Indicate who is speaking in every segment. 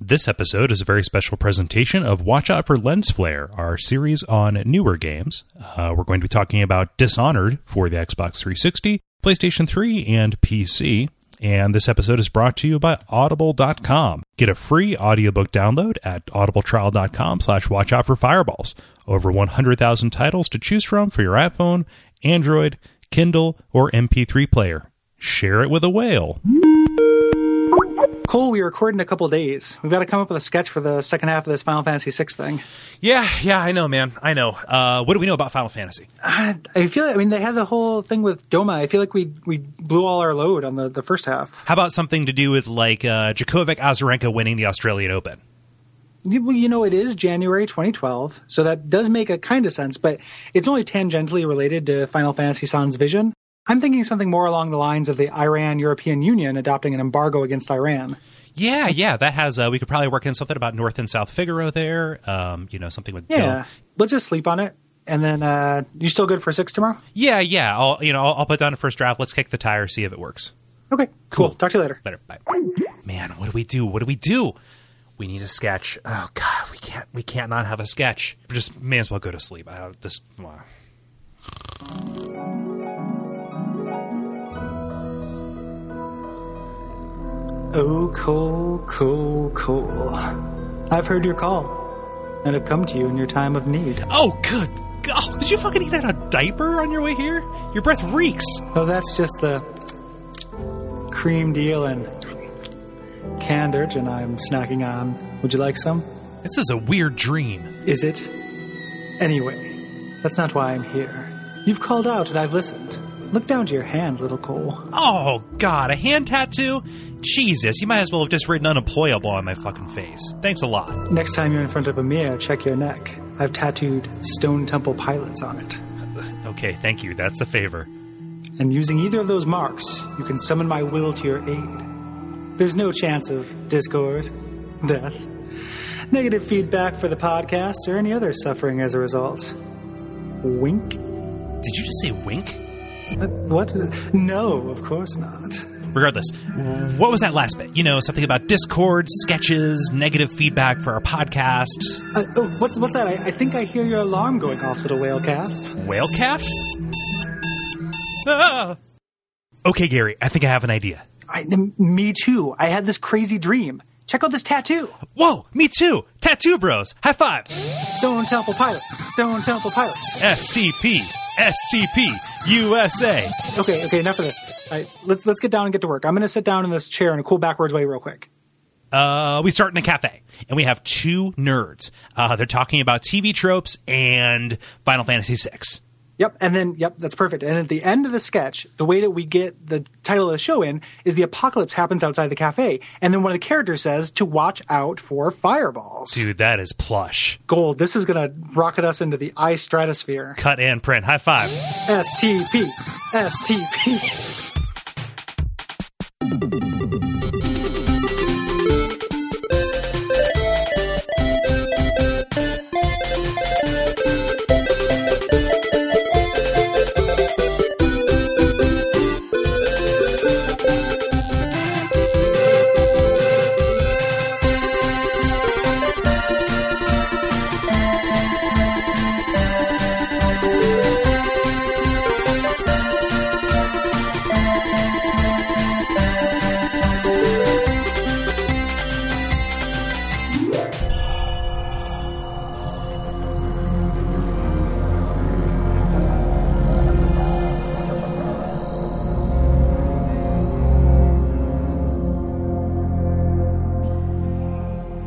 Speaker 1: This episode is a very special presentation of Watch Out for Lens Flare, our series on newer games. Uh, we're going to be talking about Dishonored for the Xbox 360, PlayStation 3, and PC. And this episode is brought to you by Audible.com. Get a free audiobook download at audibletrial.com slash watch out for fireballs. Over 100,000 titles to choose from for your iPhone, Android, Kindle, or MP3 player. Share it with a whale.
Speaker 2: Cole, we record in a couple days. We've got to come up with a sketch for the second half of this Final Fantasy VI thing.
Speaker 1: Yeah, yeah, I know, man. I know. Uh, what do we know about Final Fantasy?
Speaker 2: I, I feel. I mean, they had the whole thing with Doma. I feel like we we blew all our load on the the first half.
Speaker 1: How about something to do with like uh, Djokovic Azarenka winning the Australian Open?
Speaker 2: You, well, you know, it is January 2012, so that does make a kind of sense, but it's only tangentially related to Final Fantasy Sans Vision. I'm thinking something more along the lines of the Iran European Union adopting an embargo against Iran.
Speaker 1: Yeah, yeah, that has. Uh, we could probably work in something about North and South Figaro there. Um, you know, something with
Speaker 2: Yeah,
Speaker 1: Dome.
Speaker 2: let's just sleep on it, and then uh, you still good for six tomorrow?
Speaker 1: yeah, yeah. I'll you know I'll, I'll put down a first draft. Let's kick the tire, see if it works.
Speaker 2: Okay, cool. Talk to you later.
Speaker 1: Later, bye. Man, what do we do? What do we do? We need a sketch. Oh God, we can't. We can't not have a sketch. We just may as well go to sleep. I don't, this. uh,
Speaker 2: Oh, Cole, Cole, Cole. I've heard your call and have come to you in your time of need.
Speaker 1: Oh, good. God, did you fucking eat out a diaper on your way here? Your breath reeks.
Speaker 2: Oh, that's just the cream deal and canned urchin I'm snacking on. Would you like some?
Speaker 1: This is a weird dream.
Speaker 2: Is it? Anyway, that's not why I'm here. You've called out and I've listened. Look down to your hand, little Cole.
Speaker 1: Oh, God, a hand tattoo? Jesus, you might as well have just written unemployable on my fucking face. Thanks a lot.
Speaker 2: Next time you're in front of a mirror, check your neck. I've tattooed Stone Temple Pilots on it.
Speaker 1: Okay, thank you. That's a favor.
Speaker 2: and using either of those marks, you can summon my will to your aid. There's no chance of discord, death, negative feedback for the podcast, or any other suffering as a result. Wink?
Speaker 1: Did you just say wink?
Speaker 2: Uh, What? No, of course not.
Speaker 1: Regardless, what was that last bit? You know, something about Discord, sketches, negative feedback for our podcast.
Speaker 2: Uh, oh, what's, what's that? I, I think I hear your alarm going off, little whale cat.
Speaker 1: Whale calf? Ah! Okay, Gary, I think I have an idea.
Speaker 2: I, m- me too. I had this crazy dream. Check out this tattoo.
Speaker 1: Whoa, me too! Tattoo Bros! High five!
Speaker 2: Stone Temple Pilots. Stone Temple Pilots.
Speaker 1: STP, STP, USA.
Speaker 2: Okay, okay, enough of this. All right, let's let's get down and get to work. I'm going to sit down in this chair in a cool backwards way real quick.
Speaker 1: Uh, we start in a cafe, and we have two nerds. Uh, they're talking about TV tropes and Final Fantasy VI.
Speaker 2: Yep, and then yep, that's perfect. And at the end of the sketch, the way that we get the title of the show in is the apocalypse happens outside the cafe, and then one of the characters says to watch out for fireballs.
Speaker 1: Dude, that is plush.
Speaker 2: Gold, this is going to rocket us into the ice stratosphere.
Speaker 1: Cut and print. High five.
Speaker 2: STP, STP.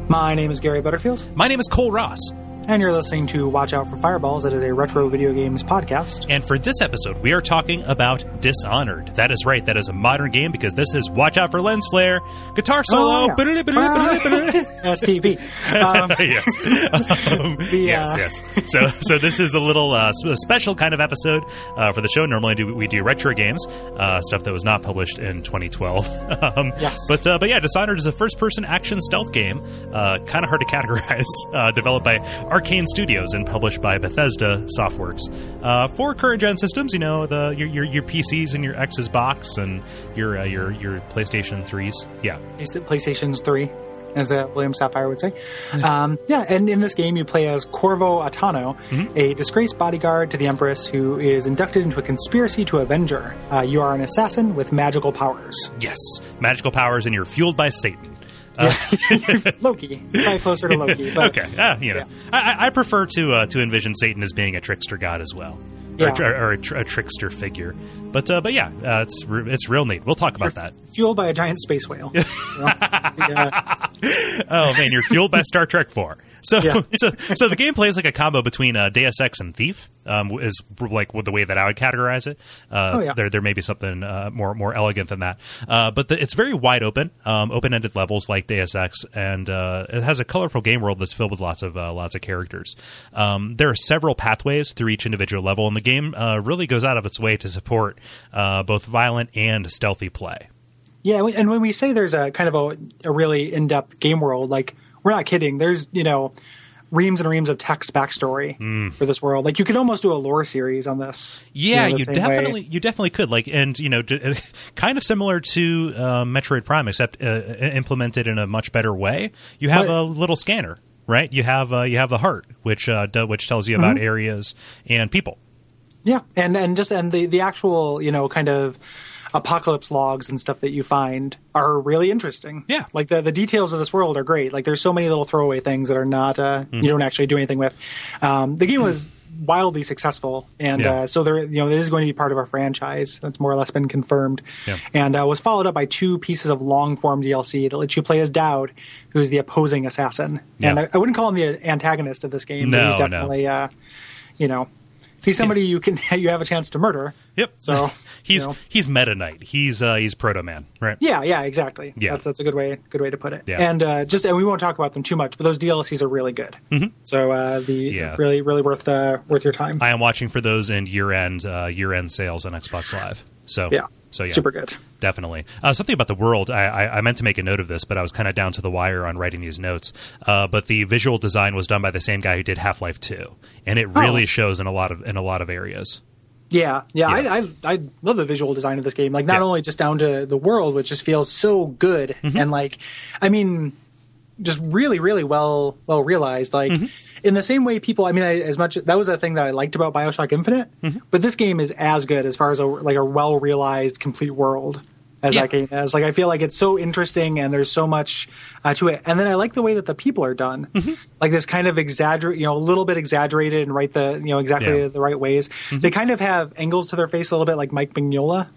Speaker 2: My name is Gary Butterfield,
Speaker 1: My name is Cole Ross,
Speaker 2: and you're listening to Watch Out for Fireballs. That is a retro video games podcast.
Speaker 1: and for this episode, we are talking about Dishonored. That is right. That is a modern game because this is Watch Out for Lens Flare, guitar solo.
Speaker 2: Oh, yeah. STP. Um,
Speaker 1: yes. Um, yes,
Speaker 2: uh,
Speaker 1: yes. So, so this is a little uh, s- a special kind of episode uh, for the show. Normally, do, we do retro games, uh, stuff that was not published in 2012. um,
Speaker 2: Yes.
Speaker 1: But, uh, but yeah, Dishonored is a first-person action stealth game, uh, kind of hard to categorize. Uh, developed by Arcane Studios and published by Bethesda Softworks uh, for current-gen systems. You know, the your, your your PCs and your X's box and your uh, your your PlayStation threes. Yeah.
Speaker 2: Is it PlayStation's 3? as uh, William Sapphire would say. Um, yeah, and in this game, you play as Corvo Atano, a disgraced bodyguard to the Empress who is inducted into a conspiracy to avenge her. Uh, you are an assassin with magical powers.
Speaker 1: Yes, magical powers, and you're fueled by Satan. Uh,
Speaker 2: Loki, probably closer to Loki. But
Speaker 1: okay, ah, you know, I I, I prefer to uh, to envision Satan as being a trickster god as well, or, a
Speaker 2: Yeah.
Speaker 1: tr- or a, tr- a trickster figure. But uh, but yeah, uh, it's re- it's real neat. We'll talk about that.
Speaker 2: fueled by a giant space whale. You know? uh, Yeah.
Speaker 1: oh man, you're fueled by Star Trek Four. So,
Speaker 2: Yeah.
Speaker 1: so, so the gameplay is like a combo between uh, Deus Ex and Thief. Um, is like the way that I would categorize it. Uh,
Speaker 2: Oh, yeah.
Speaker 1: There, there may be something uh, more more elegant than that. Uh, but the, it's very wide open, um, open ended levels like Deus Ex, and uh, it has a colorful game world that's filled with lots of uh, lots of characters. Um, there are several pathways through each individual level, and the game uh, really goes out of its way to support uh, both violent and stealthy play.
Speaker 2: Yeah, we- and when we say there's a kind of a, a really in depth game world, like we're not kidding. There's you know reams and reams of text backstory for this world. Like you could almost do a lore series on this.
Speaker 1: Hmm. Yeah,
Speaker 2: know, the
Speaker 1: you
Speaker 2: same way.
Speaker 1: definitely you definitely could like, and you know, d- kind of similar to uh, Metroid Prime, except uh, i- implemented in a much better way. You have
Speaker 2: But-
Speaker 1: a little scanner, right? You have uh, you have the heart, which uh, do- which tells you
Speaker 2: Mm-hmm.
Speaker 1: about areas and people.
Speaker 2: Yeah, and and just and the the actual you know kind of apocalypse logs and stuff that you find are really interesting.
Speaker 1: Yeah.
Speaker 2: like the the details of this world are great. Like there's so many little throwaway things that are not uh,
Speaker 1: Mm-hmm.
Speaker 2: you don't actually do anything with. Um, the game was wildly successful, and
Speaker 1: Yeah.
Speaker 2: uh, so there you know it is going to be part of our franchise. That's more or less been confirmed,
Speaker 1: Yeah.
Speaker 2: and uh, was followed up by two pieces of long form DLC that lets you play as Dowd, who is the opposing assassin. And
Speaker 1: Yeah.
Speaker 2: I, I wouldn't call him the antagonist of this game. but he's
Speaker 1: No, no.
Speaker 2: definitely uh, you know he's somebody you can you have a chance to murder
Speaker 1: Yep.
Speaker 2: so
Speaker 1: he's
Speaker 2: you know.
Speaker 1: he's Meta Knight. He's uh, he's Proto Man, right?
Speaker 2: yeah yeah exactly
Speaker 1: Yeah.
Speaker 2: that's that's a good way good way to put it
Speaker 1: Yeah.
Speaker 2: and uh just and we won't talk about them too much but those dlcs are really good so uh the
Speaker 1: Mm-hmm. Yeah.
Speaker 2: really really worth uh worth your time
Speaker 1: I am watching for those in year end uh, year end sales on Xbox Live. So
Speaker 2: yeah
Speaker 1: so yeah,
Speaker 2: super good
Speaker 1: Definitely. Uh, something about the world. I, I, I meant to make a note of this, but I was kind of down to the wire on writing these notes. Uh, but the visual design was done by the same guy who did Half Life Two, and it really
Speaker 2: Oh.
Speaker 1: shows in a lot of in a lot of areas.
Speaker 2: yeah yeah,
Speaker 1: Yeah.
Speaker 2: I, I i love the visual design of this game like not
Speaker 1: Yeah. Mm-hmm.
Speaker 2: only just down to the world which just feels so good and like i mean just really really well well realized like
Speaker 1: Mm-hmm.
Speaker 2: in the same way people i mean I, as much that was a thing that i liked about bioshock infinite
Speaker 1: Mm-hmm.
Speaker 2: but this game is as good as far as a like a well realized complete world as
Speaker 1: Yeah.
Speaker 2: that game is like i feel like it's so interesting and there's so much uh, to it and then i like the way that the people are done
Speaker 1: Mm-hmm.
Speaker 2: like this kind of exaggerate you know a little bit exaggerated and right the you know exactly
Speaker 1: Yeah. Mm-hmm.
Speaker 2: the right ways they kind of have angles to their face a little bit like mike mignola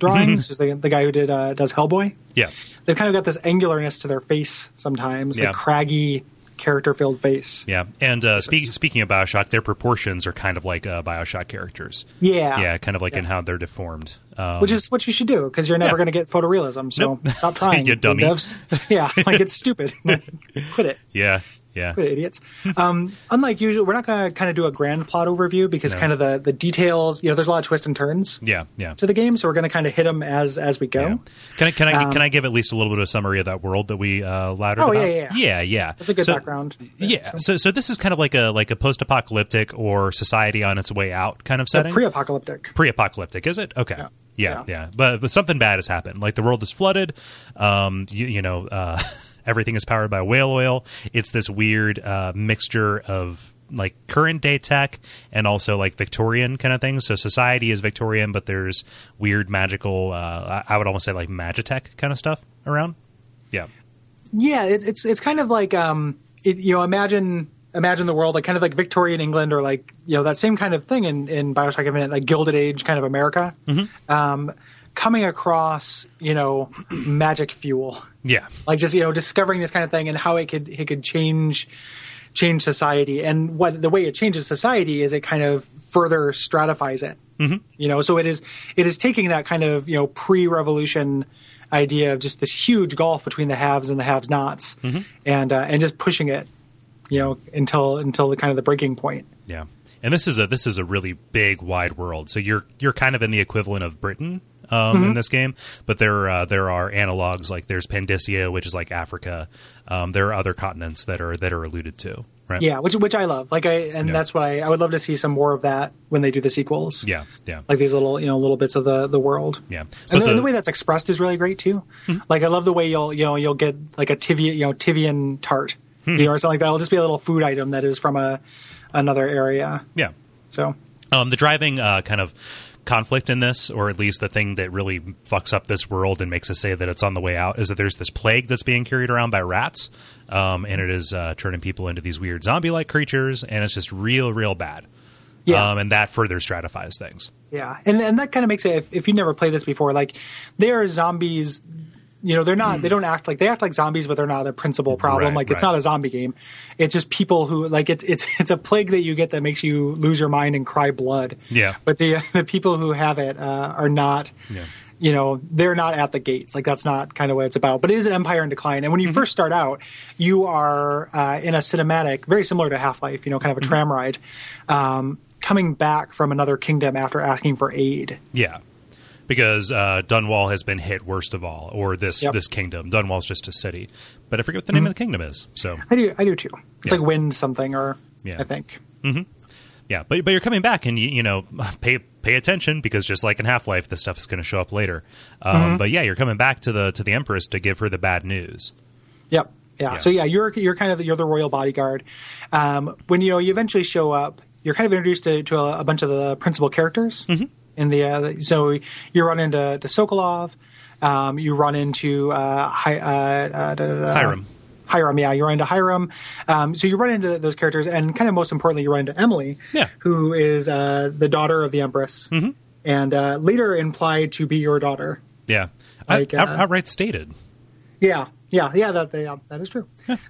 Speaker 1: Mm-hmm.
Speaker 2: drawings who's the, the guy who did uh, does hellboy
Speaker 1: Yeah.
Speaker 2: they've kind of got this angularness to their face sometimes,
Speaker 1: Yeah.
Speaker 2: like craggy, character-filled face.
Speaker 1: Yeah. And uh, speak, speaking of Bioshock, their proportions are kind of like uh, Bioshock characters.
Speaker 2: Yeah.
Speaker 1: Yeah, kind of like in
Speaker 2: Yeah.
Speaker 1: how they're deformed. Um,
Speaker 2: Which is what you should do because you're never
Speaker 1: Yeah.
Speaker 2: going to get photorealism. So
Speaker 1: Nope.
Speaker 2: stop trying,
Speaker 1: You dummy.
Speaker 2: game devs. Yeah, like it's stupid. Like, quit it.
Speaker 1: yeah. Yeah.
Speaker 2: Quit it, idiots. Um, unlike usual, we're not going to kind of do a grand plot overview because
Speaker 1: No.
Speaker 2: kind of the the details. You know, there's a lot of twists and turns
Speaker 1: Yeah. Yeah.
Speaker 2: to the game, so we're going to kind of hit them as as we go.
Speaker 1: Yeah. Can I can I
Speaker 2: Um,
Speaker 1: can I give at least a little bit of summary of that world that we uh, louted
Speaker 2: Oh, yeah,
Speaker 1: about?
Speaker 2: yeah,
Speaker 1: yeah,
Speaker 2: yeah.
Speaker 1: yeah.
Speaker 2: That's a good
Speaker 1: So-
Speaker 2: background.
Speaker 1: Yeah, so so this is kind of like a like a post apocalyptic or society on its way out kind of
Speaker 2: So
Speaker 1: setting.
Speaker 2: pre-apocalyptic.
Speaker 1: Pre apocalyptic, is it? Okay. Yeah. Yeah,
Speaker 2: Yeah.
Speaker 1: But but something bad has happened. Like the world is flooded. Um, you, you know, uh, everything is powered by whale oil. It's this weird uh, mixture of like current day tech and also like Victorian kind of things. So society is Victorian, but there's weird magical. Uh, I- I would almost say like magitech kind of stuff around. Yeah.
Speaker 2: Yeah, it, it's it's kind of like um, it, you know, imagine imagine the world like kind of like Victorian England or like you know that same kind of thing in in Bioshock Infinite, like Gilded Age kind of America, um, coming across you know magic fuel,
Speaker 1: Yeah.
Speaker 2: like just you know discovering this kind of thing and how it could it could change change society and what the way it changes society is it kind of further stratifies it you know so it is it is taking that kind of you know pre-revolution idea of just this huge gulf between the haves and the have nots and uh, and just pushing it you know until until the kind of the breaking point
Speaker 1: Yeah, and this is a this is a really big wide world. So you're you're kind of in the equivalent of Britain um,
Speaker 2: Mm-hmm.
Speaker 1: in this game, but there uh, there are analogs like there's Pandicia, which is like Africa. Um, there are other continents that are that are alluded to. right?
Speaker 2: Yeah, which which I love. Like I and
Speaker 1: Yeah.
Speaker 2: that's what I I would love to see some more of that when they do the sequels.
Speaker 1: yeah, yeah,
Speaker 2: Like these little you know little bits of the the world.
Speaker 1: yeah.
Speaker 2: And the,
Speaker 1: But
Speaker 2: and the
Speaker 1: the- Hmm.
Speaker 2: way that's expressed is really great too. Like I love the way you'll you know you'll get like a Tivian you know Tivian tart
Speaker 1: Hmm.
Speaker 2: you know or something like that. It'll just be a little food item that is from a another area.
Speaker 1: yeah.
Speaker 2: So
Speaker 1: Um, the driving uh, kind of conflict in this, or at least the thing that really fucks up this world and makes us say that it's on the way out, is that there's this plague that's being carried around by rats, um, and it is uh, turning people into these weird zombie-like creatures, and it's just real, real bad.
Speaker 2: Yeah.
Speaker 1: Um, and that further stratifies things.
Speaker 2: Yeah, and and that kind of makes it. If, if you never played this before, like they are zombies. You know, they're not. They don't act like they act like zombies, but they're not a principal problem.
Speaker 1: Hmm. Right,
Speaker 2: like it's
Speaker 1: right.
Speaker 2: not a zombie game. It's just people who like it's it's it's a plague that you get that makes you lose your mind and cry blood.
Speaker 1: Yeah.
Speaker 2: But the the people who have it uh, are not.
Speaker 1: Yeah.
Speaker 2: You know, they're not at the gates. Like that's not kind of what it's about. But it is an empire in decline. And when you
Speaker 1: Mm-hmm.
Speaker 2: first start out, you are uh, in a cinematic very similar to Half Life. You know, kind
Speaker 1: Mm-hmm.
Speaker 2: of a tram ride, um, coming back from another kingdom after asking for aid.
Speaker 1: Yeah, because uh, Dunwall has been hit worst of all, or this
Speaker 2: Yep. Mm-hmm.
Speaker 1: this kingdom. Dunwall's just a city, but I forget what the name of the kingdom is. So
Speaker 2: I do. I do too. It's
Speaker 1: Yeah.
Speaker 2: like wind something, or
Speaker 1: Yeah.
Speaker 2: I think.
Speaker 1: yeah, but but you're coming back, and you, you know pay pay attention because just like in Half Life, this stuff is going to show up later. Um,
Speaker 2: Mm-hmm.
Speaker 1: But yeah, you're coming back to the to the Empress to give her the bad news.
Speaker 2: Yep. Yeah.
Speaker 1: Yeah.
Speaker 2: So yeah, you're you're kind of the, you're the royal bodyguard. Um, when you know you eventually show up, you're kind of introduced to, to a, a bunch of the principal characters
Speaker 1: Mm-hmm.
Speaker 2: in the, uh, the- So you run into to Sokolov. Um, you run into uh, Hi, uh, uh, da, da, da,
Speaker 1: Hiram.
Speaker 2: Hiram, yeah, you run into Hiram. Um, so you run into those characters, and kind of most importantly, you run into Emily,
Speaker 1: Yeah. Mm-hmm.
Speaker 2: who is uh, the daughter of the Empress, and uh, later implied to be your daughter.
Speaker 1: Yeah,
Speaker 2: Like,
Speaker 1: I, out,
Speaker 2: uh,
Speaker 1: outright stated.
Speaker 2: Yeah, yeah, yeah. That they, uh, that is true.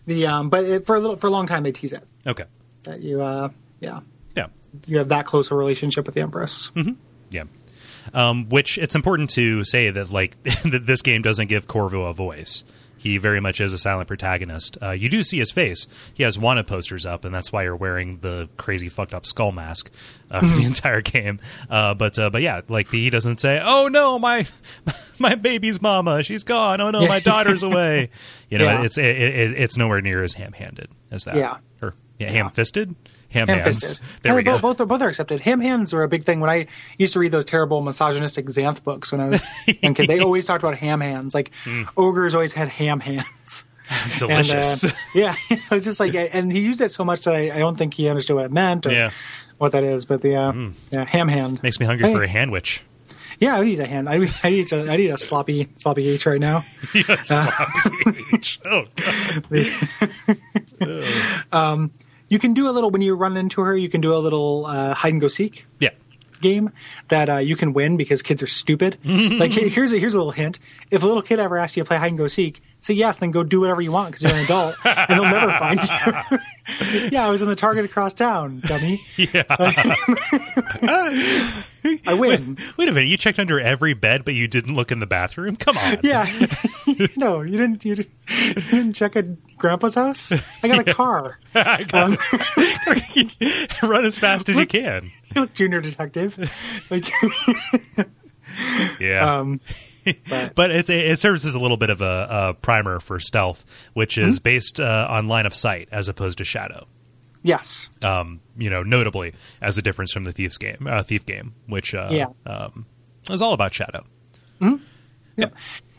Speaker 2: The um, but it, for a little for a long time they tease it
Speaker 1: Okay,
Speaker 2: that you uh, yeah
Speaker 1: yeah,
Speaker 2: you have that close a relationship with the Empress.
Speaker 1: Mm-hmm. yeah. Um, which it's important to say that like that this game doesn't give Corvo a voice. He very much is a silent protagonist. Uh, you do see his face. He has wanted posters up, and that's why you're wearing the crazy fucked up skull mask uh, for the entire game. Uh, but uh, but yeah, like he doesn't say, "Oh no, my my baby's mama, she's gone. Oh no, my daughter's away." You know,
Speaker 2: Yeah.
Speaker 1: it's it, it, it's nowhere near as ham handed as that.
Speaker 2: Yeah.
Speaker 1: or yeah, ham fisted, ham hands.
Speaker 2: Ham-fisted.
Speaker 1: There
Speaker 2: No,
Speaker 1: we go.
Speaker 2: Both, both are both are accepted. Ham hands were a big thing when I used to read those terrible misogynistic Xanth books when I was a kid. They always talked about ham hands. Like
Speaker 1: Mm.
Speaker 2: ogres always had ham hands. And, uh,
Speaker 1: Delicious.
Speaker 2: yeah, I was just like, and he used it so much that I, I don't think he understood what it meant or
Speaker 1: Yeah. Mm.
Speaker 2: what that is. But the uh, yeah, ham hand
Speaker 1: Makes me hungry
Speaker 2: Hey.
Speaker 1: for a handwich.
Speaker 2: Yeah, I would eat a hand. I would- I eat a, I eat a sloppy sloppy H right now.
Speaker 1: Yes, sloppy H. Oh, God.
Speaker 2: You can do a little when you run into her. You can do a little uh, hide and go seek
Speaker 1: Yeah.
Speaker 2: game that uh, you can win because kids are stupid. like here- here's a, here's a little hint: if a little kid ever asks you to play hide and go seek, say yes, then go do whatever you want because you're an adult and they'll never find you. yeah, I was in the Target across town, dummy. I win.
Speaker 1: Wait a minute. You checked under every bed, but you didn't look in the bathroom? Come on.
Speaker 2: Yeah, no, you didn't. You didn't, you didn't check at Grandpa's house. I got a car.
Speaker 1: Run as fast as you can.
Speaker 2: You look junior detective. Like,
Speaker 1: Yeah.
Speaker 2: um, but-
Speaker 1: but it's, it serves as a little bit of a, a primer for stealth, which
Speaker 2: Mm-hmm.
Speaker 1: is based uh, on line of sight as opposed to shadow.
Speaker 2: yes.
Speaker 1: Um, you know, notably as a difference from the Thief's game, uh, Thief game, which uh,
Speaker 2: Yeah.
Speaker 1: um, is all about shadow.
Speaker 2: Yep.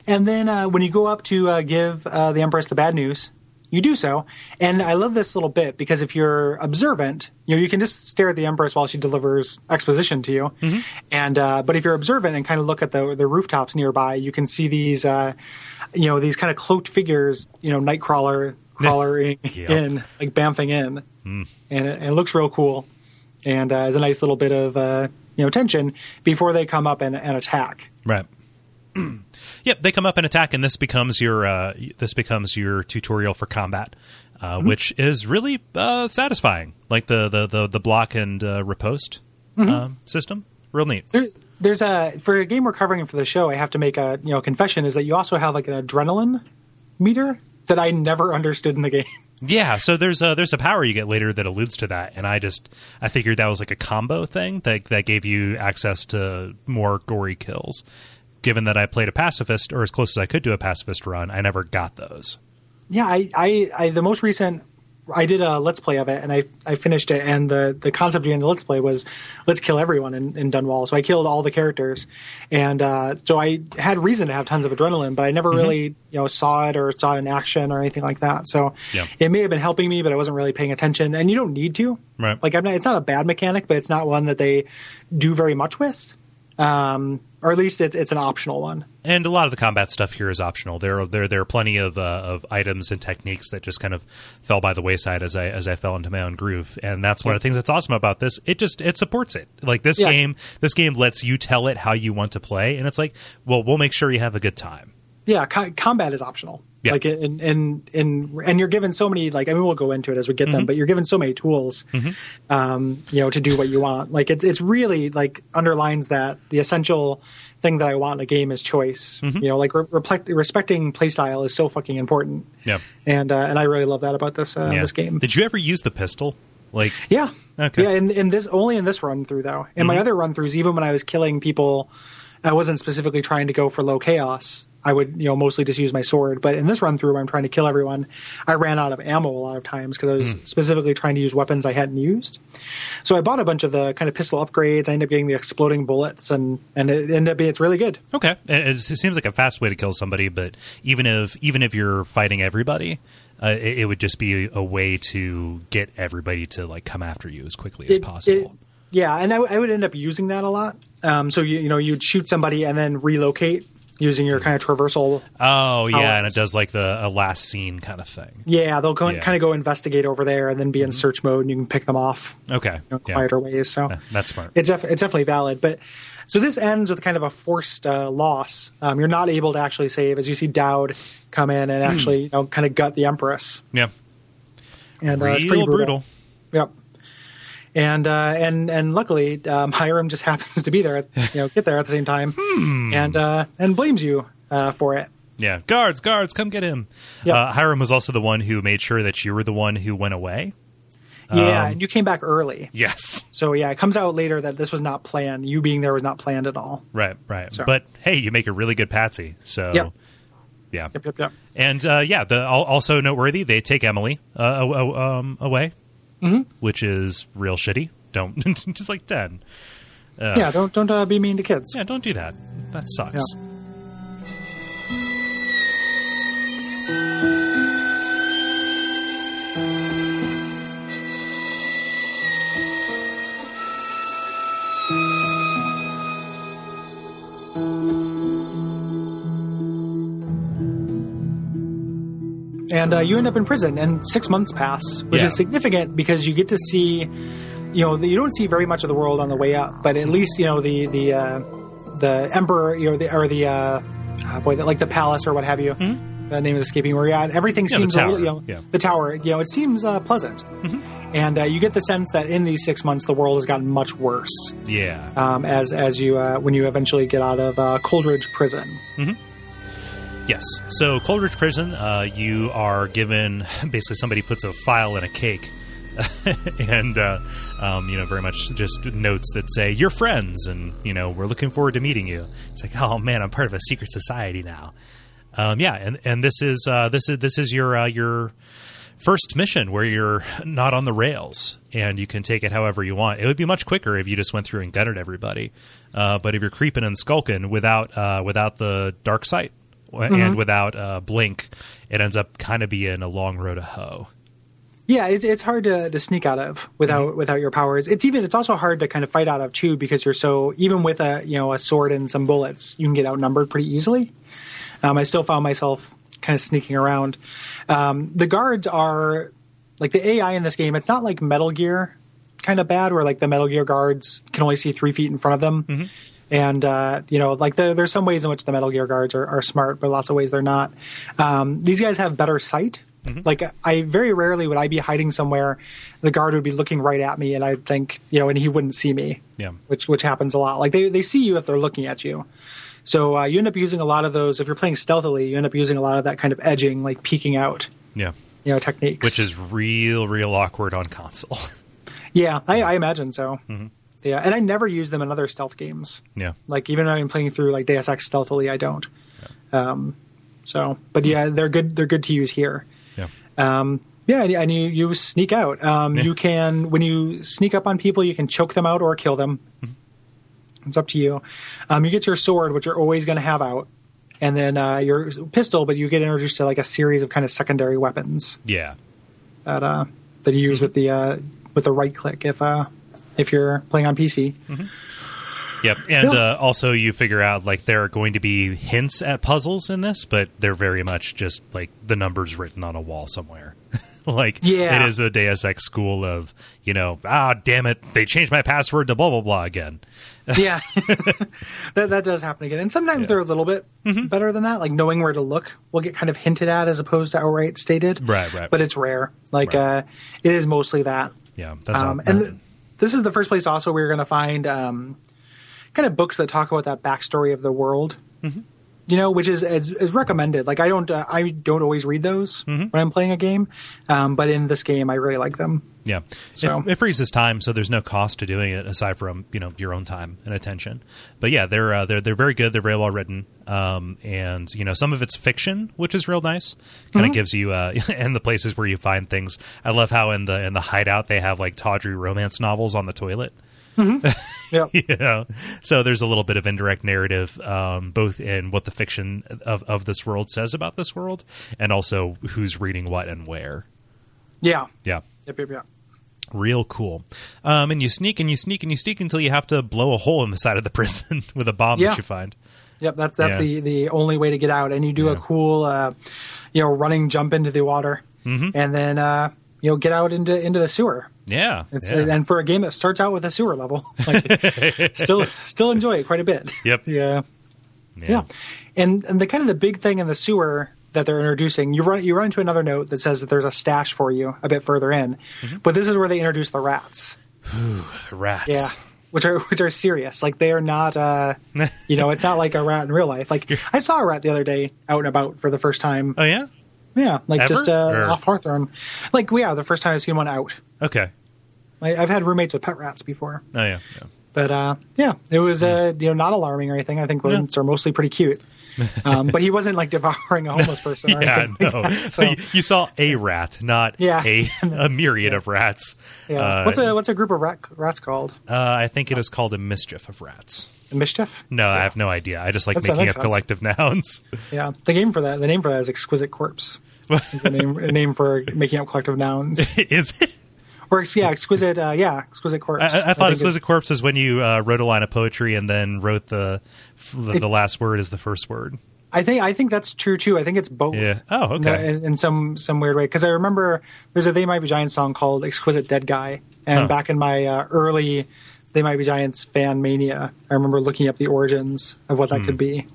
Speaker 2: And then uh, when you go up to uh, give uh, the Empress the bad news, you do so. And I love this little bit because if you're observant, you know you can just stare at the Empress while she delivers exposition to you. And uh, but if you're observant and kind of look at the the rooftops nearby, you can see these uh, you know these kind of cloaked figures, you know, Nightcrawler crawling
Speaker 1: Yep.
Speaker 2: in, like bamfing in, and, it, and it looks real cool. And uh, is a nice little bit of uh, you know tension before they come up and, and attack.
Speaker 1: Right. yep, they come up and attack, and this becomes your uh, this becomes your tutorial for combat, uh, which is really uh, satisfying. Like the the the, the block and uh, riposte um, system, real neat.
Speaker 2: there's there's a for a game we're covering for the show. I have to make a you know confession is that you also have like an adrenaline meter that I never understood in the game.
Speaker 1: Yeah, so there's a there's a power you get later that alludes to that, and I just I figured that was like a combo thing that that gave you access to more gory kills. Given that I played a pacifist or as close as I could to a pacifist run, I never got those.
Speaker 2: Yeah, I I, I the most recent I did a let's play of it, and I I finished it. And the the concept behind the let's play was let's kill everyone in, in Dunwall. So I killed all the characters, and uh, so I had reason to have tons of adrenaline, but I
Speaker 1: Mm-hmm.
Speaker 2: never really you know saw it or saw it in action or anything like that. So
Speaker 1: Yeah.
Speaker 2: it may have been helping me, but I wasn't really paying attention. And you don't need to.
Speaker 1: Right.
Speaker 2: Like I'm not. It's not a bad mechanic, but it's not one that they do very much with. Um, or at least it's it's an optional one.
Speaker 1: and a lot of the combat stuff here is optional. There, are- there, there are plenty of uh, of items and techniques that just kind of fell by the wayside as I as I fell into my own groove, and that's one of the things that's awesome about this. It just it supports it. Like this
Speaker 2: Yeah.
Speaker 1: game, this game lets you tell it how you want to play, and it's like, well, we'll make sure you have a good time.
Speaker 2: yeah co- combat is optional
Speaker 1: Yeah.
Speaker 2: like and and and and you're given so many like i mean we'll go into it as we get
Speaker 1: Mm-hmm.
Speaker 2: them but you're given so many tools um you know to do what you want like it's it's really like underlines that the essential thing that i want in a game is choice
Speaker 1: Mm-hmm.
Speaker 2: you know like re- reflect, respecting playstyle is so fucking important
Speaker 1: Yeah,
Speaker 2: and uh, and i really love that about this uh,
Speaker 1: yeah.
Speaker 2: this game
Speaker 1: Did you ever use the pistol? Like,
Speaker 2: yeah.
Speaker 1: Okay. Mm-hmm.
Speaker 2: Yeah, in, in this only in this run through though. In my other run throughs, even when I was killing people, I wasn't specifically trying to go for low chaos. I would, you know, mostly just use my sword. But in this run through, where I'm trying to kill everyone. I ran out of ammo a lot of times because I was
Speaker 1: Hmm.
Speaker 2: specifically trying to use weapons I hadn't used. So I bought a bunch of the kind of pistol upgrades. I ended up getting the exploding bullets, and and it ended up being it's really good.
Speaker 1: okay, it, it seems like a fast way to kill somebody, but even if even if you're fighting everybody. Uh, it, it would just be a way to get everybody to like come after you as quickly as
Speaker 2: It-
Speaker 1: possible.
Speaker 2: it- yeah, and I, w- I would end up using that a lot. Um, so you you know you'd shoot somebody and then relocate using your kind of traversal
Speaker 1: Oh yeah, and it
Speaker 2: powers.
Speaker 1: does like the a last scene kind of thing.
Speaker 2: Yeah, they'll go
Speaker 1: Yeah.
Speaker 2: kind of go investigate over there and then be in search mode, and you can pick them off
Speaker 1: Okay,
Speaker 2: you know,
Speaker 1: yeah.
Speaker 2: quieter ways. So
Speaker 1: that's smart.
Speaker 2: it's def- it's definitely valid. But so this ends with kind of a forced uh, loss. Um, you're not able to actually save, as you see Dowd come in
Speaker 1: Hmm.
Speaker 2: and actually you know, kind of gut the Empress,
Speaker 1: yeah,
Speaker 2: and uh,
Speaker 1: real
Speaker 2: it's pretty
Speaker 1: brutal.
Speaker 2: Yep. And uh, and and luckily, um, Hiram just happens to be there, at, you know, get there at the same time,
Speaker 1: Hmm.
Speaker 2: and uh, and blames you uh, for it.
Speaker 1: Yeah, guards, guards, come get him.
Speaker 2: Yeah.
Speaker 1: Uh, Hiram was also the one who made sure that you were the one who went away.
Speaker 2: Yeah,
Speaker 1: Um,
Speaker 2: and you came back early.
Speaker 1: Yes,
Speaker 2: So yeah, it comes out later that this was not planned. You being there was not planned at all.
Speaker 1: right, right.
Speaker 2: So-
Speaker 1: But hey, you make a really good patsy. So
Speaker 2: Yep.
Speaker 1: yeah,
Speaker 2: Yep, yep, yep.
Speaker 1: and uh, yeah, the al- also noteworthy. They take Emily uh, aw- aw- um, away,
Speaker 2: Mm-hmm.
Speaker 1: which is real shitty. Don't just like ten.
Speaker 2: yeah, don't don't uh, be mean to kids.
Speaker 1: Yeah, don't do that. That sucks.
Speaker 2: Yeah. And uh, you end up in prison, and six months pass, which
Speaker 1: Yeah.
Speaker 2: is significant because you get to see, you know, you don't see very much of the world on the way up, but at least you know the the uh, the emperor, you know, the, or the uh, uh, boy, the, like the palace or what have you. The name is escaping me. Where you're at, everything
Speaker 1: Mm-hmm. Yeah, the
Speaker 2: seems a little,
Speaker 1: tower.
Speaker 2: you know,
Speaker 1: Yeah. Mm-hmm.
Speaker 2: the tower. You know, it seems uh, pleasant, and uh, you get the sense that in these six months, the world has gotten much worse
Speaker 1: yeah.
Speaker 2: um, as as you uh, when you eventually get out of uh, Coldridge Prison.
Speaker 1: Yes. So Coleridge Prison, uh, you are given basically somebody puts a file in a cake, and uh, um, you know very much just notes that say you're friends, and you know we're looking forward to meeting you. It's like oh man, I'm part of a secret society now. Um, yeah, and and this is uh, this is this is your uh, your first mission where you're not on the rails and you can take it however you want. It would be much quicker if you just went through and gutted everybody. Uh, but if you're creeping and skulking without uh, without the dark sight w and without uh, blink, it ends up kind of being a long road to hoe.
Speaker 2: Yeah, it's it's hard to, to sneak out of without without your powers. It's even it's also hard to kind of fight out of too because you're so even with a you know a sword and some bullets, you can get outnumbered pretty easily. Um, I still found myself kind of sneaking around. Um, the guards are like the AI in this game. It's not like Metal Gear kind of bad, where like the Metal Gear guards can only see three feet in front of them. And uh, you know, like there, there's some ways in which the Metal Gear guards are, are smart, but lots of ways they're not. Um, these guys have better sight.
Speaker 1: Mm-hmm.
Speaker 2: Like I very rarely would I be hiding somewhere, the guard would be looking right at me, and I'd think you know, and he wouldn't see me
Speaker 1: Yeah.
Speaker 2: which which happens a lot. Like they they see you if they're looking at you. So uh, you end up using a lot of those. If you're playing stealthily, you end up using a lot of that kind of edging, like peeking out,
Speaker 1: Yeah.
Speaker 2: you know, techniques.
Speaker 1: Which is real, real awkward on console. Mm-hmm.
Speaker 2: yeah, I, I imagine so. Yeah, and I never use them in other stealth games.
Speaker 1: yeah.
Speaker 2: Like even when I'm playing through like Deus Ex stealthily, I don't. Um, so, but yeah, they're good. They're good to use here.
Speaker 1: Yeah.
Speaker 2: Um, Yeah, and- and you, you sneak out. Um, You can, when you sneak up on people, you can choke them out or kill them. It's up to you. Um, you get your sword, which you're always going to have out, and then uh, your pistol, but you get introduced to like a series of kind of secondary weapons
Speaker 1: Yeah.
Speaker 2: that uh, that you use with the uh, with the right click if uh, if you're playing on PC.
Speaker 1: Yep. And
Speaker 2: Yeah.
Speaker 1: uh, also, you figure out like there are going to be hints at puzzles in this, but they're very much just like the numbers written on a wall somewhere. like,
Speaker 2: Yeah.
Speaker 1: it is a Deus Ex school of, you know, ah, damn it, they changed my password to blah, blah, blah again.
Speaker 2: yeah, that that does happen again, and sometimes
Speaker 1: Yeah. Mm-hmm.
Speaker 2: they're a little bit better than that. Like knowing where to look will get kind of hinted at as opposed to outright stated.
Speaker 1: Right, right.
Speaker 2: But it's rare. Like
Speaker 1: Right.
Speaker 2: uh, it is mostly that.
Speaker 1: Yeah. That's
Speaker 2: um,
Speaker 1: all.
Speaker 2: and th- this is the first place also we're going to find um, kind of books that talk about that backstory of the world
Speaker 1: Mm-hmm.
Speaker 2: you know which is, is is recommended like i don't uh, i don't always read those
Speaker 1: Mm-hmm.
Speaker 2: when i'm playing a game um, but in this game i really like them
Speaker 1: Yeah.
Speaker 2: So-
Speaker 1: it, it freezes time, so there's no cost to doing it aside from you know your own time and attention. But yeah, they're uh, they're they're very good. They're very well written, um, and you know some of it's fiction, which is real nice. Kind of gives you uh, and the places where you find things. I love how in the in the hideout they have like tawdry romance novels on the toilet
Speaker 2: yeah
Speaker 1: you know so there's a little bit of indirect narrative um, both in what the fiction of, of this world says about this world and also who's reading what and where
Speaker 2: yeah
Speaker 1: yeah
Speaker 2: yep yep yep
Speaker 1: real cool um, and you sneak and you sneak and you sneak until you have to blow a hole in the side of the prison with a bomb
Speaker 2: Yeah.
Speaker 1: that you find
Speaker 2: yep that's that's
Speaker 1: Yeah.
Speaker 2: the the only way to get out and you do a
Speaker 1: Yeah.
Speaker 2: cool uh, you know running jump into the water
Speaker 1: Mm-hmm.
Speaker 2: and then uh, you know get out into into the sewer
Speaker 1: yeah
Speaker 2: it's
Speaker 1: yeah.
Speaker 2: and for a game that starts out with a sewer level like, still still enjoy it quite a bit
Speaker 1: Yep.
Speaker 2: yeah Yeah. And and the kind of the big thing in the sewer that they're introducing, you run you run into another note that says that there's a stash for you a bit further in.
Speaker 1: Mm-hmm.
Speaker 2: But this is where they introduce the rats.
Speaker 1: The rats
Speaker 2: Yeah. Which are which are serious. Like they are not uh you know, it's not like a rat in real life. Like I saw a rat the other day out and about for the first time.
Speaker 1: oh yeah
Speaker 2: Yeah, like
Speaker 1: Ever?
Speaker 2: just uh,
Speaker 1: Or-
Speaker 2: off Hawthorne. Like yeah, the first time I've seen one out.
Speaker 1: okay
Speaker 2: I, I've had roommates with pet rats before.
Speaker 1: oh yeah, yeah.
Speaker 2: But uh, yeah, it was uh,
Speaker 1: Hmm.
Speaker 2: you know not alarming or anything. I think rodents are mostly pretty cute. Um, but he wasn't like devouring a homeless person. Or
Speaker 1: Yeah,
Speaker 2: anything
Speaker 1: no.
Speaker 2: like that, so
Speaker 1: you, you saw a rat, not
Speaker 2: Yeah.
Speaker 1: a, a myriad of rats.
Speaker 2: yeah,
Speaker 1: Uh,
Speaker 2: what's a what's a group of rat, rats called?
Speaker 1: uh, I think it is called a mischief of rats.
Speaker 2: Mischief.
Speaker 1: No, I have no idea. I just like
Speaker 2: That's- that
Speaker 1: making up
Speaker 2: makes sense.
Speaker 1: collective nouns.
Speaker 2: Yeah, the game for that. The name for that is exquisite corpse. Is the name a name for making up collective nouns?
Speaker 1: is it?
Speaker 2: Or ex- yeah, exquisite. Uh, yeah, exquisite corpse.
Speaker 1: I, I
Speaker 2: think
Speaker 1: thought exquisite corpse is when you uh, wrote a line of poetry and then wrote the the, the last word is the first word.
Speaker 2: it's- I think I think that's true too. I think it's both.
Speaker 1: Yeah. Oh,
Speaker 2: In
Speaker 1: okay.
Speaker 2: the- In, in some some weird way, because I remember there's a They Might Be Giants song called "Exquisite Dead Guy," and
Speaker 1: Huh.
Speaker 2: back in my uh, early They Might Be Giants fan mania, I remember looking up the origins of what that
Speaker 1: Hmm.
Speaker 2: could be.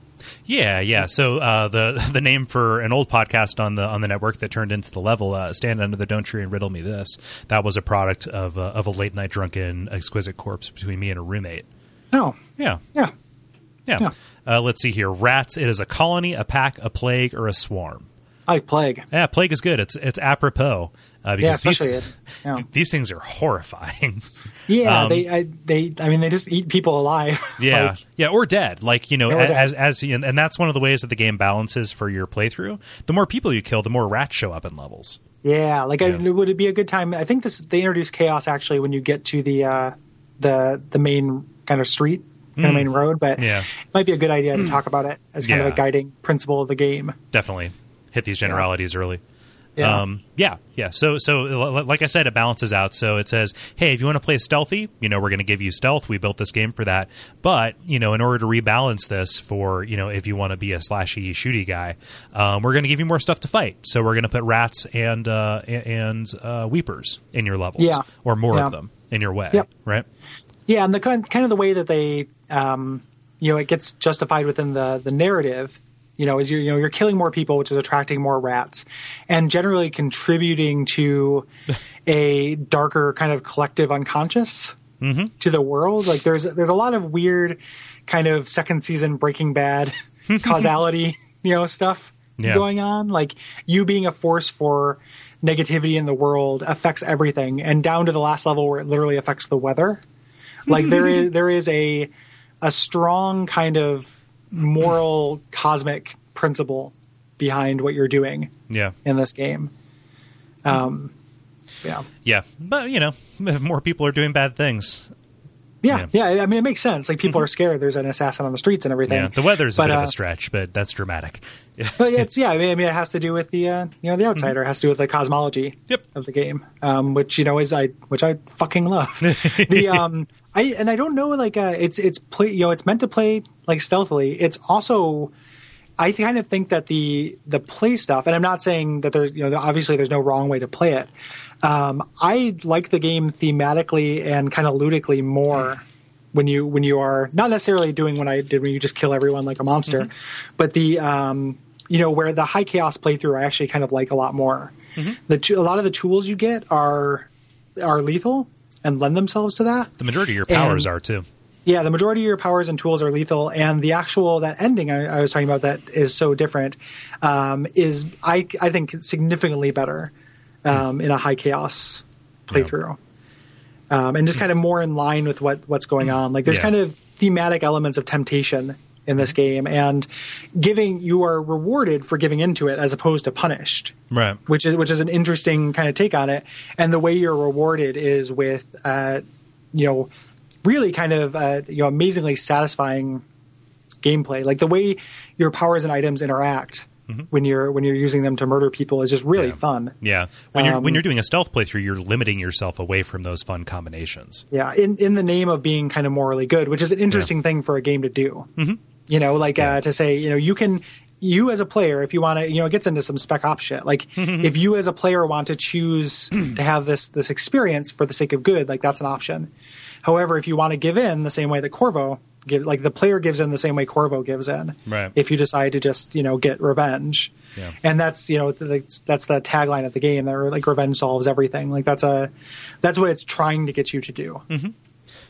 Speaker 1: Yeah, yeah. So uh, the the name for an old podcast on the on the network that turned into the level, uh, "Stand Under the Don't Tree and Riddle Me This," that was a product of uh, of a late night drunken exquisite corpse between me and a roommate.
Speaker 2: No,
Speaker 1: Yeah,
Speaker 2: Oh, yeah,
Speaker 1: yeah.
Speaker 2: Yeah.
Speaker 1: Uh, let's see here. Rats. It is a colony, a pack, a plague, or a swarm.
Speaker 2: I like plague.
Speaker 1: Yeah, plague is good. It's it's apropos uh,
Speaker 2: Yeah,
Speaker 1: because
Speaker 2: especially it.
Speaker 1: these,
Speaker 2: Yeah,
Speaker 1: these things are horrifying.
Speaker 2: yeah
Speaker 1: Um,
Speaker 2: they I, they I mean they just eat people alive.
Speaker 1: Yeah,
Speaker 2: Like,
Speaker 1: yeah, or dead. Like you know,
Speaker 2: Yeah, or dead.
Speaker 1: as as and and that's one of the ways that the game balances for your playthrough. The more people you kill, the more rats show up in levels.
Speaker 2: yeah. Like I,
Speaker 1: Yeah.
Speaker 2: would it be a good time? I think this they introduce chaos actually when you get to the uh, the the main kind of street. Kind of main road, but
Speaker 1: Hmm. Yeah. Hmm.
Speaker 2: it might be a good idea to talk about it as kind of
Speaker 1: Yeah.
Speaker 2: a guiding principle of the game.
Speaker 1: Definitely hit these generalities early.
Speaker 2: Yeah.
Speaker 1: Um, yeah, yeah. So, so l- l- like I said, it balances out. So it says, hey, if you want to play stealthy, you know, we're going to give you stealth. We built this game for that. But you know, in order to rebalance this for you know, if you want to be a slashy shooty guy, um, we're going to give you more stuff to fight. So we're going to put rats and uh, a- and uh, weepers in your levels,
Speaker 2: Yeah.
Speaker 1: or more
Speaker 2: Yeah.
Speaker 1: of them in your way,
Speaker 2: Yep.
Speaker 1: right?
Speaker 2: Yeah, and the kind kind of the way that they, um, you know, it gets justified within the the narrative. You know, is you you know you're killing more people, which is attracting more rats, and generally contributing to a darker kind of collective unconscious to the world. Like there's there's a lot of weird kind of second season Breaking Bad causality, you know, stuff
Speaker 1: Yeah.
Speaker 2: going on. Like you being a force for negativity in the world affects everything, and down to the last level where it literally affects the weather. Like there is there is a a strong kind of moral cosmic principle behind what you're doing
Speaker 1: Yeah.
Speaker 2: in this game. Um, yeah.
Speaker 1: Yeah, but you know, if more people are doing bad things.
Speaker 2: yeah, yeah, I mean, it makes sense. Like people are scared. There's an assassin on the streets and everything.
Speaker 1: Mm-hmm. Yeah, the weather's a
Speaker 2: But,
Speaker 1: bit of
Speaker 2: uh,
Speaker 1: a stretch, but that's dramatic.
Speaker 2: but it's yeah. I mean, I mean, it has to do with the uh, you know the outsider. It has to do with the cosmology
Speaker 1: Yep.
Speaker 2: of the game, um, which you know is I which I fucking love. the um, I and I don't know like uh, it's it's play you know it's meant to play like stealthily. It's also I kind of think that the the play stuff, and I'm not saying that there's you know obviously there's no wrong way to play it. Um, I like the game thematically and kind of ludically more when you when you are not necessarily doing what I did when you just kill everyone like a monster, but the um, you know where the high chaos playthrough I actually kind of like a lot more. The t- a lot of the tools you get are are lethal and lend themselves to that.
Speaker 1: The majority of your powers
Speaker 2: And-
Speaker 1: are too.
Speaker 2: Yeah, the majority of your powers and tools are lethal, and the actual that ending I, I was talking about that is so different um, is I I think significantly better um, in a high chaos playthrough, um, and just kind of more in line with what what's going on. Like there's
Speaker 1: Yeah.
Speaker 2: kind of thematic elements of temptation in this game, and giving you are rewarded for giving into it as opposed to punished
Speaker 1: Right.
Speaker 2: which is which is an interesting kind of take on it. And the way you're rewarded is with, uh, you know, really kind of uh, you know amazingly satisfying gameplay. Like the way your powers and items interact when you're when you're using them to murder people is just really
Speaker 1: Yeah.
Speaker 2: fun.
Speaker 1: Yeah. When you're when
Speaker 2: Um,
Speaker 1: you're doing a stealth playthrough, you're limiting yourself away from those fun combinations.
Speaker 2: Yeah, in in the name of being kind of morally good, which is an interesting thing for a game to do. Mm-hmm. You know, like uh, to say, you know, you can you as a player, if you want to, you know, it gets into some spec op shit. Like if you as a player want to choose to have this this experience for the sake of good, like that's an option. However, if you want to give in the same way that Corvo give, like the player gives in the same way Corvo gives in,
Speaker 1: Right.
Speaker 2: If you decide to just you know get revenge,
Speaker 1: Yeah.
Speaker 2: and that's you know th- that's that's the tagline of the game that like revenge solves everything. Like that's a that's what it's trying to get you to do.
Speaker 1: Hmm.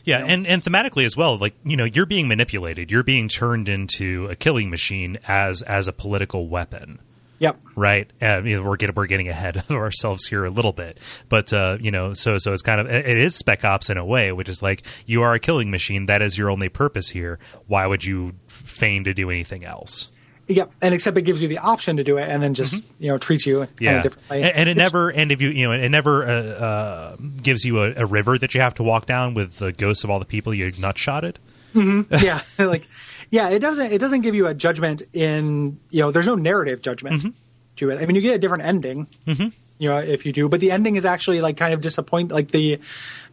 Speaker 1: Yeah, and, and thematically as well, like, you know, you're being manipulated. You're being turned into a killing machine as as a political weapon.
Speaker 2: Yep.
Speaker 1: right? Uh, you know, we're getting we're getting ahead of ourselves here a little bit, but uh, you know, so so it's kind of it it is spec ops in a way, which is like you are a killing machine. That is your only purpose here. Why would you feign to do anything else?
Speaker 2: Yep. And except it gives you the option to do it, and then just you know treats you kind
Speaker 1: Mm-hmm. Yeah,
Speaker 2: of differently.
Speaker 1: and, and it
Speaker 2: It's-
Speaker 1: never and if you you know it never uh, uh, gives you a, a river that you have to walk down with the ghosts of all the people you nutshotted.
Speaker 2: yeah, like yeah, it doesn't it doesn't give you a judgment in you know there's no narrative judgment
Speaker 1: Mm-hmm.
Speaker 2: to it. I mean, you get a different ending, you know, if you do, but the ending is actually like kind of disappoint. Like the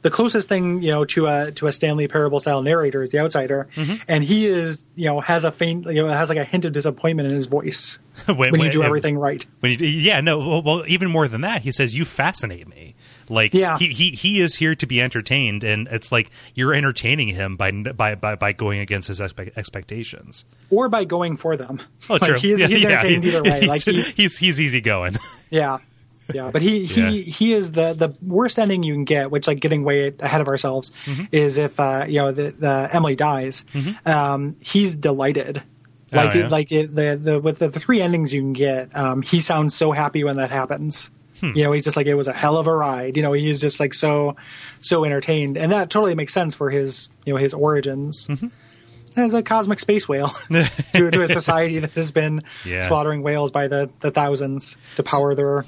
Speaker 2: the closest thing you know to a to a Stanley Parable style narrator is the outsider,
Speaker 1: Mm-hmm.
Speaker 2: and he is you know has a faint you know has like a hint of disappointment in his voice when, you do
Speaker 1: if-
Speaker 2: everything right.
Speaker 1: When you, yeah, no, well, well, even more than that, he says you fascinate me. Like
Speaker 2: Yeah.
Speaker 1: he, he he is here to be entertained, and it's like you're entertaining him by by by, by going against his expe- expectations.
Speaker 2: or by going for them.
Speaker 1: Oh,
Speaker 2: like,
Speaker 1: true.
Speaker 2: He's, he's entertained
Speaker 1: he-
Speaker 2: either way.
Speaker 1: He's,
Speaker 2: Like he,
Speaker 1: he's he's easygoing.
Speaker 2: yeah, yeah. But he he
Speaker 1: Yeah.
Speaker 2: he is the the worst ending you can get, which like getting way ahead of ourselves
Speaker 1: Mm-hmm.
Speaker 2: is if uh, you know the, the Emily dies. Um, he's delighted.
Speaker 1: Oh,
Speaker 2: Like
Speaker 1: yeah?
Speaker 2: it, like it, the the with the, the three endings you can get, um, he sounds so happy when that happens.
Speaker 1: Hmm.
Speaker 2: You know, he's just like it was a hell of a ride. You know, he's just like so so entertained, and that totally makes sense for his you know his
Speaker 1: Mm-hmm.
Speaker 2: origins as a cosmic space whale to, to a society that has been
Speaker 1: Yeah.
Speaker 2: slaughtering whales by the, the thousands to power their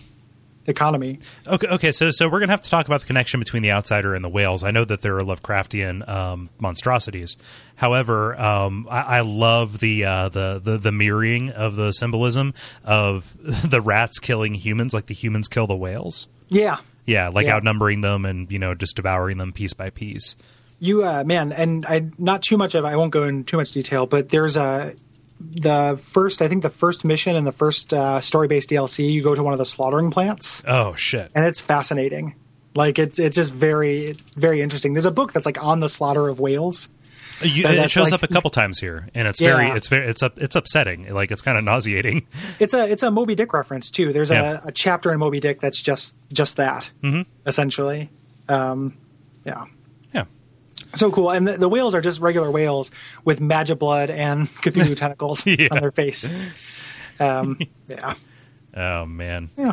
Speaker 2: economy.
Speaker 1: Okay, okay, so so we're gonna have to talk about the connection between the outsider and the whales. I know that there are Lovecraftian um, monstrosities. However, um, I, I love the, uh, the the the mirroring of the symbolism of the rats killing humans, like the humans kill the whales.
Speaker 2: Yeah.
Speaker 1: Yeah, like
Speaker 2: Yeah.
Speaker 1: outnumbering them and you know just devouring them piece by piece.
Speaker 2: You uh man, and I not too much of I won't go in too much detail, but there's a the first I think the first mission and the first uh, story based DLC, you go to one of the slaughtering plants.
Speaker 1: Oh shit!
Speaker 2: and it's fascinating. Like it's it's just very very interesting. There's a book that's like on the slaughter of whales.
Speaker 1: Uh, You,
Speaker 2: and
Speaker 1: it
Speaker 2: that's
Speaker 1: shows
Speaker 2: like-
Speaker 1: up a couple times here, and it's
Speaker 2: Yeah.
Speaker 1: very it's very it's up it's upsetting. Like it's kind of nauseating.
Speaker 2: it's a it's a Moby Dick reference too. There's
Speaker 1: Yeah. Mm-hmm.
Speaker 2: a, a chapter in Moby Dick that's just just that essentially. Um, yeah,
Speaker 1: Yeah.
Speaker 2: so cool. And the, the whales are just regular whales with magic blood and Cthulhu tentacles
Speaker 1: Yeah.
Speaker 2: on their face. Um, yeah,
Speaker 1: Oh man.
Speaker 2: yeah.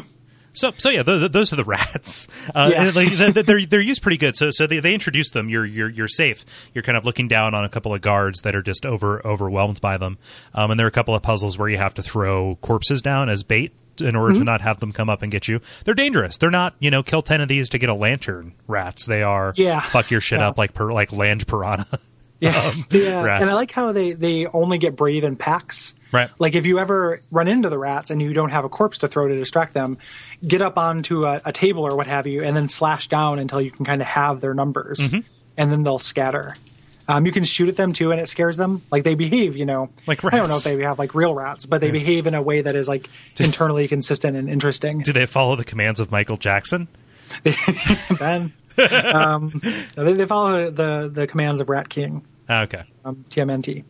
Speaker 1: So, so yeah, th- th- those are the rats. Uh,
Speaker 2: Yeah.
Speaker 1: and, like, th- th- they're they're used pretty good. So, so they, they introduce them. You're you're you're safe. You're kind of looking down on a couple of guards that are just over overwhelmed by them. Um, and there are a couple of puzzles where you have to throw corpses down as bait in order
Speaker 2: Mm-hmm.
Speaker 1: to not have them come up and get you. They're dangerous. They're not, you know, kill 10 of these to get a lantern rats. They are
Speaker 2: Yeah.
Speaker 1: fuck your shit
Speaker 2: Yeah.
Speaker 1: up like per, like land piranha.
Speaker 2: Yeah, yeah. and I
Speaker 1: Um, rats.
Speaker 2: like how they they only get brave in packs.
Speaker 1: Right.
Speaker 2: Like if you ever run into the rats and you don't have a corpse to throw to distract them, get up onto a, a table or what have you, and then slash down until you can kind of have their numbers,
Speaker 1: Mm-hmm.
Speaker 2: and then they'll scatter. Um, you can shoot at them too, and it scares them. Like they behave, you know,
Speaker 1: Like
Speaker 2: I don't know if
Speaker 1: rats.
Speaker 2: they have like real rats, but they behave in a way that is like internally consistent and interesting.
Speaker 1: Do they follow the commands of Michael Jackson?
Speaker 2: ben, um, they, they follow the the commands of Rat King,
Speaker 1: Ah, Okay.
Speaker 2: um, TMNT.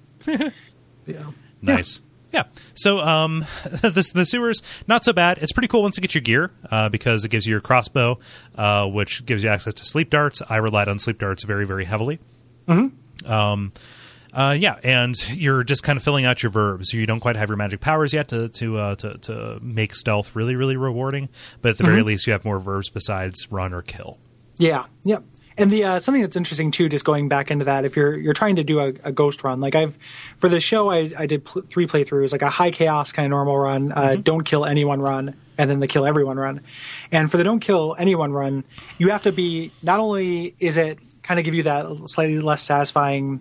Speaker 2: yeah.
Speaker 1: Nice. Yeah. So um, the, the sewers, not so bad. It's pretty cool once you get your gear uh, because it gives you your crossbow, uh, which gives you access to sleep darts. I relied on sleep darts very, very heavily. Mm-hmm. Um, uh, yeah, and you're just kind of filling out your verbs. You don't quite have your magic powers yet to to, uh, to to make stealth really, really rewarding. But at the very least, you have more verbs besides run or kill.
Speaker 2: Yeah, yep. And the uh, something that's interesting too, just going back into that, if you're you're trying to do a, a ghost run, like I've for the show, I, I did pl- three playthroughs, like a high chaos kind of normal run, uh, don't kill anyone run, and then the kill everyone run. And for the don't kill anyone run, you have to be not only is it kind of give you that slightly less satisfying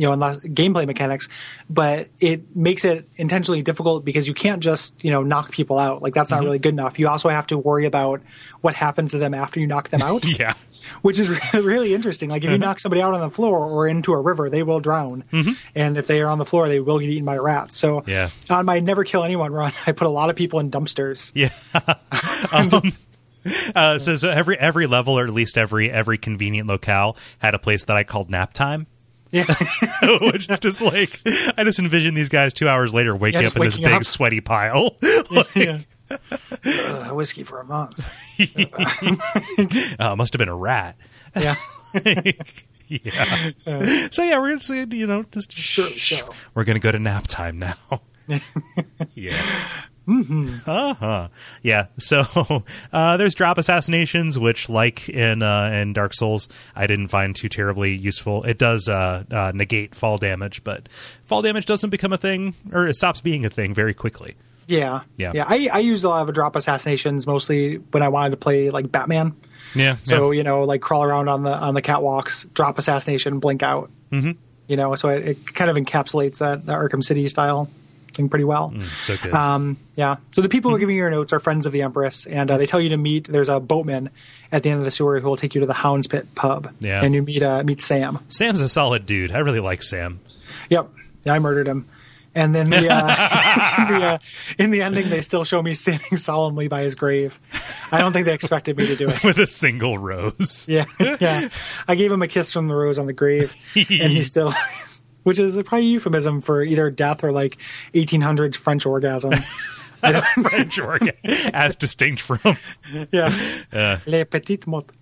Speaker 2: you know, and less- gameplay mechanics, but it makes it intentionally difficult because you can't just, you know, knock people out. Like that's not really good enough. You also have to worry about what happens to them after you knock them out
Speaker 1: Yeah.
Speaker 2: which is really, really interesting. Like if you
Speaker 1: Uh-huh.
Speaker 2: knock somebody out on the floor or into a river, they will drown, and if they are on the floor, they will get eaten by rats. So
Speaker 1: Mm-hmm. Yeah.
Speaker 2: on my never kill anyone run, I put a lot of people in dumpsters.
Speaker 1: Yeah. Um, uh, so, so every every level, or at least every every convenient locale, had a place that I called nap time.
Speaker 2: Yeah,
Speaker 1: which is just like I just envision these guys two hours later waking
Speaker 2: Yeah,
Speaker 1: up
Speaker 2: just
Speaker 1: in this
Speaker 2: waking
Speaker 1: big
Speaker 2: up.
Speaker 1: sweaty pile.
Speaker 2: yeah. Ugh, whiskey for a month.
Speaker 1: uh, must have been a rat.
Speaker 2: Yeah,
Speaker 1: yeah. so yeah, we're gonna see, you know just
Speaker 2: Uh. Sure, sure.
Speaker 1: We're gonna go to nap time now. yeah.
Speaker 2: Mm-hmm.
Speaker 1: Uh-huh. Yeah. So uh, there's drop assassinations, which, like in uh, in Dark Souls, I didn't find too terribly useful. It does uh, uh, negate fall damage, but fall damage doesn't become a thing, or it stops being a thing very quickly.
Speaker 2: yeah,
Speaker 1: Yeah.
Speaker 2: yeah. I I used a lot of drop assassinations mostly when I wanted to play like Batman.
Speaker 1: Yeah.
Speaker 2: So you know, like crawl around on the on the catwalks, drop assassination, blink out. Mm-hmm. You know, so it, it kind of encapsulates that, that Arkham City style thing pretty well.
Speaker 1: Mm, so good.
Speaker 2: Um, yeah. So the people who are giving you your notes are friends of the Empress, and uh, they tell you to meet. There's a boatman at the end of the sewer who will take you to the Hounds Pit pub.
Speaker 1: Yeah.
Speaker 2: And you meet uh, meet Sam.
Speaker 1: Sam's a solid dude. I really like Sam.
Speaker 2: Yep. Yeah, I murdered him. And then the, uh, in, the uh, in the ending, they still show me standing solemnly by his grave. I don't think they expected me to do it.
Speaker 1: with a single rose.
Speaker 2: Yeah, yeah. I gave him a kiss from the rose on the grave, and he still, which is probably a euphemism for either death or like 1800s French orgasm. I don't-
Speaker 1: French organ, as distinct from
Speaker 2: yeah.
Speaker 1: Uh.
Speaker 2: Les petites mottes.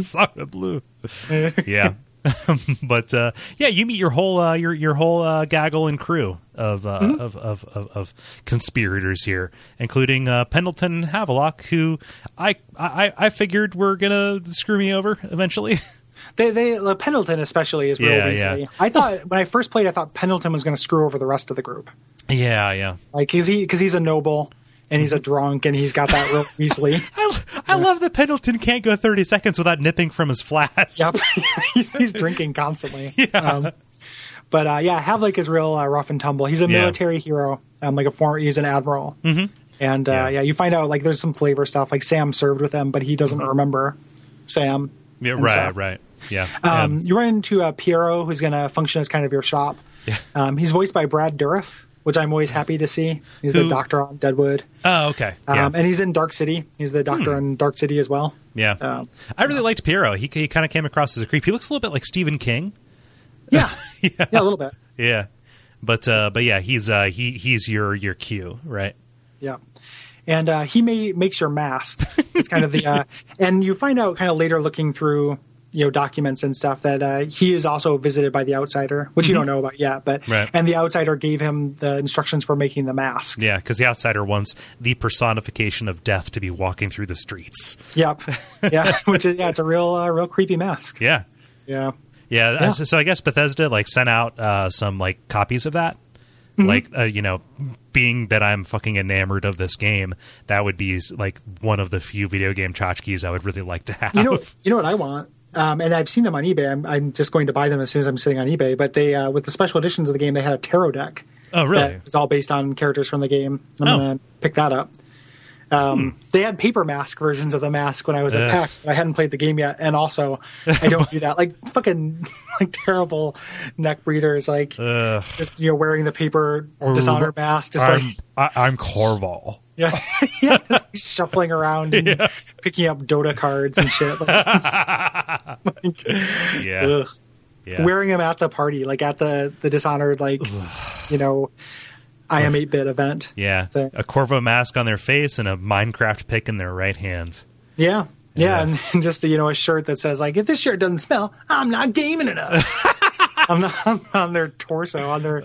Speaker 1: Sacre Bleu. Yeah, but uh, yeah, you meet your whole uh, your your whole uh, gaggle and crew of, uh, of, of of of conspirators here, including uh, Pendleton and Havelock, who I I I figured were gonna screw me over eventually.
Speaker 2: They, they, uh, Pendleton especially is real
Speaker 1: Yeah,
Speaker 2: beastly.
Speaker 1: yeah.
Speaker 2: I thought when I first played, I thought Pendleton was going to screw over the rest of the group,
Speaker 1: yeah, yeah.
Speaker 2: like because he because he's a noble and
Speaker 1: Mm-hmm.
Speaker 2: he's a drunk and he's got that real beastly.
Speaker 1: I, I love that Pendleton can't go thirty seconds without nipping from his flask.
Speaker 2: Yep, he's, he's drinking constantly. Um, but uh, yeah, Havlik is real uh, rough and tumble. He's a
Speaker 1: Yeah.
Speaker 2: military hero, um, like a former. He's an admiral, mm-hmm. and uh,
Speaker 1: Yeah.
Speaker 2: yeah. you find out like there's some flavor stuff. Like Sam served with him, but he doesn't remember Sam.
Speaker 1: Mm-hmm. Yeah,
Speaker 2: and
Speaker 1: right,
Speaker 2: stuff.
Speaker 1: right. Yeah.
Speaker 2: Um,
Speaker 1: yeah.
Speaker 2: You run into uh, Piero, who's going to function as kind of your shop. Um, he's voiced by Brad Dourif, which I'm always happy to see. He's
Speaker 1: Who-
Speaker 2: the doctor on Deadwood.
Speaker 1: Oh, okay.
Speaker 2: Um,
Speaker 1: yeah. Hmm.
Speaker 2: And he's in Dark City. He's the doctor in Dark City as well.
Speaker 1: Yeah,
Speaker 2: Um,
Speaker 1: I really liked Piero. He he kind of came across as a creep. He looks a little bit like Stephen King.
Speaker 2: Yeah. yeah. a little bit.
Speaker 1: Yeah, but uh, but yeah, he's uh, he he's your your Q, right?
Speaker 2: Yeah. And uh, he may, makes your mask. It's kind of the. Uh, and you find out kind of later looking through. You know documents and stuff that uh, he is also visited by the outsider, which you don't know about yet. But
Speaker 1: Mm-hmm. Right.
Speaker 2: and the outsider gave him the instructions for making the mask.
Speaker 1: Yeah, because the outsider wants the personification of death to be walking through the streets.
Speaker 2: Yep. Yeah. Which is yeah, it's a real uh, real creepy mask.
Speaker 1: Yeah,
Speaker 2: Yeah.
Speaker 1: yeah. So, so I guess Bethesda like sent out uh, some like copies of that.
Speaker 2: Mm-hmm.
Speaker 1: Like, uh, you know, being that I'm fucking enamored of this game, that would be like one of the few video game tchotchkes I would really like to have.
Speaker 2: You know, you know what I want. Um, and I've seen them on eBay. I'm, I'm just going to buy them as soon as I'm sitting on eBay. But they, uh, with the special editions of the game, they had a tarot deck.
Speaker 1: oh, really?
Speaker 2: It's all based on characters from the game. I'm
Speaker 1: Oh. Hmm.
Speaker 2: gonna pick that up. Um, They had paper mask versions of the mask when I was at
Speaker 1: Ugh.
Speaker 2: PAX, but I hadn't played the game yet. And also, I don't do that. Like fucking, like terrible neck breathers. Like
Speaker 1: Ugh.
Speaker 2: just you know wearing the paper dishonor mask, just
Speaker 1: I'm,
Speaker 2: like
Speaker 1: I, I'm Corval.
Speaker 2: yeah, yeah, just like shuffling around and picking up Dota cards and shit. Like, just- like,
Speaker 1: Yeah.
Speaker 2: ugh.
Speaker 1: yeah.
Speaker 2: Wearing them at the party, like at the the dishonored, like you know, I am eight bit event.
Speaker 1: Yeah,
Speaker 2: thing.
Speaker 1: a Corvo mask on their face and a Minecraft pick in their right hand.
Speaker 2: Yeah. Yeah,
Speaker 1: Yeah.
Speaker 2: and, and just you know a shirt that says like if this shirt doesn't smell, I'm not gaming enough. I'm not I'm on their torso, on their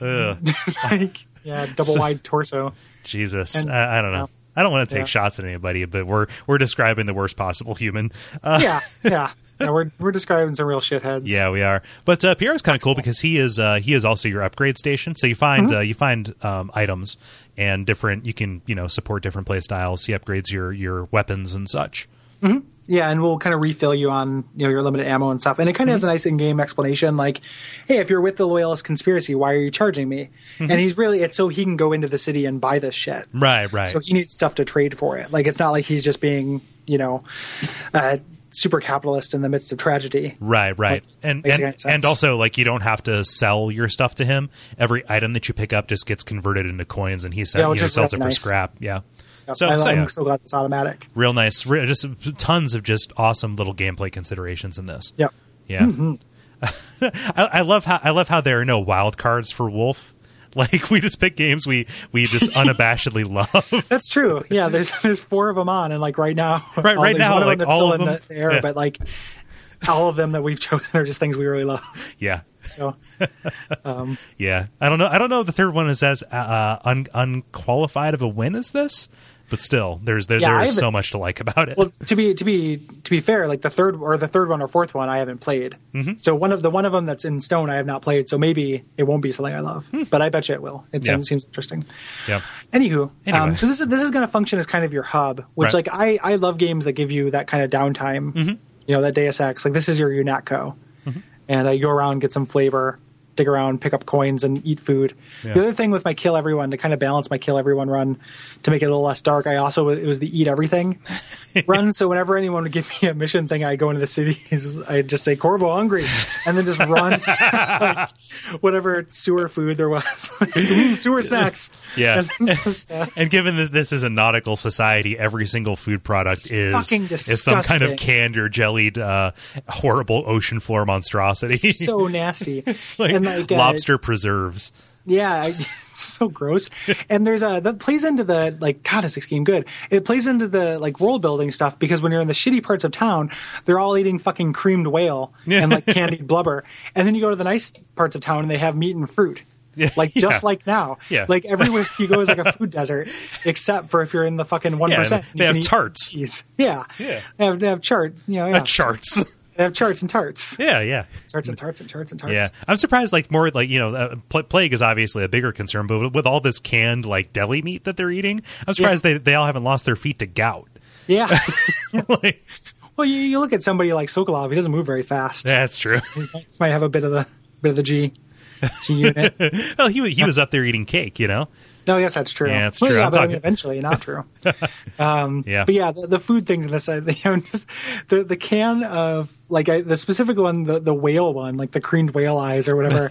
Speaker 1: Ugh,
Speaker 2: like yeah double wide torso.
Speaker 1: Jesus,
Speaker 2: And-
Speaker 1: I, I don't know. I don't want to take
Speaker 2: Yeah.
Speaker 1: shots at anybody, but we're we're describing the worst possible human. Uh,
Speaker 2: Yeah, yeah, yeah. We're we're describing some real shitheads.
Speaker 1: yeah, we are. But uh, Pierre's kind of cool because he is uh, he is also your upgrade station. So you find
Speaker 2: Mm-hmm.
Speaker 1: uh, you find um, items and different. You can you know support different play styles. He upgrades your your weapons and such.
Speaker 2: Yeah, and we'll kind of refill you on you know your limited ammo and stuff. And it kind of has a
Speaker 1: Mm-hmm.
Speaker 2: nice in-game explanation, like, "Hey, if you're with the loyalist conspiracy, why are you charging me?"
Speaker 1: Mm-hmm.
Speaker 2: And he's really it's so he can go into the city and buy this shit.
Speaker 1: Right, right.
Speaker 2: So he needs stuff to trade for it. Like it's not like he's just being you know uh, super capitalist in the midst of tragedy.
Speaker 1: Right, right,
Speaker 2: Like,
Speaker 1: and
Speaker 2: makes
Speaker 1: and,
Speaker 2: sense.
Speaker 1: and also like you don't have to sell your stuff to him. Every item that you pick up just gets converted into coins, and he sell,
Speaker 2: Yeah, which
Speaker 1: you know,
Speaker 2: is
Speaker 1: sells it
Speaker 2: really
Speaker 1: for
Speaker 2: nice.
Speaker 1: scrap. Yeah, so,
Speaker 2: I,
Speaker 1: so,
Speaker 2: I'm
Speaker 1: yeah,
Speaker 2: so glad it's automatic.
Speaker 1: real nice, re- just tons of just awesome little gameplay considerations in this.
Speaker 2: Yep.
Speaker 1: Yeah,
Speaker 2: Mm-hmm.
Speaker 1: I, I love how I love how there are no wild cards for Wolf. Like we just pick games we we just unabashedly love.
Speaker 2: That's true. Yeah, there's there's four of them on, and like right now,
Speaker 1: Right-
Speaker 2: all-
Speaker 1: right
Speaker 2: there's
Speaker 1: now,
Speaker 2: one of
Speaker 1: like,
Speaker 2: them that's
Speaker 1: all
Speaker 2: still
Speaker 1: of
Speaker 2: in
Speaker 1: them?
Speaker 2: the air,
Speaker 1: Yeah.
Speaker 2: but like all of them that we've chosen are just things we really love.
Speaker 1: yeah,
Speaker 2: So um,
Speaker 1: yeah. I don't know. I don't know. If the third one is as uh, un, unqualified of a win as this, but still, there's there,
Speaker 2: Yeah,
Speaker 1: there
Speaker 2: I
Speaker 1: is so
Speaker 2: haven't-
Speaker 1: much to like about it.
Speaker 2: well, to be to be to be fair, like the third or the third one or fourth one, I haven't played. So one of the one of them that's in stone, I have not played. So maybe it won't be something I love, but I bet you it will. It
Speaker 1: Yeah.
Speaker 2: seems, seems interesting.
Speaker 1: yeah.
Speaker 2: Anywho,
Speaker 1: Anyway.
Speaker 2: um, so this is this is going to function as kind of your hub, which
Speaker 1: Right. Mm-hmm.
Speaker 2: like I I love games that give you that kind of downtime. You know that Deus Ex, like this is your UNATCO, and uh, you go around get some flavor, dig around, pick up coins, and eat food.
Speaker 1: Yeah.
Speaker 2: The other thing with my kill everyone to kind of balance my kill everyone run to make it a little less dark, I also it was the eat everything run. So whenever anyone would give me a mission thing, I go into the cities, I just say Corvo hungry, and then just run like, whatever sewer food there was, Ooh, sewer snacks.
Speaker 1: Yeah.
Speaker 2: And then just, uh,
Speaker 1: And given that this is a nautical society, every single food product is
Speaker 2: fucking
Speaker 1: is some kind of
Speaker 2: disgusting.
Speaker 1: canned or jellied, uh, horrible ocean floor monstrosity.
Speaker 2: so nasty.
Speaker 1: like,
Speaker 2: and like uh,
Speaker 1: lobster preserves.
Speaker 2: Yeah, I- it's so gross. And there's a that plays into the like God is this game good. It plays into the like world building stuff because when you're in the shitty parts of town, they're all eating fucking creamed whale and like candied blubber. And then you go to the nice parts of town and they have meat and fruit.
Speaker 1: Yeah,
Speaker 2: Like just
Speaker 1: yeah.
Speaker 2: like now.
Speaker 1: Yeah.
Speaker 2: Like everywhere you go is like a food desert, except for if you're in the fucking one
Speaker 1: they have tarts.
Speaker 2: Yeah.
Speaker 1: Yeah.
Speaker 2: They have, they have chart. You know, yeah.
Speaker 1: Uh, charts.
Speaker 2: they have charts and tarts.
Speaker 1: yeah, yeah.
Speaker 2: Tarts and tarts and tarts and tarts.
Speaker 1: Yeah, I'm surprised. Like more, like you know, uh, pl- plague is obviously a bigger concern, but with, with all this canned like deli meat that they're eating, I'm surprised they they all haven't lost their feet to gout.
Speaker 2: Yeah.
Speaker 1: like,
Speaker 2: Well, you, you look at somebody like Sokolov; he doesn't move very fast.
Speaker 1: that's true.
Speaker 2: He might have a bit of the bit of the G G unit.
Speaker 1: well, he wa- he was up there eating cake, you know.
Speaker 2: No, yes, that's true.
Speaker 1: Yeah, that's
Speaker 2: Well,
Speaker 1: true.
Speaker 2: yeah,
Speaker 1: I'm
Speaker 2: but I mean,
Speaker 1: talking-
Speaker 2: eventually, not true.
Speaker 1: Yeah,
Speaker 2: But yeah, the, the food things in this, I, you know, just the the can of like I, the specific one, the the whale one, like the creamed whale eyes or whatever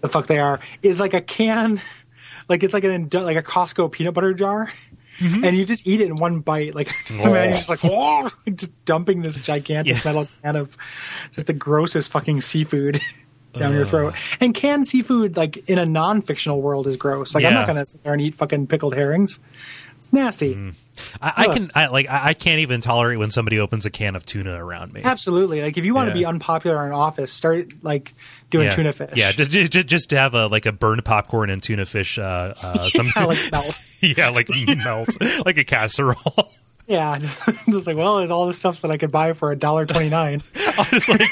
Speaker 2: the fuck they are, is like a can, like it's like an indu- like a Costco peanut butter jar.
Speaker 1: Mm-hmm.
Speaker 2: And you just eat it in one bite, like just imagine just like, like just dumping this gigantic
Speaker 1: Yeah.
Speaker 2: metal can of just the grossest fucking seafood down your throat. And canned seafood, like in a non-fictional world, is gross. Like I'm
Speaker 1: Yeah. Mm.
Speaker 2: not gonna sit there and eat fucking pickled herrings. It's nasty.
Speaker 1: I, I can I, like I I can't even tolerate when somebody opens a can of tuna around me.
Speaker 2: Absolutely. Like if you want
Speaker 1: Yeah.
Speaker 2: to be unpopular in office, start like doing
Speaker 1: yeah.
Speaker 2: tuna fish.
Speaker 1: Yeah, just, just just to have a like a burned popcorn and tuna fish. Uh, uh some
Speaker 2: Yeah, like melt.
Speaker 1: yeah, like melt like a casserole.
Speaker 2: Yeah, just, just like well, there's all this stuff that I could buy for a dollar twenty nine.
Speaker 1: I was like,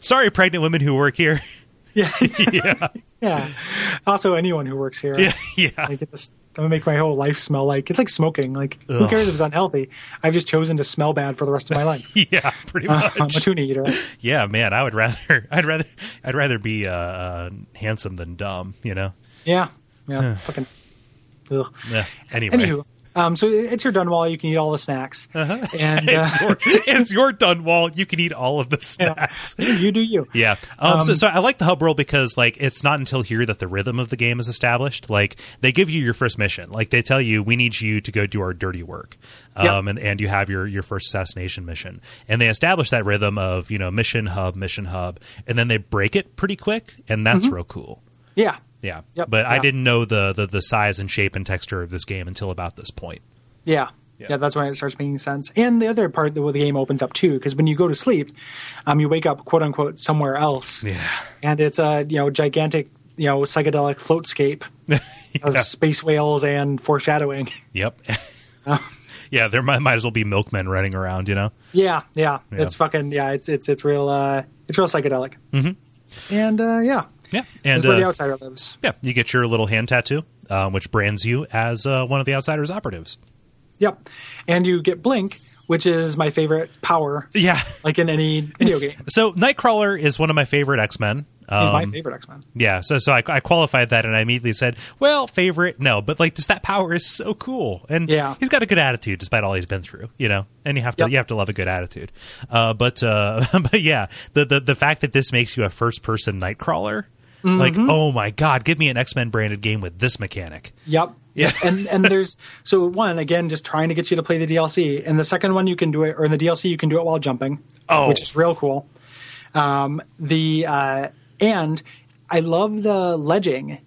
Speaker 1: sorry, pregnant women who work here.
Speaker 2: Yeah, yeah. Also, anyone who works here.
Speaker 1: Yeah, yeah.
Speaker 2: Like it's, I'm gonna make my whole life smell like it's like smoking. Like who
Speaker 1: Ugh.
Speaker 2: cares if it's unhealthy? I've just chosen to smell bad for the rest of my life.
Speaker 1: yeah, pretty
Speaker 2: Uh,
Speaker 1: much.
Speaker 2: I'm a tuna eater.
Speaker 1: yeah, man, I would rather, I'd rather, I'd rather be uh, uh, handsome than dumb. You know.
Speaker 2: Yeah, yeah. fucking. Ugh.
Speaker 1: Yeah. Anyway.
Speaker 2: Anywho, um, so it's your Dunwall. You can eat all the snacks, uh-huh. and uh,
Speaker 1: It's your, it's your Dunwall. You can eat all of the snacks.
Speaker 2: you do you.
Speaker 1: Yeah. Um, so, so I like the hub world because like it's not until here that the rhythm of the game is established. Like they give you your first mission. Like they tell you we need you to go do our dirty work. Um,
Speaker 2: Yep.
Speaker 1: and, and you have your, your first assassination mission. And they establish that rhythm of, you know, mission hub, mission hub, and then they break it pretty quick, and that's real cool.
Speaker 2: Yeah,
Speaker 1: Yeah.
Speaker 2: Mm-hmm. Yep.
Speaker 1: But I
Speaker 2: Yeah.
Speaker 1: didn't know the, the the size and shape and texture of this game until about this point.
Speaker 2: Yeah.
Speaker 1: Yeah.
Speaker 2: Yeah. that's when it starts making sense. And the other part that the game opens up too, because when you go to sleep, um, you wake up quote unquote somewhere else.
Speaker 1: Yeah.
Speaker 2: And it's a you know gigantic you know psychedelic floatscape of space whales and foreshadowing.
Speaker 1: Yep. yeah, there might, might as well be milkmen running around, you know?
Speaker 2: yeah, yeah,
Speaker 1: Yeah.
Speaker 2: it's fucking yeah, it's it's it's real uh, it's real psychedelic. Mm-hmm. And uh, yeah,
Speaker 1: Yeah.
Speaker 2: that's
Speaker 1: And
Speaker 2: where the
Speaker 1: uh,
Speaker 2: outsider lives.
Speaker 1: Yeah, you get your little hand tattoo, uh, which brands you as uh, one of the Outsiders operatives.
Speaker 2: Yep, and you get blink, which is my favorite power,
Speaker 1: Yeah.
Speaker 2: like in any video game.
Speaker 1: So Nightcrawler is one of my favorite X Men.
Speaker 2: He's
Speaker 1: um,
Speaker 2: my favorite X Men.
Speaker 1: Yeah, so so I, I qualified that, and I immediately said, "Well, favorite, no, but like, just that power is so cool, and
Speaker 2: Yeah.
Speaker 1: he's got a good attitude despite all he's been through, you know. And you have to
Speaker 2: Yep.
Speaker 1: you have to love a good attitude, uh, but uh, but yeah, the, the the fact that this makes you a first person Nightcrawler, like,
Speaker 2: Mm-hmm.
Speaker 1: oh my god, give me an X Men branded game with this mechanic,
Speaker 2: Yep.
Speaker 1: Yeah.
Speaker 2: and and there's so one again just trying to get you to play the DLC, and the second one you can do it, or in the DLC you can do it while jumping,
Speaker 1: Oh.
Speaker 2: which is real cool. Um, the uh, and I love the ledging,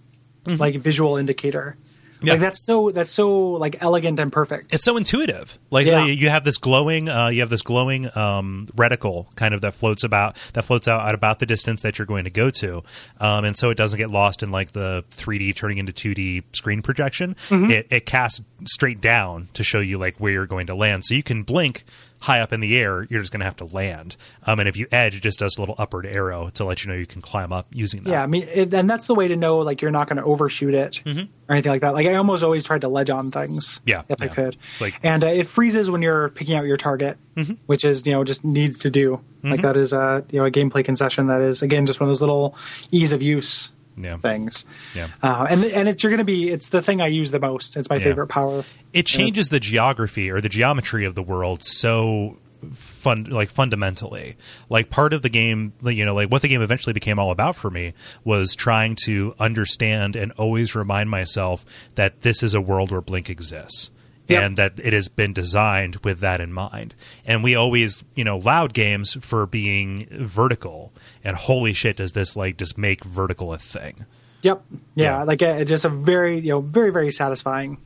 Speaker 2: like visual indicator.
Speaker 1: Mm-hmm. Yeah.
Speaker 2: Like that's so that's so like elegant and perfect.
Speaker 1: it's so intuitive. Like
Speaker 2: Yeah.
Speaker 1: uh, you have this glowing, uh, you have this glowing um, reticle kind of that floats about that floats out at about the distance that you're going to go to, um, and so it doesn't get lost in like the 3D turning into 2D screen projection.
Speaker 2: Mm-hmm.
Speaker 1: It, it casts straight down to show you like where you're going to land, so you can blink high up in the air. You're just going to have to land, um, and if you edge, it just does a little upward arrow to let you know you can climb up using that.
Speaker 2: yeah, I mean, it, and that's the way to know like you're not going to overshoot it or anything like that. Like I almost always tried to ledge on things,
Speaker 1: Mm-hmm. Yeah,
Speaker 2: if I
Speaker 1: yeah.
Speaker 2: could.
Speaker 1: It's like- Mm-hmm.
Speaker 2: and uh, it freezes when you're picking out your target, which is you know just needs to do. Like that is a you know a gameplay concession that is again just one of those little ease of use
Speaker 1: Yeah.
Speaker 2: things.
Speaker 1: Yeah.
Speaker 2: uh, and and it's you're going to be it's the thing I use the most. It's my favorite power.
Speaker 1: it changes the geography or the geometry of the world so fun like fundamentally like part of the game like, you know like what the game eventually became all about for me was trying to understand and always remind myself that this is a world where blink exists
Speaker 2: Yep.
Speaker 1: and that it has been designed with that in mind and we always you know loud games for being vertical and holy shit does this like just make vertical a thing
Speaker 2: Yep. Yeah.
Speaker 1: Yeah.
Speaker 2: Like uh, just a very, you know, very, very satisfying,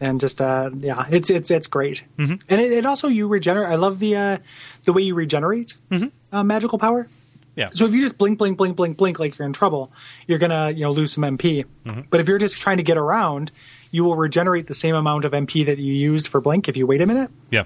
Speaker 2: and just uh, yeah, it's it's it's great. And it, it also you regenerate. I love the uh, the way you regenerate uh, magical power.
Speaker 1: yeah
Speaker 2: So if you just blink, blink, blink, blink, blink, like you're in trouble, you're gonna you know lose some MP. But if you're just trying to get around, you will regenerate the same amount of MP that you used for blink if you wait a minute.
Speaker 1: yeah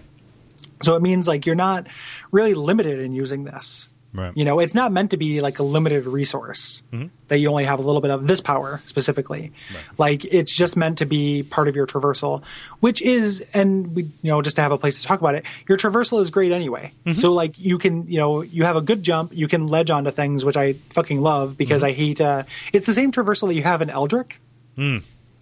Speaker 2: So it means like you're not really limited in using this.
Speaker 1: Right. Mm-hmm.
Speaker 2: You know, it's not meant to be like a limited resource that you only have a little bit of this power specifically. Like it's just meant to be part of your traversal, which is, and we, you know, just to have a place to talk about it, your traversal is great anyway.
Speaker 1: Mm-hmm.
Speaker 2: So like you can, you know, you have a good jump, you can ledge onto things, which I fucking love
Speaker 1: Mm-hmm.
Speaker 2: because I hate. Uh, it's the same traversal that you have in Eldrick.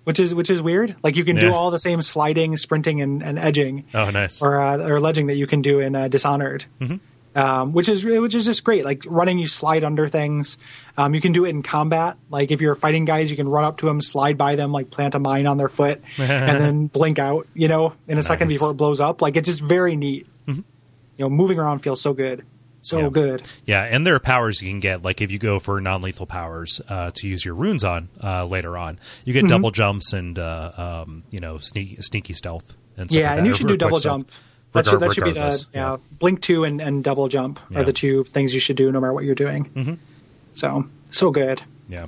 Speaker 2: Which is which is weird. Like you can do
Speaker 1: Mm. Yeah.
Speaker 2: all the same sliding, sprinting, and, and edging
Speaker 1: oh nice
Speaker 2: or uh, or ledging that you can do in uh, Dishonored,
Speaker 1: Mm-hmm.
Speaker 2: um, which is which is just great. Like running, you slide under things. Um, you can do it in combat. Like if you're fighting guys, you can run up to them, slide by them, like plant a mine on their foot, and then blink out. You know, in a second
Speaker 1: Nice. Mm-hmm.
Speaker 2: before it blows up. Like it's just very neat. You know, moving around feels so good, so
Speaker 1: Yeah.
Speaker 2: good.
Speaker 1: Yeah, and there are powers you can get. Like if you go for non-lethal powers uh, to use your runes on uh, later on, you
Speaker 2: Mm-hmm.
Speaker 1: get double jumps and uh, um, you know sneak, sneaky stealth. And stuff
Speaker 2: yeah,
Speaker 1: like
Speaker 2: and
Speaker 1: that,
Speaker 2: you
Speaker 1: or
Speaker 2: should
Speaker 1: real
Speaker 2: do
Speaker 1: quick
Speaker 2: double
Speaker 1: stealth.
Speaker 2: jump. That should, that should be the
Speaker 1: Regardless,
Speaker 2: yeah, blink two and, and double jump
Speaker 1: Yeah. Mm-hmm.
Speaker 2: are the two things you should do no matter what you're doing. So so good.
Speaker 1: yeah.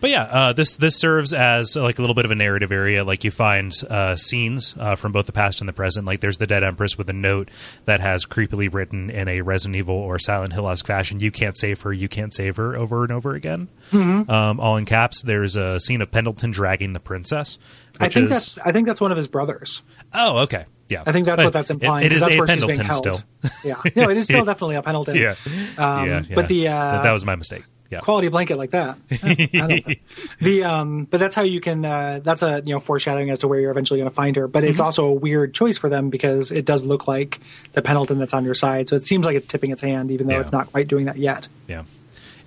Speaker 1: But yeah, uh, this this serves as uh, like a little bit of a narrative area. Like you find uh, scenes uh, from both the past and the present. Like there's the dead empress with a note that has creepily written in a Resident Evil or Silent Hill esque fashion: "You can't save her. You can't save her." Over and over again,
Speaker 2: Mm-hmm.
Speaker 1: um, all in caps. There's a scene of Pendleton dragging the princess.
Speaker 2: I
Speaker 1: which
Speaker 2: think
Speaker 1: is-
Speaker 2: that's I think that's one of his brothers.
Speaker 1: oh okay. Yeah,
Speaker 2: I think that's
Speaker 1: But
Speaker 2: what that's
Speaker 1: it-
Speaker 2: implying.
Speaker 1: it is
Speaker 2: 'cause that's
Speaker 1: a
Speaker 2: where
Speaker 1: Pendleton
Speaker 2: she's being held.
Speaker 1: still.
Speaker 2: yeah, no, it is still definitely a Pendleton.
Speaker 1: Yeah.
Speaker 2: Um,
Speaker 1: yeah, yeah.
Speaker 2: but the, uh,
Speaker 1: That- that was my mistake. Yeah,
Speaker 2: quality blanket like that. That's- I don't think. the um, but that's how you can. Uh, that's a you know foreshadowing as to where you're eventually going to find her. But
Speaker 1: Mm-hmm.
Speaker 2: it's also a weird choice for them because it does look like the Pendleton that's on your side. So it seems like it's tipping its hand, even though
Speaker 1: Yeah.
Speaker 2: it's not quite doing that yet.
Speaker 1: Yeah.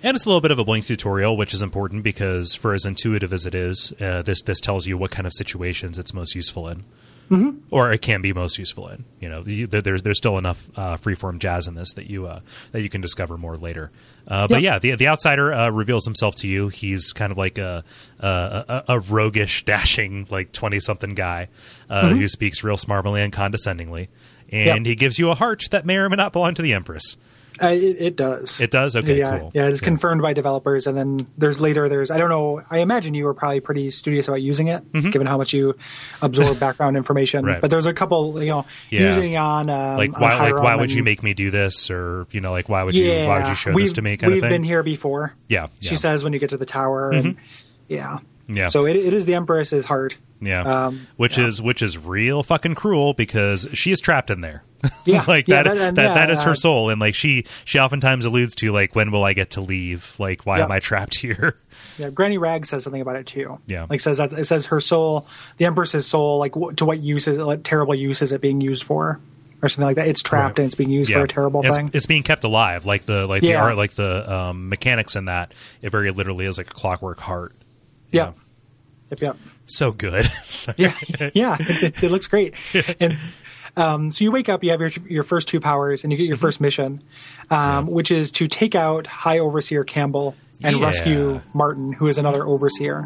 Speaker 1: And it's a little bit of a blank tutorial, which is important because, for as intuitive as it is, uh, this this tells you what kind of situations it's most useful in, mm-hmm. or it can be most useful in. You know, you, there, there's there's still enough uh, freeform jazz in this that you uh, that you can discover more later. Uh, But yeah, the the outsider uh, reveals himself to you. He's kind of like a a, a, a roguish, dashing, like twenty something guy uh, who speaks real smartly and condescendingly, and
Speaker 2: Yeah.
Speaker 1: he gives you a heart that may or may not belong to the empress.
Speaker 2: Uh, it, it does.
Speaker 1: It does. Okay,
Speaker 2: yeah,
Speaker 1: cool.
Speaker 2: yeah, it's confirmed by developers, and then there's later. There's I don't know. I imagine you were probably pretty studious about using it, given how much you absorb background information.
Speaker 1: Mm-hmm. Right.
Speaker 2: But there's a couple, you know,
Speaker 1: Yeah.
Speaker 2: using on um,
Speaker 1: like
Speaker 2: on
Speaker 1: why like why
Speaker 2: Hiram
Speaker 1: would you
Speaker 2: and-
Speaker 1: make me do this or you know like why would
Speaker 2: yeah,
Speaker 1: you why would you show
Speaker 2: we've,
Speaker 1: this to me kind
Speaker 2: we've
Speaker 1: of thing
Speaker 2: been here before.
Speaker 1: yeah,
Speaker 2: she
Speaker 1: yeah. Mm-hmm.
Speaker 2: says when you get to the tower. And, yeah,
Speaker 1: Yeah.
Speaker 2: So it, it is the Empress's heart.
Speaker 1: yeah
Speaker 2: um,
Speaker 1: which is which is real fucking cruel because she is trapped in there
Speaker 2: Yeah,
Speaker 1: like
Speaker 2: yeah,
Speaker 1: that that,
Speaker 2: that- and yeah,
Speaker 1: that is her
Speaker 2: uh,
Speaker 1: soul and like she she oftentimes alludes to like when will i get to leave like why
Speaker 2: Yeah.
Speaker 1: am i trapped here
Speaker 2: Yeah, Granny Rag says something about it too.
Speaker 1: Yeah.
Speaker 2: like says that it says her soul, the Empress's soul. Like wh- to what use is it? What terrible use is it being used for, or something like that? It's trapped
Speaker 1: Right.
Speaker 2: and it's being used for a terrible
Speaker 1: it's,
Speaker 2: thing.
Speaker 1: it's being kept alive like the like the
Speaker 2: Yeah.
Speaker 1: art like the um mechanics in that it very literally is like a clockwork heart
Speaker 2: yeah. Yep. Yep.
Speaker 1: so good So-
Speaker 2: Yeah. yeah. It, it, it looks great. And um, so you wake up, you have your your first two powers, and you get
Speaker 1: Mm-hmm.
Speaker 2: your first mission, um, which is to take out High Overseer Campbell and
Speaker 1: Yeah.
Speaker 2: rescue Martin, who is another overseer.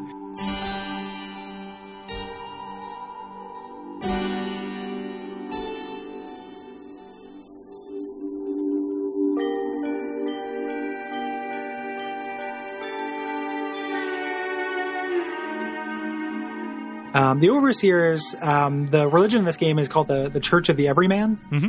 Speaker 2: Um, the overseers, um, the religion in this game is called the, the Church of the Everyman, mm-hmm.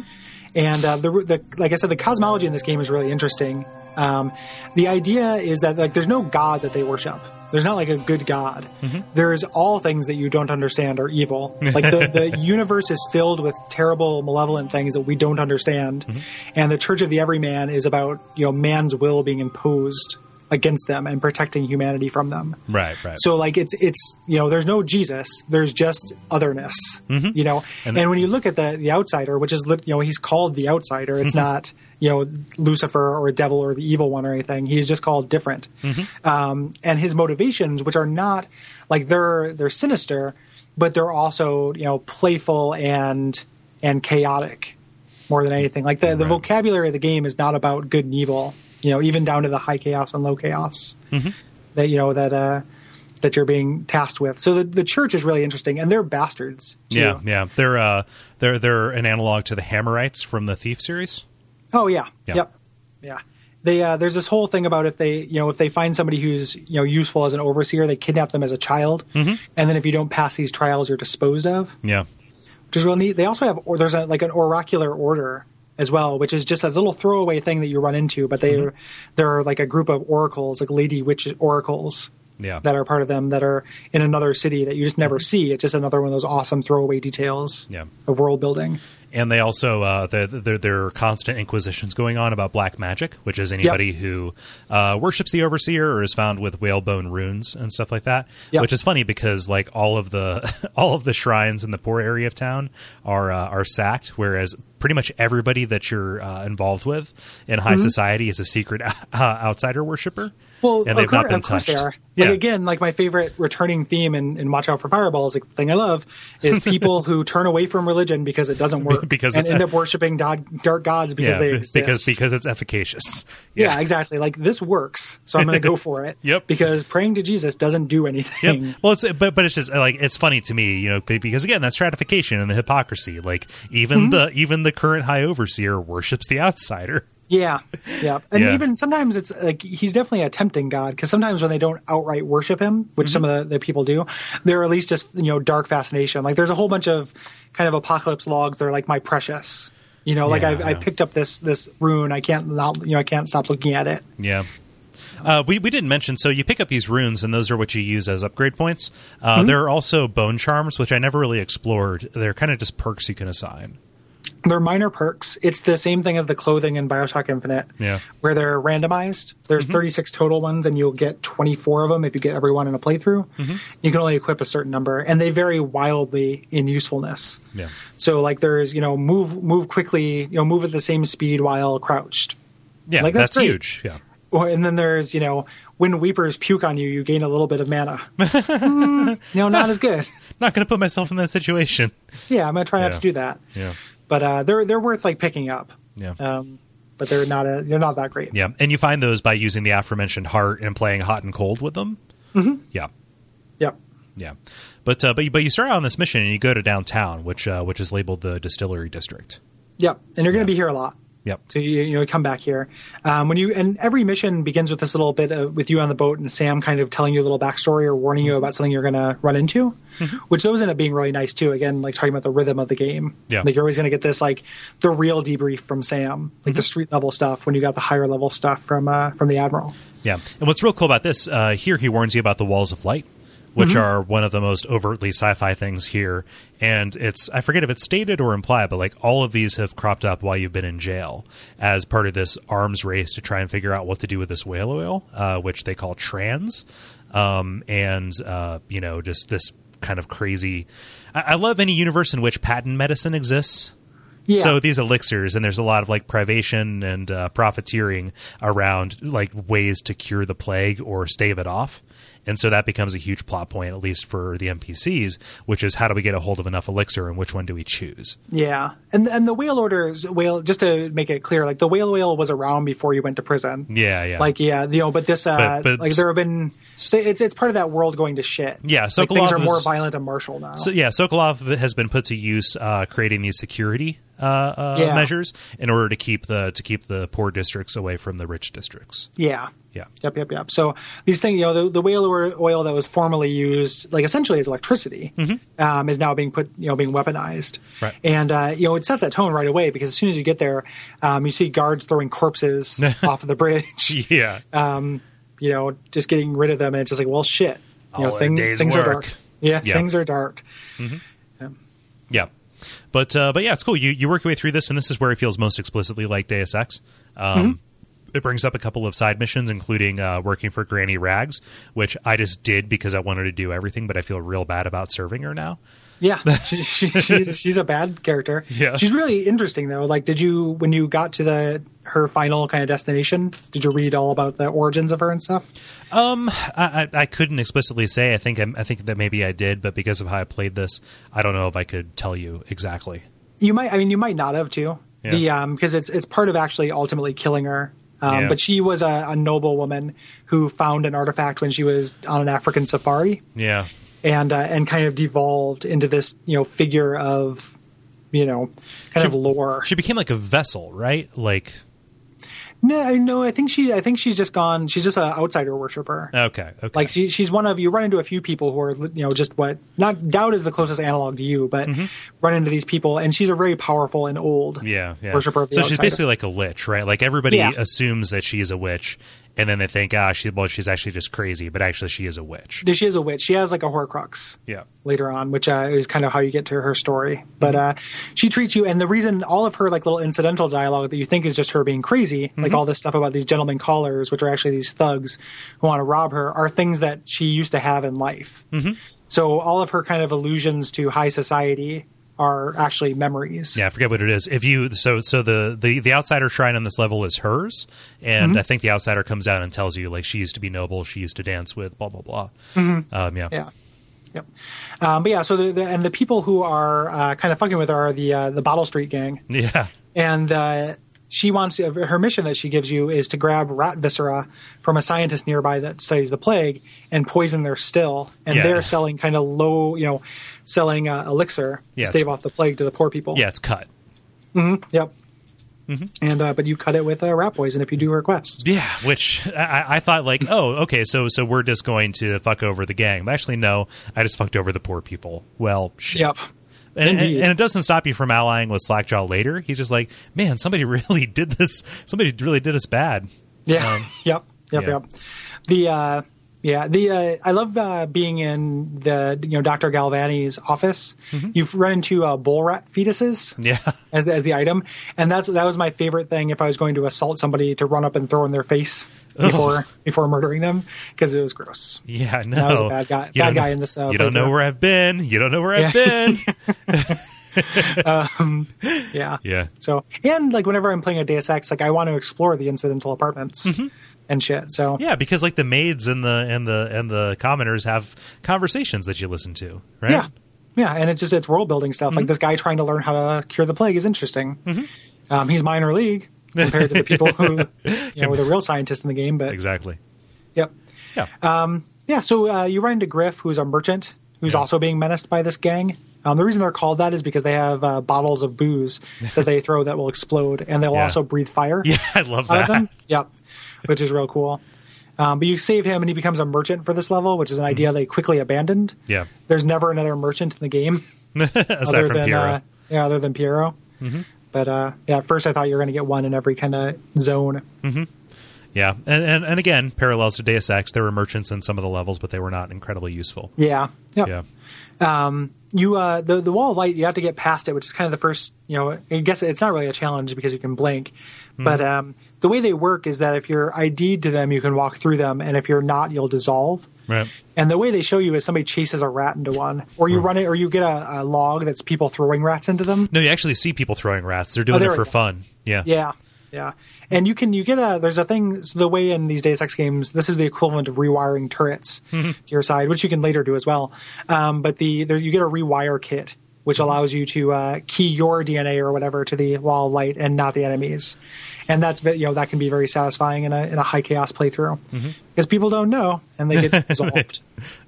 Speaker 2: and uh, the, the like I said, the cosmology in this game is really interesting. Um, the idea is that like there's no god that they worship. There's not like a good god. There's all things that you don't understand are evil. Like the, the universe is filled with terrible, malevolent things that we don't understand, and the Church of the Everyman is about you know man's will being imposed against them and protecting humanity from them.
Speaker 1: right right
Speaker 2: So like it's it's you know there's no Jesus, there's just otherness, you know.
Speaker 1: And-
Speaker 2: And, when you look at the the outsider, which is lit- you know he's called the outsider. It's not you know Lucifer or devil or the evil one or anything. He's just called different. Um, and his motivations, which are not like they're they're sinister, but they're also you know playful and and chaotic more than anything. Like the, the
Speaker 1: Right.
Speaker 2: vocabulary of the game is not about good and evil, you know, even down to the high chaos and low chaos that, you know, that, uh, that you're being tasked with. So the, the church is really interesting and they're bastards. too.
Speaker 1: yeah yeah they're uh they're they're an analog to the hammerites from the thief series
Speaker 2: Oh yeah.
Speaker 1: Yeah.
Speaker 2: Yep. Yeah. They, uh, there's this whole thing about if they, you know, if they find somebody who's, you know, useful as an overseer, they kidnap them as a child.
Speaker 1: Mm-hmm.
Speaker 2: And then if you don't pass these trials, you're disposed of.
Speaker 1: yeah
Speaker 2: which is real neat. They also have or there's a, like an oracular order as well, which is just a little throwaway thing that you run into. But they
Speaker 1: Mm-hmm.
Speaker 2: they're like a group of oracles, like lady witch oracles
Speaker 1: yeah
Speaker 2: that are part of them that are in another city that you just never see. It's just another one of those awesome throwaway details
Speaker 1: Yeah.
Speaker 2: of world building.
Speaker 1: and they also uh, there, there there are constant inquisitions going on about black magic, which is anybody who uh, worships the overseer or is found with whalebone runes and stuff like that.
Speaker 2: Yep.
Speaker 1: Which is funny because like all of the all of the shrines in the poor area of town are uh, are sacked, whereas pretty much everybody that you're uh, involved with in
Speaker 2: Mm-hmm.
Speaker 1: high society is a secret uh, outsider worshiper.
Speaker 2: Well,
Speaker 1: and they've
Speaker 2: of, cour-
Speaker 1: not been
Speaker 2: of course
Speaker 1: touched.
Speaker 2: they are.
Speaker 1: Yeah.
Speaker 2: Like again, like my favorite returning theme in, in Watch Out for Fireballs, like the thing I love is people who turn away from religion because it doesn't work,
Speaker 1: Because
Speaker 2: and
Speaker 1: it's-
Speaker 2: end up worshiping dark, dark gods because
Speaker 1: yeah,
Speaker 2: they
Speaker 1: be-
Speaker 2: exist.
Speaker 1: because because it's efficacious.
Speaker 2: Yeah. exactly. Like this works, so I'm going to go for it.
Speaker 1: Yep.
Speaker 2: Because praying to Jesus doesn't do anything.
Speaker 1: Yep. Well, it's but but it's just uh, like it's funny to me, you know, be- because again, that
Speaker 2: Mm-hmm.
Speaker 1: stratification and the hypocrisy. Like even the even the current high overseer worships the outsider.
Speaker 2: Yeah, yeah, and
Speaker 1: Yeah.
Speaker 2: even sometimes it's like he's definitely a tempting god because sometimes when they don't outright worship him, which some of the, the people do, they're at least just you know dark fascination. Like there's a whole bunch of kind of apocalypse logs that are like my precious, you know, like
Speaker 1: Yeah,
Speaker 2: I, I
Speaker 1: yeah.
Speaker 2: picked up this this rune, I can't not you know I can't stop looking at it.
Speaker 1: Yeah. Uh, we, we didn't mention, so you pick up these runes, and those are what you use as upgrade points. Uh,
Speaker 2: Mm-hmm.
Speaker 1: There are also bone charms, which I never really explored. They're kind of just perks you can assign.
Speaker 2: They're minor perks. It's the same thing as the clothing in Bioshock Infinite,
Speaker 1: Yeah. Mm-hmm.
Speaker 2: where they're randomized. There's 36 total ones, and you'll get 24 of them if you get every one in a playthrough.
Speaker 1: Mm-hmm.
Speaker 2: You can only equip a certain number, and they vary wildly in usefulness.
Speaker 1: Yeah.
Speaker 2: So, like, there's you know, move move quickly, you know, move at the same speed while crouched.
Speaker 1: Yeah,
Speaker 2: Like,
Speaker 1: that's,
Speaker 2: that's great.
Speaker 1: huge. Yeah.
Speaker 2: Or, and then there's you know, when weepers puke on you, you gain a little bit of mana. Hmm, you know, not as good.
Speaker 1: Not going to put myself in that situation.
Speaker 2: Yeah, I'm gonna try not
Speaker 1: Yeah.
Speaker 2: to do that.
Speaker 1: Yeah.
Speaker 2: But uh, they're they're worth like picking up.
Speaker 1: Yeah.
Speaker 2: Um, but they're not a, they're not that great.
Speaker 1: Yeah, and you find those by using the aforementioned heart and playing hot and cold with them. Mm-hmm. Yeah,
Speaker 2: Yep.
Speaker 1: yeah, but uh, but but you start out on this mission and you go to downtown, which uh, which is labeled the distillery district.
Speaker 2: Yep. And you're going
Speaker 1: Yeah.
Speaker 2: to be here a lot.
Speaker 1: Yep.
Speaker 2: So you, you know, come back here um, when you and every mission begins with this little bit of, with you on the boat and Sam kind of telling you a little backstory or warning
Speaker 1: Mm-hmm.
Speaker 2: you about something you're going to run into, which those end up being really nice too. Again, like talking about the rhythm of the game.
Speaker 1: Yeah.
Speaker 2: Like you're always going to get this like the real debrief from Sam, like
Speaker 1: Mm-hmm.
Speaker 2: the street level stuff when you got the higher level stuff from uh, from the admiral.
Speaker 1: Yeah, and what's real cool about this uh, here, he warns you about the walls of light, which are one of the most overtly sci-fi things here. And it's I forget if it's stated or implied, but like all of these have cropped up while you've been in jail as part of this arms race to try and figure out what to do with this whale oil, uh, which they call trans, um, and uh, you know just this kind of crazy. I, I love any universe in which patent medicine exists.
Speaker 2: Yeah.
Speaker 1: So these elixirs, and there's a lot of like privation and uh, profiteering around like ways to cure the plague or stave it off. And so that becomes a huge plot point, at least for the NPCs, which is how do we get a hold of enough elixir and which one do we choose?
Speaker 2: yeah. And and the whale orders whale just to make it clear, like the whale whale was around before you went to prison.
Speaker 1: Yeah, yeah.
Speaker 2: Like yeah, you know, but this uh,
Speaker 1: But- but-
Speaker 2: like there have been it's it's part of that world going to shit.
Speaker 1: Yeah,
Speaker 2: like,
Speaker 1: Sokolov
Speaker 2: things are more
Speaker 1: is-
Speaker 2: violent and martial now.
Speaker 1: So yeah, Sokolov has been put to use uh, creating these security uh, uh,
Speaker 2: Yeah.
Speaker 1: measures in order to keep the to keep the poor districts away from the rich districts.
Speaker 2: yeah.
Speaker 1: Yeah.
Speaker 2: Yep, yep, yep. So these things, you know, the, the whale oil oil that was formerly used, like essentially as electricity, um, is now being put, you know, being weaponized.
Speaker 1: Mm-hmm. Right.
Speaker 2: And uh, you know, it sets that tone right away because as soon as you get there, um, you see guards throwing corpses off of the bridge.
Speaker 1: Yeah.
Speaker 2: um, you know, just getting rid of them, and it's just like, well, shit. You
Speaker 1: All
Speaker 2: know,
Speaker 1: in a
Speaker 2: thing-
Speaker 1: day's
Speaker 2: things
Speaker 1: work.
Speaker 2: are dark. Yeah,
Speaker 1: Yeah.
Speaker 2: things are dark.
Speaker 1: Yeah, but uh, but yeah, it's cool. You you work your way through this, and this is where it feels most explicitly like Deus Ex. Um, It brings up a couple of side missions, including uh, working for Granny Rags, which I just did because I wanted to do everything, but I feel real bad about serving her now.
Speaker 2: Yeah, she, she, she, she's a bad character.
Speaker 1: Yeah.
Speaker 2: she's really interesting though. Like, did you when you got to the her final kind of destination? Did you read all about the origins of her and stuff?
Speaker 1: I, I, I couldn't explicitly say. I think I'm- I think that maybe I did, but because of how I played this, I don't know if I could tell you exactly.
Speaker 2: You might. I mean, you might not have too.
Speaker 1: Yeah.
Speaker 2: The um because it's it's part of actually ultimately killing her. Um,
Speaker 1: Yeah.
Speaker 2: But she was a, a noble woman who found an artifact when she was on an African safari.
Speaker 1: Yeah,
Speaker 2: and uh, and kind of devolved into this you know figure of you know kind of lore.
Speaker 1: she became like a vessel, right? Like
Speaker 2: no, I no, I think she I think she's just gone. She's just an outsider worshiper.
Speaker 1: okay, okay,
Speaker 2: like she, she's one of you run into a few people who are you know just what not doubt is the closest analog to you, but
Speaker 1: Mm-hmm.
Speaker 2: run into these people, and she's a very powerful and old
Speaker 1: Yeah, yeah.
Speaker 2: worshiper of the
Speaker 1: so she's
Speaker 2: outsider.
Speaker 1: basically like a lich, right? Like everybody
Speaker 2: Yeah.
Speaker 1: assumes that she is a witch, and then they think, ah, she well, she's actually just crazy, but actually she is a witch.
Speaker 2: No, she is a witch. She has like a Horcrux.
Speaker 1: Yeah,
Speaker 2: later on, which uh, is kind of how you get to her story. But uh, she treats you, and the reason all of her like little incidental dialogue that you think is just her being crazy, like all this stuff about these gentlemen callers, which are actually these thugs who want to rob her, are things that she used to have in life. So all of her kind of allusions to high society are actually memories.
Speaker 1: yeah. I forget what it is. If you so so the the the outsider shrine on this level is hers, and I think the outsider comes down and tells you like she used to be noble, she used to dance with blah blah blah. Um, yeah,
Speaker 2: Yeah. Yep. Um, but yeah, so the, the and the people who are uh, kind of fucking with her are the uh, the Bottle Street gang.
Speaker 1: yeah,
Speaker 2: and uh, she wants her mission that she gives you is to grab rat viscera from a scientist nearby that studies the plague and poison their still, and
Speaker 1: Yeah.
Speaker 2: they're selling kind of low, you know, selling uh, elixir
Speaker 1: Yeah,
Speaker 2: to stave
Speaker 1: it's-
Speaker 2: off the plague to the poor people.
Speaker 1: yeah. It's cut.
Speaker 2: Yep. and uh, but you cut it with a rat poison if you do request.
Speaker 1: Yeah, which I, I thought like, oh, okay, so so we're just going to fuck over the gang. But actually, no, I just fucked over the poor people. Well, shit.
Speaker 2: Yep.
Speaker 1: And, and,
Speaker 2: Indeed.
Speaker 1: and it doesn't stop you from allying with Slackjaw later. He's just like, man, somebody really did this. Somebody really did us bad.
Speaker 2: Yeah.
Speaker 1: Um,
Speaker 2: yep. Yep.
Speaker 1: yeah.
Speaker 2: Yep. The uh, yeah the uh, I love uh, being in the you know Dr. Galvani's office.
Speaker 1: Mm-hmm.
Speaker 2: You've run into uh, bull rat fetuses
Speaker 1: Yeah.
Speaker 2: as the, as the item, and that's that was my favorite thing. If I was going to assault somebody, to run up and throw in their face before before murdering them because it was gross.
Speaker 1: Yeah, no.
Speaker 2: was a bad guy-
Speaker 1: You
Speaker 2: bad
Speaker 1: don't know-
Speaker 2: guy in this, uh,
Speaker 1: you don't know
Speaker 2: playthrough.
Speaker 1: where I've been. You don't know where I've been.
Speaker 2: Yeah.
Speaker 1: yeah.
Speaker 2: So and like whenever I'm playing a Deus Ex, like I want to explore the incidental apartments and shit. So
Speaker 1: Mm-hmm. Yeah, because like the maids and the and the and the commoners have conversations that you listen to, right?
Speaker 2: Yeah, yeah, and it's just it's world building stuff.
Speaker 1: Mm-hmm.
Speaker 2: Like this guy trying to learn how to cure the plague is interesting.
Speaker 1: Mm-hmm.
Speaker 2: Um, he's minor league compared to the people who you know, were the real scientists in the game. But
Speaker 1: Exactly.
Speaker 2: yep,
Speaker 1: Yeah.
Speaker 2: Uh, yeah. So uh, you run into Griff, who's a merchant, who's
Speaker 1: Yeah.
Speaker 2: also being menaced by this gang. Um, the reason they're called that is because they have uh, bottles of booze that they throw that will explode, and they'll
Speaker 1: Yeah.
Speaker 2: also breathe fire
Speaker 1: yeah, I love
Speaker 2: out of
Speaker 1: that.
Speaker 2: them. Yep, which is real cool. Um, but you save him, and he becomes a merchant for this level, which is an
Speaker 1: Mm-hmm.
Speaker 2: idea they quickly abandoned.
Speaker 1: Yeah.
Speaker 2: There's never another merchant in the game
Speaker 1: Aside from Piero. Mm-hmm.
Speaker 2: Uh, yeah, other than Piero. But uh, yeah, at first I thought you were going to get one in every kind of zone.
Speaker 1: Yeah, and, and and again, parallels to Deus Ex. There were merchants in some of the levels, but they were not incredibly useful.
Speaker 2: Yeah, Yep.
Speaker 1: Mm-hmm. Yeah,
Speaker 2: You uh, the the wall of light. You have to get past it, which is kind of the first. You know, I guess it's not really a challenge because you can blink. But um, the way they work is that if you're ID'd to them, you can walk through them, and if you're not, you'll dissolve.
Speaker 1: right.
Speaker 2: And the way they show you is somebody chases a rat into one, or you run it, or you get a, a log that's people throwing rats into them.
Speaker 1: No, you actually see people throwing rats. They're doing
Speaker 2: Oh, there
Speaker 1: it
Speaker 2: we
Speaker 1: for
Speaker 2: go.
Speaker 1: fun. Yeah,
Speaker 2: Yeah, yeah. And you can you get a there's a thing so the way in these Deus Ex games this is the equivalent of rewiring turrets to your side, which you can later do as well. Um, but the there you get a rewire kit which allows you to uh, key your DNA or whatever to the wall of light and not the enemies, and that's ve- you know that can be very satisfying in a in a high chaos playthrough because people don't know and they get dissolved.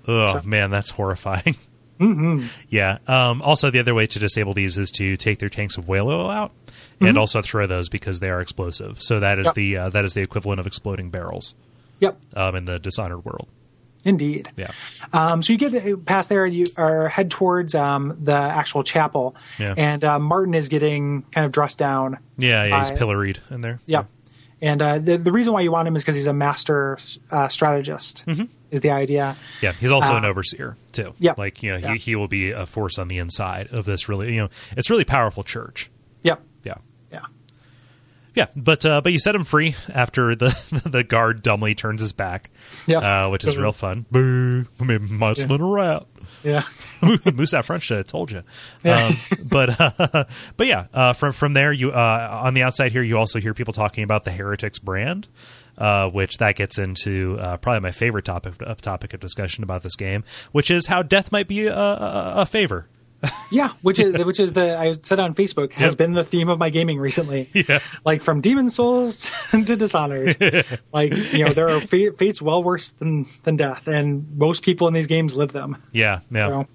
Speaker 1: Oh man, that's horrifying. Mm-hmm. Yeah. Um, also, the other way to disable these is to take their tanks of whale oil out, and also throw those because they are explosive. So that is
Speaker 2: Mm-hmm. Yep.
Speaker 1: the uh, that is the equivalent of exploding barrels
Speaker 2: Yep,
Speaker 1: um, in the Dishonored world.
Speaker 2: indeed.
Speaker 1: Yeah.
Speaker 2: Um, so you get past there and you or head towards um, the actual chapel,
Speaker 1: Yeah.
Speaker 2: and uh, Martin is getting kind of dressed down.
Speaker 1: Yeah, yeah, he's
Speaker 2: I-
Speaker 1: pilloried in there.
Speaker 2: Yep. And uh, the the reason why you want him is because he's a master uh, strategist.
Speaker 1: Mm-hmm.
Speaker 2: Is the idea?
Speaker 1: Yeah, he's also an
Speaker 2: Uh,
Speaker 1: overseer too.
Speaker 2: yeah.
Speaker 1: like you know,
Speaker 2: Yeah.
Speaker 1: he he will be a force on the inside of this really, you know, it's really powerful church.
Speaker 2: Yep.
Speaker 1: Yeah,
Speaker 2: Yeah.
Speaker 1: yeah, but uh, but you set him free after the the guard dumbly turns his back.
Speaker 2: Yeah.
Speaker 1: uh, which is real fun. Boo, me, my little rat.
Speaker 2: Yeah.
Speaker 1: Moussac French uh, told you. Um, but uh, but yeah, uh, from from there you uh, on the outside here you also hear people talking about the Heretics brand, uh, which that gets into uh, probably my favorite topic of topic of discussion about this game, which is how death might be a, a, a favor.
Speaker 2: Yeah. Which is which is the I said on Facebook has
Speaker 1: Yep.
Speaker 2: been the theme of my gaming recently.
Speaker 1: Yeah.
Speaker 2: Like from Demon Souls to Dishonored. like you know there are fa- fates well worse than than death, and most people in these games live them.
Speaker 1: Yeah, yeah.
Speaker 2: So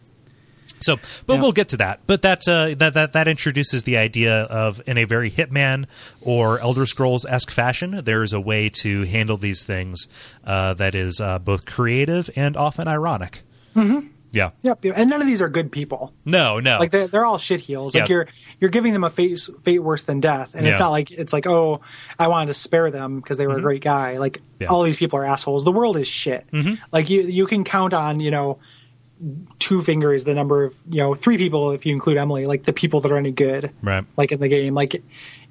Speaker 1: So, but
Speaker 2: Yeah.
Speaker 1: we'll get to that. But that uh, that that that introduces the idea of in a very Hitman or Elder Scrolls esque fashion, there is a way to handle these things uh, that is uh, both creative and often ironic. Mm-hmm. Yeah.
Speaker 2: yep. yep. And none of these are good people.
Speaker 1: No. No.
Speaker 2: like they're, they're all shit heels like
Speaker 1: Yeah.
Speaker 2: you're you're giving them a fate fate worse than death and it's
Speaker 1: Yeah. Mm-hmm.
Speaker 2: not like it's like oh i wanted to spare them because they were a great guy like
Speaker 1: Yeah. Mm-hmm.
Speaker 2: all these people are assholes the world is shit like you you can count on you know two fingers the number of you know three people if you include emily like the people that are any good
Speaker 1: Right.
Speaker 2: like in the game like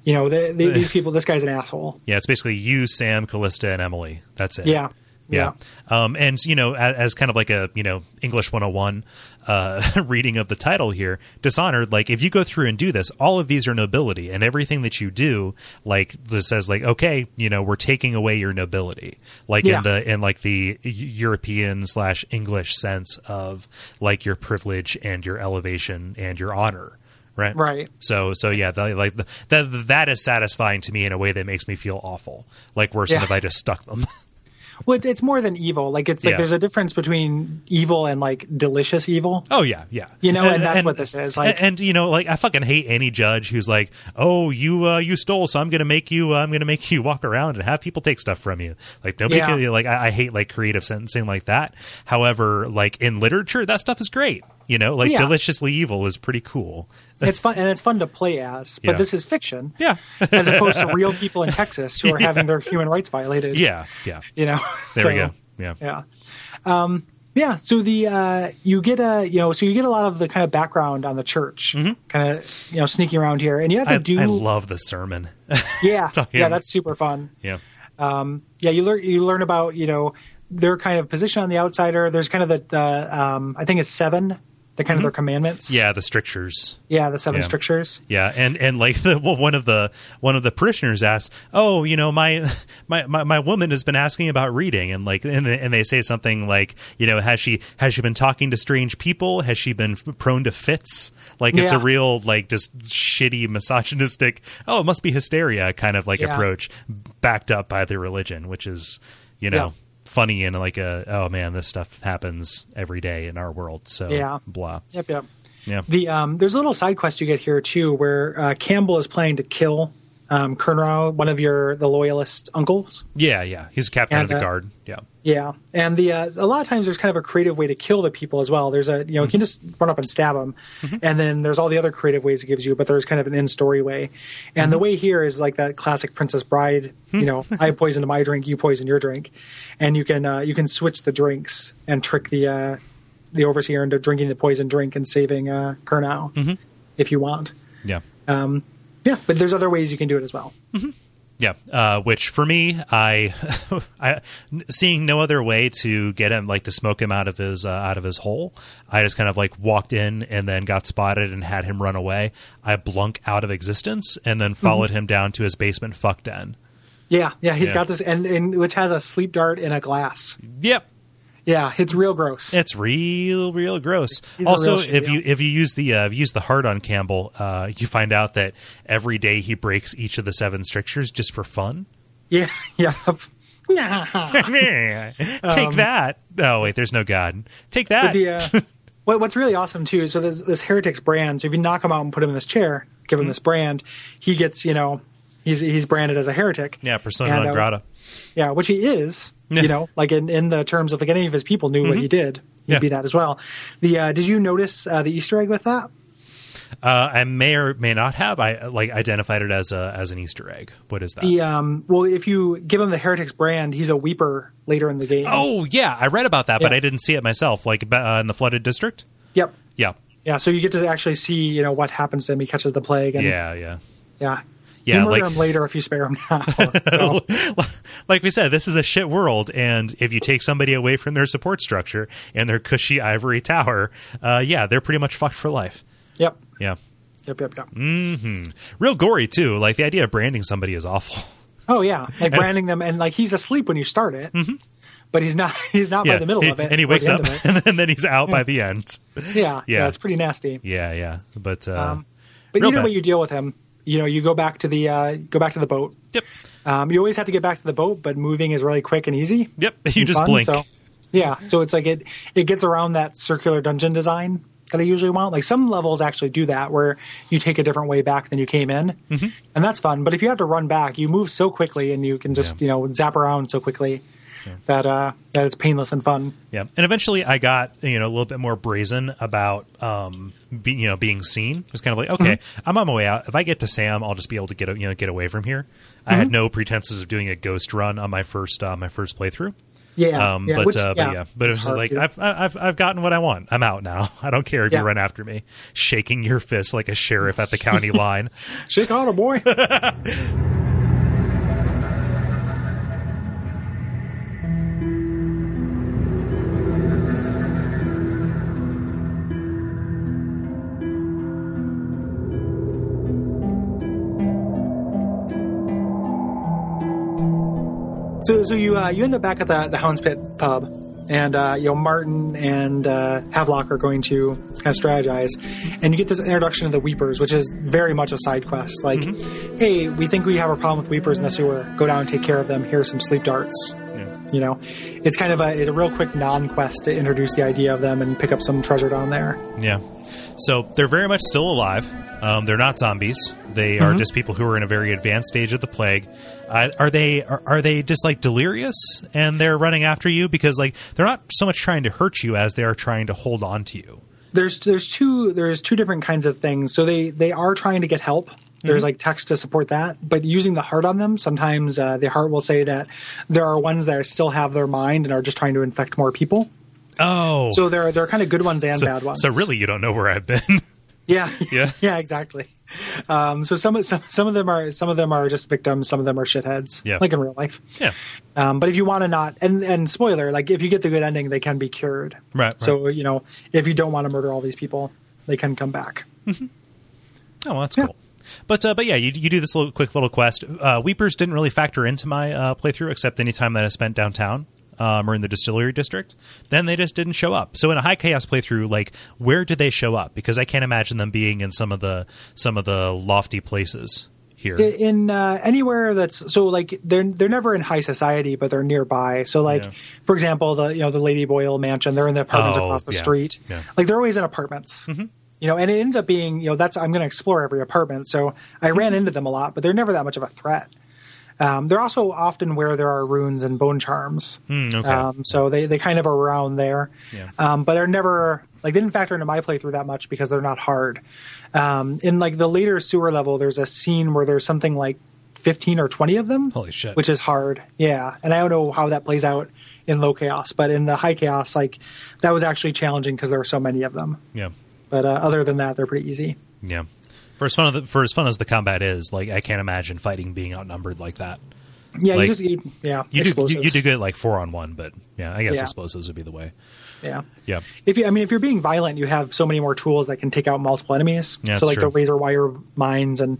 Speaker 2: you know the, the, these people this guy's an asshole
Speaker 1: Yeah, it's basically you, Sam, Callista, and Emily. That's it.
Speaker 2: Yeah.
Speaker 1: Yeah. Um, and, you know, as, as kind of like a, you know, English 101 uh, reading of the title here, Dishonored, like, if you go through and do this, all of these are nobility, and everything that you do, like, this says, like, okay, you know, we're taking away your nobility. Like,
Speaker 2: Yeah.
Speaker 1: in the, in like the Eu- European slash English sense of, like, your privilege and your elevation and your honor. Right.
Speaker 2: Right.
Speaker 1: So so yeah, the, like the, that that is satisfying to me in a way that makes me feel awful. Like worse than
Speaker 2: Yeah.
Speaker 1: if I just stuck them.
Speaker 2: Well, it's more than evil. Like it's like
Speaker 1: Yeah.
Speaker 2: there's a difference between evil and like delicious evil.
Speaker 1: Oh yeah, yeah.
Speaker 2: You know, and that's what this is, like-
Speaker 1: and, and, you know, like I fucking hate any judge who's like, "Oh, you uh, you stole, so I'm gonna make you uh, I'm gonna make you walk around and have people take stuff from you." Like nobody
Speaker 2: Yeah.
Speaker 1: can. Like I, I hate like creative sentencing like that. However, like in literature, that stuff is great. You know, like
Speaker 2: Yeah.
Speaker 1: deliciously evil is pretty cool.
Speaker 2: It's fun and it's fun to play as, but
Speaker 1: Yeah.
Speaker 2: this is fiction.
Speaker 1: Yeah,
Speaker 2: as opposed to real people in Texas who are having their human rights violated.
Speaker 1: yeah, yeah.
Speaker 2: You know.
Speaker 1: There we
Speaker 2: So,
Speaker 1: go. Yeah.
Speaker 2: Yeah. Um, yeah. So the uh, you get a you know so you get a lot of the kind of background on the church, kind of you know sneaking around here, and you have to
Speaker 1: Mm-hmm. I,
Speaker 2: do
Speaker 1: I love the sermon.
Speaker 2: yeah yeah
Speaker 1: him.
Speaker 2: that's super fun.
Speaker 1: yeah,
Speaker 2: yeah you learn you learn about you know their kind of position on the outsider there's kind of the, the um i think it's seven the kind of their commandments
Speaker 1: Mm-hmm. yeah. The strictures.
Speaker 2: yeah the seven
Speaker 1: Yeah.
Speaker 2: strictures
Speaker 1: Yeah, and and like the well, one of the one of the parishioners asks, "Oh, you know, my my my, my woman has been asking about reading, and like and, they- and they say something like, you know, has she has she been talking to strange people? Has she been f- prone to fits? Like it's a
Speaker 2: Yeah.
Speaker 1: real like just shitty misogynistic. Oh, it must be hysteria kind of like
Speaker 2: Yeah.
Speaker 1: approach, backed up by the religion, which is you know.
Speaker 2: Yeah.
Speaker 1: Funny and like a oh man, this stuff happens every day in our world. So
Speaker 2: Yeah.
Speaker 1: blah.
Speaker 2: yep yep
Speaker 1: Yeah.
Speaker 2: the um there's a little side quest you get here too where uh, campbell is planning to kill um Kernrow, one of your the loyalist uncles
Speaker 1: Yeah, yeah. He's a captain
Speaker 2: And,
Speaker 1: of the
Speaker 2: uh,
Speaker 1: guard. Yeah.
Speaker 2: yeah and the uh, a lot of times there's kind of a creative way to kill the people as well there's a you know you can just run up and stab them and then there's all the other creative ways it gives you but there's kind of an in story way and the way here is like that classic princess bride you know i poisoned my drink you poison your drink and you can uh, you can switch the drinks and trick the uh, the overseer into drinking the poison drink and saving uh kernow if you want
Speaker 1: Yeah.
Speaker 2: yeah but there's other ways you can do it as well
Speaker 1: Yeah, uh, which for me, I, I seeing no other way to get him like to smoke him out of his uh, out of his hole. I just kind of like walked in and then got spotted and had him run away. I blunk out of existence and then
Speaker 2: Mm-hmm.
Speaker 1: followed him down to his basement fuck den.
Speaker 2: yeah yeah he's
Speaker 1: Yeah.
Speaker 2: got this and, and which has a sleep dart in a glass
Speaker 1: Yep,
Speaker 2: yeah it's real gross
Speaker 1: It's real, real gross.
Speaker 2: He's a
Speaker 1: also,
Speaker 2: real shit,
Speaker 1: if
Speaker 2: yeah.
Speaker 1: you if you use the uh, if you use the heart on Campbell, uh, you find out that every day he breaks each of the seven strictures just for fun.
Speaker 2: Yeah, yeah.
Speaker 1: Take that! Oh wait, there's no god. Take that.
Speaker 2: But the uh, what, what's really awesome too. So this this heretics brand. So if you knock him out and put him in this chair, give him
Speaker 1: Mm-hmm.
Speaker 2: this brand, he gets you know he's he's branded as a heretic.
Speaker 1: yeah, persona
Speaker 2: And,
Speaker 1: non
Speaker 2: uh,
Speaker 1: grata.
Speaker 2: Yeah, which he is. you know, like in in the terms of like any of his people knew what he did, he'd
Speaker 1: Mm-hmm. Yeah.
Speaker 2: be that as well. The uh, did you notice uh, the Easter egg with that?
Speaker 1: Uh, I may or may not have. I like identified it as a as an Easter egg. What is that?
Speaker 2: The um, well, if you give him the heretics brand, he's a weeper later in the game.
Speaker 1: oh yeah, I read about that, but
Speaker 2: Yeah.
Speaker 1: I didn't see it myself. Like uh, in the flooded district.
Speaker 2: yep.
Speaker 1: Yeah,
Speaker 2: Yeah, so you get to actually see, you know, what happens to him. He catches the plague, and
Speaker 1: yeah, yeah.
Speaker 2: yeah,
Speaker 1: Yeah,
Speaker 2: You murder
Speaker 1: like-
Speaker 2: him later if you spare him now. So.
Speaker 1: like we said, this is a shit world, and if you take somebody away from their support structure and their cushy ivory tower, uh, yeah, they're pretty much fucked for life.
Speaker 2: Yep.
Speaker 1: Yeah,
Speaker 2: Yep. Yep. Yep.
Speaker 1: Mm-hmm. real gory too. Like the idea of branding somebody is awful.
Speaker 2: Oh yeah, like branding them, and like he's asleep when you start it, but he's not. He's not by the middle
Speaker 1: Mm-hmm. he-
Speaker 2: of it,
Speaker 1: and he
Speaker 2: or the
Speaker 1: wakes
Speaker 2: end
Speaker 1: up,
Speaker 2: of it. Hmm.
Speaker 1: and then, he's out by the end.
Speaker 2: Yeah, yeah,
Speaker 1: Yeah.
Speaker 2: it's pretty nasty.
Speaker 1: Yeah, yeah, but uh,
Speaker 2: Um, but
Speaker 1: real
Speaker 2: either
Speaker 1: bad.
Speaker 2: way you deal with him, you know, you go back to the uh, go back to the boat.
Speaker 1: yep,
Speaker 2: Um, you always have to get back to the boat, but moving is really quick and easy.
Speaker 1: yep. You
Speaker 2: and
Speaker 1: just
Speaker 2: fun,
Speaker 1: blink.
Speaker 2: So, yeah, so it's like it it gets around that circular dungeon design that I usually want. Like some levels actually do that, where you take a different way back than you came in,
Speaker 1: Mm-hmm.
Speaker 2: and that's fun. But if you have to run back, you move so quickly, and you can just you know zap around so quickly that uh, that it's painless and fun.
Speaker 1: Yeah, and eventually I got you know a little bit more brazen about um be, you know being seen. It was kind of
Speaker 2: Mm-hmm.
Speaker 1: like okay, I'm on my way out. If I get to Sam, I'll just be able to get a- you know get away from here. I
Speaker 2: Mm-hmm.
Speaker 1: had no pretenses of doing a ghost run on my first uh, my first playthrough.
Speaker 2: Yeah,
Speaker 1: Um,
Speaker 2: yeah,
Speaker 1: but,
Speaker 2: which-
Speaker 1: uh, but yeah, but it was
Speaker 2: it's
Speaker 1: just
Speaker 2: hard
Speaker 1: like
Speaker 2: to-
Speaker 1: I've, I've I've gotten what I want. I'm out now. I don't care if
Speaker 2: Yeah.
Speaker 1: you run after me, shaking your fist like a sheriff at the county line.
Speaker 2: shake on a boy. So, so you uh, you end up back at the, the Hound's Pit pub, and uh, you know Martin and uh, Havelock are going to kind of strategize, and you get this introduction to the Weepers, which is very much a side quest. Like, hey, we think we have a problem with Weepers in the sewer. Go down and take care of them. Here's some sleep darts.
Speaker 1: Yeah.
Speaker 2: You know, it's kind of a, a real quick non quest to introduce the idea of them and pick up some treasure down there.
Speaker 1: Yeah. So they're very much still alive. Um, they're not zombies. They are just people who are in a very advanced stage of the plague. Uh, are they are, are they just like delirious and they're running after you because like they're not so much trying to hurt you as they are trying to hold on to you.
Speaker 2: there's there's two there's two different kinds of things. So they they are trying to get help. There's
Speaker 1: Mm-hmm.
Speaker 2: like text to support that, but using the heart on them, sometimes uh, the heart will say that there are ones that still have their mind and are just trying to infect more people.
Speaker 1: Oh.
Speaker 2: So there are, there are kind of good ones and bad ones.
Speaker 1: so really you don't know where I've been.
Speaker 2: yeah,
Speaker 1: Yeah.
Speaker 2: yeah, exactly. Um, so some, some some of them are some of them are just victims, some of them are shitheads,
Speaker 1: Yeah.
Speaker 2: like in real life.
Speaker 1: yeah.
Speaker 2: Um, but if you want to not, and and spoiler, like if you get the good ending, they can be cured.
Speaker 1: Right, right.
Speaker 2: So you know, if you don't want to murder all these people, they can come back.
Speaker 1: Oh, well, that's
Speaker 2: Yeah.
Speaker 1: cool. But uh, but yeah, you, you do this little quick little quest. Uh, Weepers didn't really factor into my uh, playthrough except any time that I spent downtown um, or in the distillery district. Then they just didn't show up. So in a high chaos playthrough, like where do they show up? Because I can't imagine them being in some of the some of the lofty places here.
Speaker 2: I- in uh, anywhere that's so like they're they're never in high society, but they're nearby. So like
Speaker 1: Yeah.
Speaker 2: for example, the you know the Lady Boyle mansion, they're in the apartments
Speaker 1: Oh,
Speaker 2: across the
Speaker 1: yeah,
Speaker 2: street.
Speaker 1: yeah. Mm-hmm.
Speaker 2: Like they're always in apartments. You know, and it ends up being you know that's I'm going to explore every apartment. So I
Speaker 1: Mm-hmm.
Speaker 2: ran into them a lot, but they're never that much of a threat. Um, they're also often where there are runes and bone charms.
Speaker 1: Mm, okay.
Speaker 2: Um, so they, they kind of are around there,
Speaker 1: Yeah.
Speaker 2: um, but are never like they didn't factor into my playthrough that much because they're not hard. Um, in like the later sewer level, there's a scene where there's something like fifteen or twenty of them,
Speaker 1: Holy shit.
Speaker 2: which is hard. Yeah, and I don't know how that plays out in low chaos, but in the high chaos, like that was actually challenging because there were so many of them.
Speaker 1: yeah.
Speaker 2: But uh, other than that, they're pretty easy.
Speaker 1: Yeah. For as fun of the, for as fun as the combat is, like I can't imagine fighting being outnumbered like that.
Speaker 2: Yeah,
Speaker 1: Like,
Speaker 2: you just you, yeah
Speaker 1: You do, you,
Speaker 2: explosives.
Speaker 1: you do good like four on one, but yeah, I guess
Speaker 2: Yeah.
Speaker 1: explosives would be the way.
Speaker 2: yeah.
Speaker 1: Yeah.
Speaker 2: If you, I mean, if you're being violent, you have so many more tools that can take out multiple enemies.
Speaker 1: Yeah,
Speaker 2: so
Speaker 1: that's
Speaker 2: like
Speaker 1: true.
Speaker 2: the razor wire mines and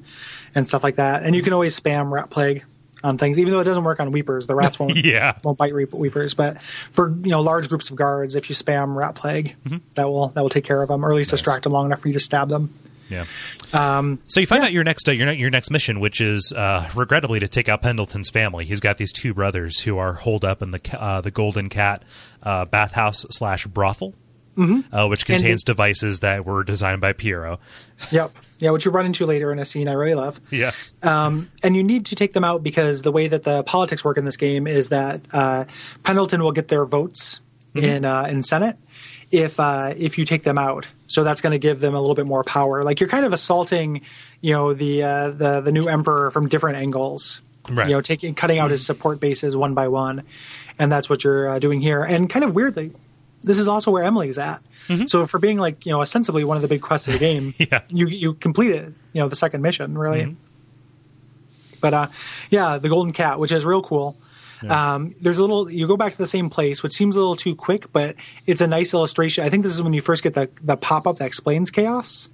Speaker 2: and stuff like that. And you can always spam rat plague on things, even though it doesn't work on weepers. The rats won't
Speaker 1: Yeah.
Speaker 2: won't bite reap- weepers, but for you know large groups of guards, if you spam rat plague,
Speaker 1: Mm-hmm.
Speaker 2: that will that will take care of them, or at least distract them long enough for you to stab them.
Speaker 1: Yeah. Um, so you find out your next uh, your ne- your next mission, which is uh, regrettably to take out Pendleton's family. He's got these two brothers who are holed up in the ca- uh, the Golden Cat uh, bathhouse slash brothel, uh, which contains devices that were designed by Piero.
Speaker 2: Yep. Yeah, which you run into later in a scene I really love.
Speaker 1: Yeah.
Speaker 2: Um, and you need to take them out because the way that the politics work in this game is that uh, Pendleton will get their votes
Speaker 1: Mm-hmm.
Speaker 2: in uh, in Senate if uh, if you take them out. So that's going to give them a little bit more power. Like you're kind of assaulting, you know, the uh, the the new emperor from different angles.
Speaker 1: Right. Mm-hmm.
Speaker 2: You know, taking cutting out his support bases one by one, and that's what you're uh, doing here. And kind of weirdly, this is also where Emily's at. So for being like you know ostensibly one of the big quests of the game,
Speaker 1: Mm-hmm. Yeah. Mm-hmm.
Speaker 2: you you complete it. You know, the second mission really. But uh, yeah, the golden cat, which is real cool. Um, there's a little. You go back to the same place, which seems a little too quick, but it's a nice illustration. I think this is when you first get the the pop up that explains chaos,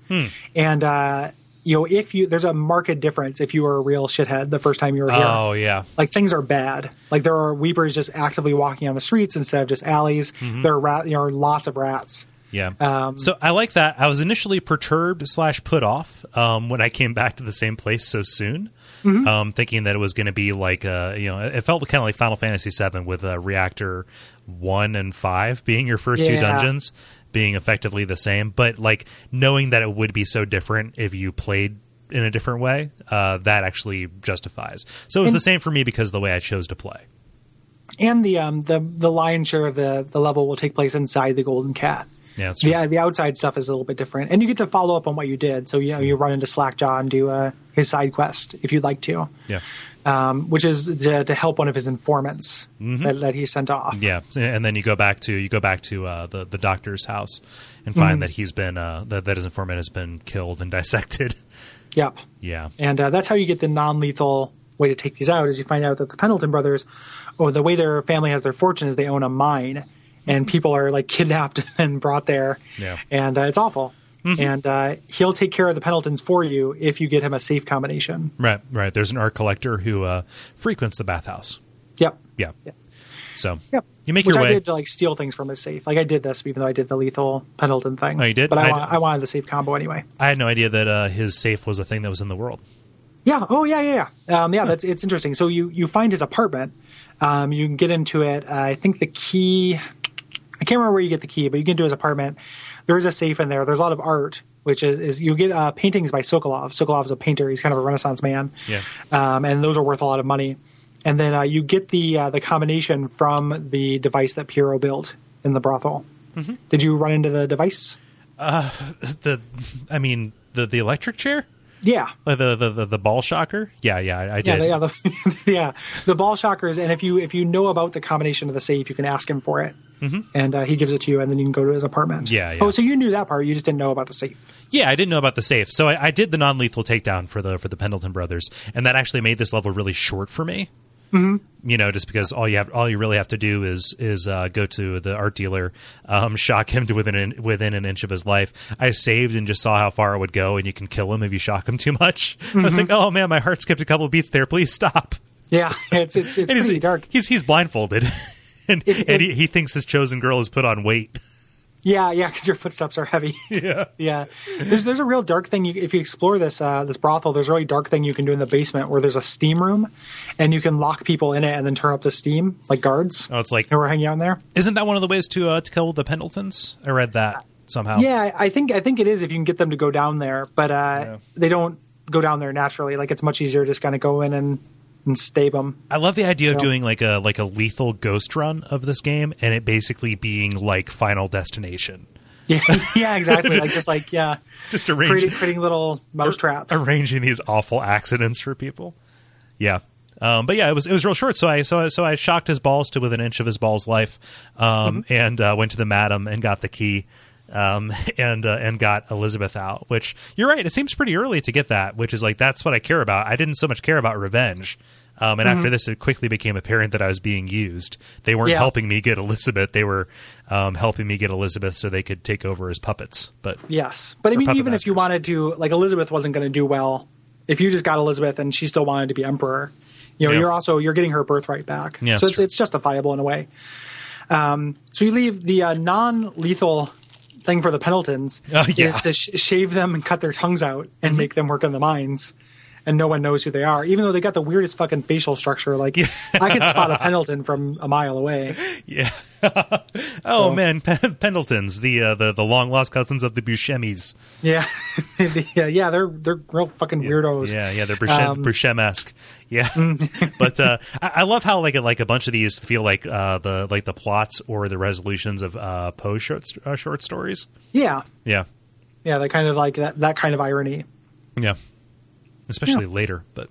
Speaker 2: and uh, you know if you there's a marked difference if you were a real shithead the first time you were here.
Speaker 1: Oh yeah.
Speaker 2: Like things are bad. Like there are weepers just actively walking on the streets instead of just alleys. There are rat, you know, lots of rats.
Speaker 1: Yeah.
Speaker 2: Um,
Speaker 1: so I like that. I was initially perturbed slash put off um, when I came back to the same place so soon,
Speaker 2: Mm-hmm.
Speaker 1: um, thinking that it was going to be like uh, you know it felt kind of like Final Fantasy VII with uh, Reactor one and five being your first two
Speaker 2: Yeah.
Speaker 1: dungeons being effectively the same, but like knowing that it would be so different if you played in a different way, uh, that actually justifies. So it was
Speaker 2: And-
Speaker 1: the same for me because of the way I chose to play.
Speaker 2: and the um the the lion's share of the the level will take place inside the golden cat
Speaker 1: Yeah, that's
Speaker 2: the, the outside stuff is a little bit different and you get to follow up on what you did so you know you run into slackjaw and do uh, his side quest if you'd like to
Speaker 1: Yeah.
Speaker 2: um, which is to, to help one of his informants that, that he sent off
Speaker 1: Mm-hmm. Yeah, and then you go back to you go back to uh, the the doctor's house and find
Speaker 2: Mm-hmm.
Speaker 1: that he's been uh, that that his informant has been killed and dissected.
Speaker 2: yep
Speaker 1: yeah,
Speaker 2: and uh, that's how you get the non-lethal way to take these out is you find out that the pendleton brothers or the way their family has their fortune is they own a mine and people are like kidnapped and brought there
Speaker 1: Yeah. Mm-hmm.
Speaker 2: and uh, it's awful and uh, he'll take care of the pendletons for you if you get him a safe combination
Speaker 1: right, right. There's an art collector who uh, frequents the bathhouse.
Speaker 2: yep
Speaker 1: Yeah,
Speaker 2: Yeah.
Speaker 1: so
Speaker 2: yep
Speaker 1: you make
Speaker 2: Which
Speaker 1: your
Speaker 2: I
Speaker 1: way.
Speaker 2: did to like steal things from his safe like i did this even though i did the lethal pendleton thing
Speaker 1: Oh, you did?
Speaker 2: but i,
Speaker 1: I
Speaker 2: wa-
Speaker 1: did-
Speaker 2: I wanted the safe combo anyway
Speaker 1: I had no idea that uh, his safe was a thing that was in the world.
Speaker 2: Yeah. Oh, yeah, yeah, yeah. Um, yeah, that's it's interesting. So you you find his apartment. Um, you can get into it. I think the key. I can't remember where you get the key, but you get into his apartment. There is a safe in there. There's a lot of art, which is, is you get uh, paintings by Sokolov. Sokolov's a painter. He's kind of a Renaissance man.
Speaker 1: Yeah.
Speaker 2: Um, and those are worth a lot of money. And then uh, you get the uh, the combination from the device that Piero built in the brothel. Did you run into the device?
Speaker 1: The, I mean, the the electric chair,
Speaker 2: Yeah.
Speaker 1: Uh, the the the, the ball shocker. Yeah, yeah, I, I
Speaker 2: Yeah,
Speaker 1: did.
Speaker 2: the, yeah, the, yeah, the ball shockers. And if you if you know about the combination of the safe, you can ask him for it, mm-hmm. and uh, he gives it to you, and then you can go to his apartment.
Speaker 1: Yeah, yeah.
Speaker 2: Oh, so you knew that part, you just didn't know about the safe.
Speaker 1: Yeah, I didn't know about the safe, so I, I did the non-lethal takedown for the for the Pendleton brothers, and that actually made this level really short for me. Mm-hmm. You know, just because all you have, all you really have to do is is uh, go to the art dealer, um, shock him to within an, within an inch of his life. I saved and just saw how far it would go, and you can kill him if you shock him too much. I was like, oh man, my heart skipped a couple of beats there. Please stop.
Speaker 2: Yeah, Mm-hmm. it's it's it's
Speaker 1: And
Speaker 2: pretty
Speaker 1: he's,
Speaker 2: dark.
Speaker 1: He's he's blindfolded, and,
Speaker 2: It-
Speaker 1: and
Speaker 2: it-
Speaker 1: he, he thinks his chosen girl has put on weight.
Speaker 2: Yeah, yeah, because your footsteps are heavy.
Speaker 1: Yeah.
Speaker 2: yeah, there's there's a real dark thing. You, if you explore this uh, this brothel, there's a really dark thing you can do in the basement where there's a steam room, and you can lock people in it and then turn up the steam like guards
Speaker 1: Oh, it's like,
Speaker 2: who are hanging out in there.
Speaker 1: isn't that one of the ways to uh, to kill the Pendletons? I read that somehow.
Speaker 2: Yeah, I think I think it is if you can get them to go down there, but uh, they don't go down there naturally. Like it's much easier to just kind of go in and and stab them.
Speaker 1: I love the idea of
Speaker 2: So-
Speaker 1: doing like a like a lethal ghost run of this game, and it basically being like Final Destination,
Speaker 2: Yeah, yeah, exactly. like just like yeah,
Speaker 1: just arranging
Speaker 2: creating creating little mouse trap.
Speaker 1: arranging these awful accidents for people. Yeah, um, but yeah, it was it was real short. So I so I, so I shocked his balls to within an inch of his balls life, um, and uh, went to the madam and got the key. Um, and uh, and got Elizabeth out, which you're right. It seems pretty early to get that, which is like that's what I care about. I didn't so much care about revenge, um, and after this, it quickly became apparent that I was being used. They weren't
Speaker 2: Yeah.
Speaker 1: helping me get Elizabeth; they were um, helping me get Elizabeth so they could take over as puppets. But
Speaker 2: Yes, but I mean,
Speaker 1: puppet
Speaker 2: even if you
Speaker 1: masters.
Speaker 2: wanted to, like Elizabeth wasn't going to do well. If you just got Elizabeth and she still wanted to be emperor, you know,
Speaker 1: Yeah.
Speaker 2: you're also you're getting her birthright back.
Speaker 1: Yeah,
Speaker 2: so
Speaker 1: that's
Speaker 2: it's
Speaker 1: true.
Speaker 2: it's justifiable in a way. Um, so you leave the uh, non-lethal thing for the Pendletons
Speaker 1: Oh, yeah. Mm-hmm.
Speaker 2: is to sh- shave them and cut their tongues out and make them work in the mines. And no one knows who they are, even though they got the weirdest fucking facial structure. Like, I could spot a Pendleton from a mile away.
Speaker 1: Yeah. oh
Speaker 2: So-
Speaker 1: man, Pen- Pendletons, the uh, the the long lost cousins of the Buscemis.
Speaker 2: Yeah, yeah, yeah. They're they're real fucking weirdos.
Speaker 1: Yeah, yeah, they're Buscem Buscem-esque. Yeah, but uh, I, I love how like a- like a bunch of these feel like uh, the like the plots or the resolutions of uh, Poe short st- uh, short stories.
Speaker 2: yeah.
Speaker 1: Yeah,
Speaker 2: yeah that kind of like that, that kind of irony
Speaker 1: yeah, especially later, but.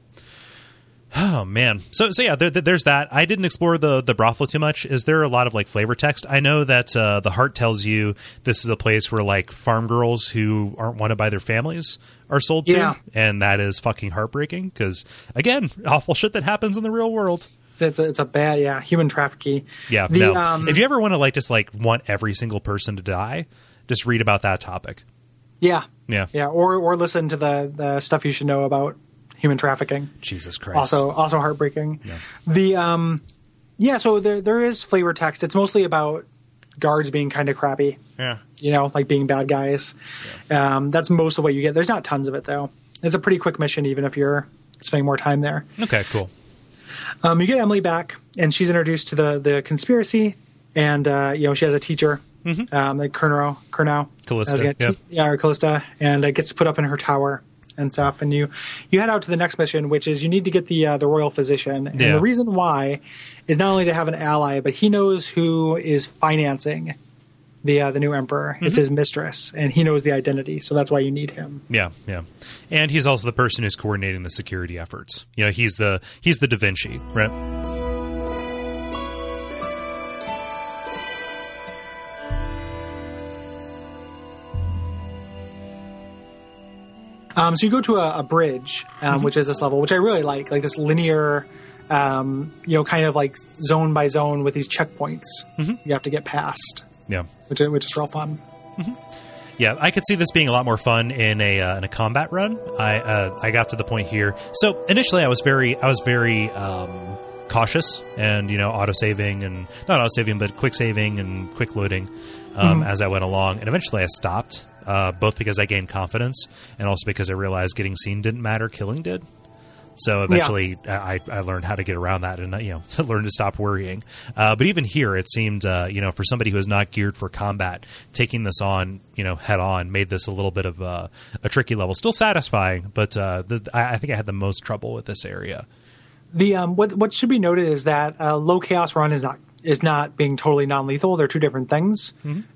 Speaker 1: Oh man, so so yeah, there, there- there's that. I didn't explore the the brothel too much. Is there a lot of like flavor text? I know that uh, the heart tells you this is a place where like farm girls who aren't wanted by their families are sold
Speaker 2: Yeah.
Speaker 1: to, and that is fucking heartbreaking because again, awful shit that happens in the real world.
Speaker 2: it's a, it's a bad yeah human trafficking
Speaker 1: Yeah,
Speaker 2: the,
Speaker 1: no.
Speaker 2: um,
Speaker 1: if you ever want to like just like want every single person to die, just read about that topic.
Speaker 2: yeah
Speaker 1: Yeah,
Speaker 2: yeah or or listen to the the stuff you should know about human trafficking
Speaker 1: Jesus Christ.
Speaker 2: also also heartbreaking the um yeah so there there is flavor text it's mostly about guards being kind of crappy
Speaker 1: yeah,
Speaker 2: you know like being bad guys um that's most of what you get there's not tons of it though it's a pretty quick mission even if you're spending more time there
Speaker 1: okay, cool.
Speaker 2: Um, you get Emily back, and she's introduced to the the conspiracy, and uh, you know she has a teacher, um, like Kernow, Kernow,
Speaker 1: Mm-hmm. Callista,
Speaker 2: Has a
Speaker 1: yeah.
Speaker 2: yeah, or Callista, and uh, gets put up in her tower and stuff. And you you head out to the next mission, which is you need to get the uh, the royal physician, and
Speaker 1: Yeah.
Speaker 2: the reason why is not only to have an ally, but he knows who is financing the uh, the new emperor. It's
Speaker 1: Mm-hmm.
Speaker 2: his mistress, and he knows the identity, so that's why you need him.
Speaker 1: Yeah, yeah, and he's also the person who's coordinating the security efforts. You know, he's the he's the Da Vinci, right?
Speaker 2: Um, so you go to a, a bridge, um,
Speaker 1: Mm-hmm.
Speaker 2: which is this level, which I really like, like this linear, um, you know, kind of like zone by zone with these checkpoints
Speaker 1: Mm-hmm.
Speaker 2: you have to get past,
Speaker 1: Yeah,
Speaker 2: which is, which is real fun.
Speaker 1: yeah. I could see this being a lot more fun in a uh, in a combat run. I uh, I got to the point here. So initially, I was very I was very um, cautious and you know auto saving and not auto saving, but quick saving and quick loading um, as I went along. And eventually, I stopped. Uh, both because I gained confidence and also because I realized getting seen didn't matter, killing did. So eventually, I, I learned how to get around that and uh, you know learn to stop worrying. Uh, but even here, it seemed uh, you know for somebody who is not geared for combat, taking this on you know head on made this a little bit of uh, a tricky level. Still satisfying, but uh, the, I I think I had the most trouble with this area.
Speaker 2: The um, what what should be noted is that uh, low chaos run is not is not being totally non lethal. They're two different things.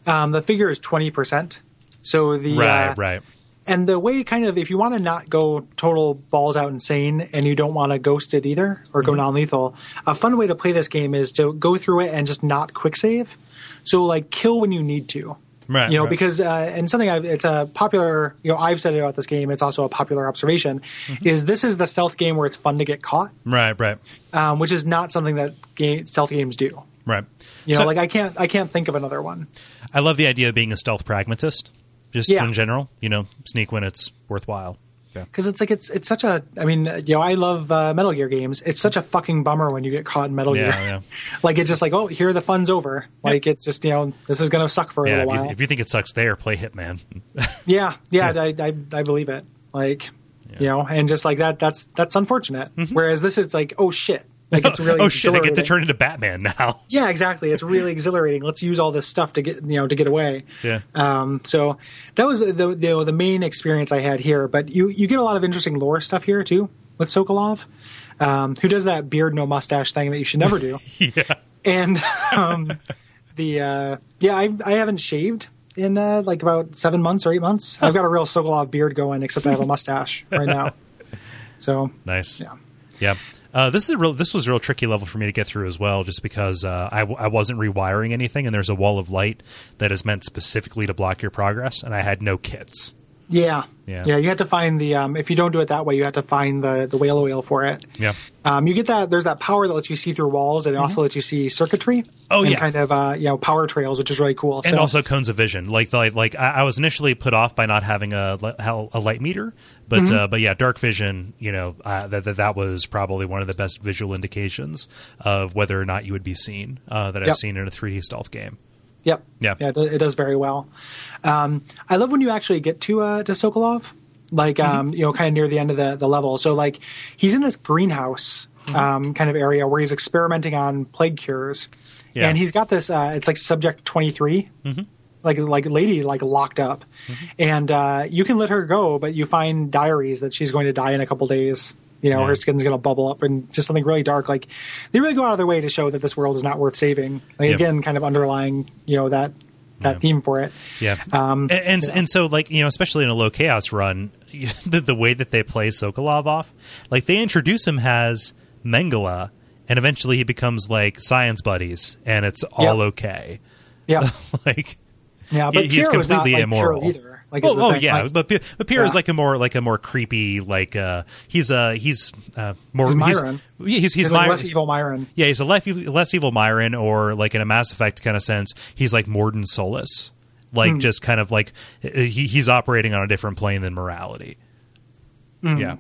Speaker 2: Um, the figure is twenty percent. So the
Speaker 1: Mm-hmm. Right,
Speaker 2: uh,
Speaker 1: right.
Speaker 2: And the way kind of if you want to not go total balls out insane and you don't want to ghost it either or
Speaker 1: Mm-hmm.
Speaker 2: go non lethal, a fun way to play this game is to go through it and just not quick save. So like kill when you need to.
Speaker 1: Right,
Speaker 2: You know,
Speaker 1: right.
Speaker 2: because uh, and something I've, it's a popular you know I've said it about this game. It's also a popular observation
Speaker 1: Mm-hmm.
Speaker 2: is this is the stealth game where it's fun to get caught,
Speaker 1: Right, right,
Speaker 2: um, which is not something that game, stealth games do.
Speaker 1: right.
Speaker 2: You know,
Speaker 1: So-
Speaker 2: like I can't I can't think of another one.
Speaker 1: I love the idea of being a stealth pragmatist, just
Speaker 2: Yeah.
Speaker 1: in general. You know, sneak when it's worthwhile. Yeah.
Speaker 2: because it's like it's it's such a I mean you know I love uh, Metal Gear games. It's such a fucking bummer when you get caught in Metal
Speaker 1: Yeah,
Speaker 2: Gear.
Speaker 1: yeah.
Speaker 2: like it's just like oh here the fun's over. Like it's just you know this is gonna suck for a
Speaker 1: Yeah,
Speaker 2: little
Speaker 1: if
Speaker 2: while.
Speaker 1: you, if you think it sucks there, play Hitman.
Speaker 2: yeah, yeah, I, I I believe it. Like you know and just like that that's that's unfortunate. Whereas this is like oh shit like it's really
Speaker 1: Mm-hmm. oh shit, I get to
Speaker 2: exhilarating.
Speaker 1: turn into Batman now.
Speaker 2: Yeah, exactly. It's really exhilarating. Let's use all this stuff to get you know to get away.
Speaker 1: Yeah.
Speaker 2: Um, so that was the, the the main experience I had here. But you you get a lot of interesting lore stuff here too with Sokolov, um, who does that beard no mustache thing that you should never do.
Speaker 1: yeah.
Speaker 2: and um, the uh, yeah, I I haven't shaved in uh, like about seven months or eight months. I've got a real Sokolov beard going, except I have a mustache right now. So
Speaker 1: Nice.
Speaker 2: Yeah.
Speaker 1: Yeah. Uh, this is a real. This was a real tricky level for me to get through as well, just because uh, I, w- I wasn't rewiring anything, and there's a wall of light that is meant specifically to block your progress, and I had no kits.
Speaker 2: yeah.
Speaker 1: Yeah.
Speaker 2: yeah, you have to find the um, if you don't do it that way, you have to find the the whale oil for it.
Speaker 1: Yeah. Mm-hmm.
Speaker 2: Um, you get that there's that power that lets you see through walls and it also lets you see circuitry.
Speaker 1: Oh,
Speaker 2: and
Speaker 1: yeah.
Speaker 2: kind of uh, you know power trails, which is really cool.
Speaker 1: and
Speaker 2: so,
Speaker 1: also cones of vision. Like like, like I, I was initially put off by not having a li- hell- a light meter, but
Speaker 2: Mm-hmm.
Speaker 1: uh, but yeah, dark vision. You know uh, that that- that was probably one of the best visual indications of whether or not you would be seen uh, that I've
Speaker 2: Yep.
Speaker 1: seen in a 3D stealth game.
Speaker 2: yep,
Speaker 1: Yeah.
Speaker 2: yeah, it, do- it does very well. Um, I love when you actually get to uh, to Sokolov, like
Speaker 1: Mm-hmm.
Speaker 2: um, you know, kind of near the end of the the level. So like he's in this greenhouse
Speaker 1: Mm-hmm.
Speaker 2: um, kind of area where he's experimenting on plague cures,
Speaker 1: Yeah. Mm-hmm.
Speaker 2: and he's got this. Uh, it's like Subject Twenty Like like lady like locked up, and uh, you can let her go, but you find diaries that she's going to die in a couple days. You know,
Speaker 1: Yeah.
Speaker 2: her skin's going to bubble up and just something really dark. Like they really go out of their way to show that this world is not worth saving. Like
Speaker 1: Yeah.
Speaker 2: again, kind of underlying you know that that theme for it.
Speaker 1: Yeah.
Speaker 2: Um,
Speaker 1: and and, and so like you know especially in a low chaos run, the, the way that they play Sokolov off, like they introduce him as Mengele, and eventually he becomes like science buddies, and it's all
Speaker 2: Yep.
Speaker 1: okay.
Speaker 2: Yeah,
Speaker 1: like
Speaker 2: yeah, but
Speaker 1: He- he's
Speaker 2: Pierre was not,
Speaker 1: completely
Speaker 2: like,
Speaker 1: immoral
Speaker 2: Pierre either. Like, is
Speaker 1: oh,
Speaker 2: the
Speaker 1: oh,
Speaker 2: thing,
Speaker 1: yeah,
Speaker 2: like-
Speaker 1: but P- but Pierre is
Speaker 2: Yeah.
Speaker 1: like a more like a more creepy like uh he's uh he's uh more
Speaker 2: He's
Speaker 1: he's
Speaker 2: Myron.
Speaker 1: yeah, he's, he's
Speaker 2: he's like
Speaker 1: Myron.
Speaker 2: less evil Myron.
Speaker 1: yeah he's a less evil, less evil Myron or like in a Mass Effect kind of sense he's like Morden Solus like
Speaker 2: Hmm.
Speaker 1: just kind of like uh, he he's operating on a different plane than morality
Speaker 2: Hmm.
Speaker 1: yeah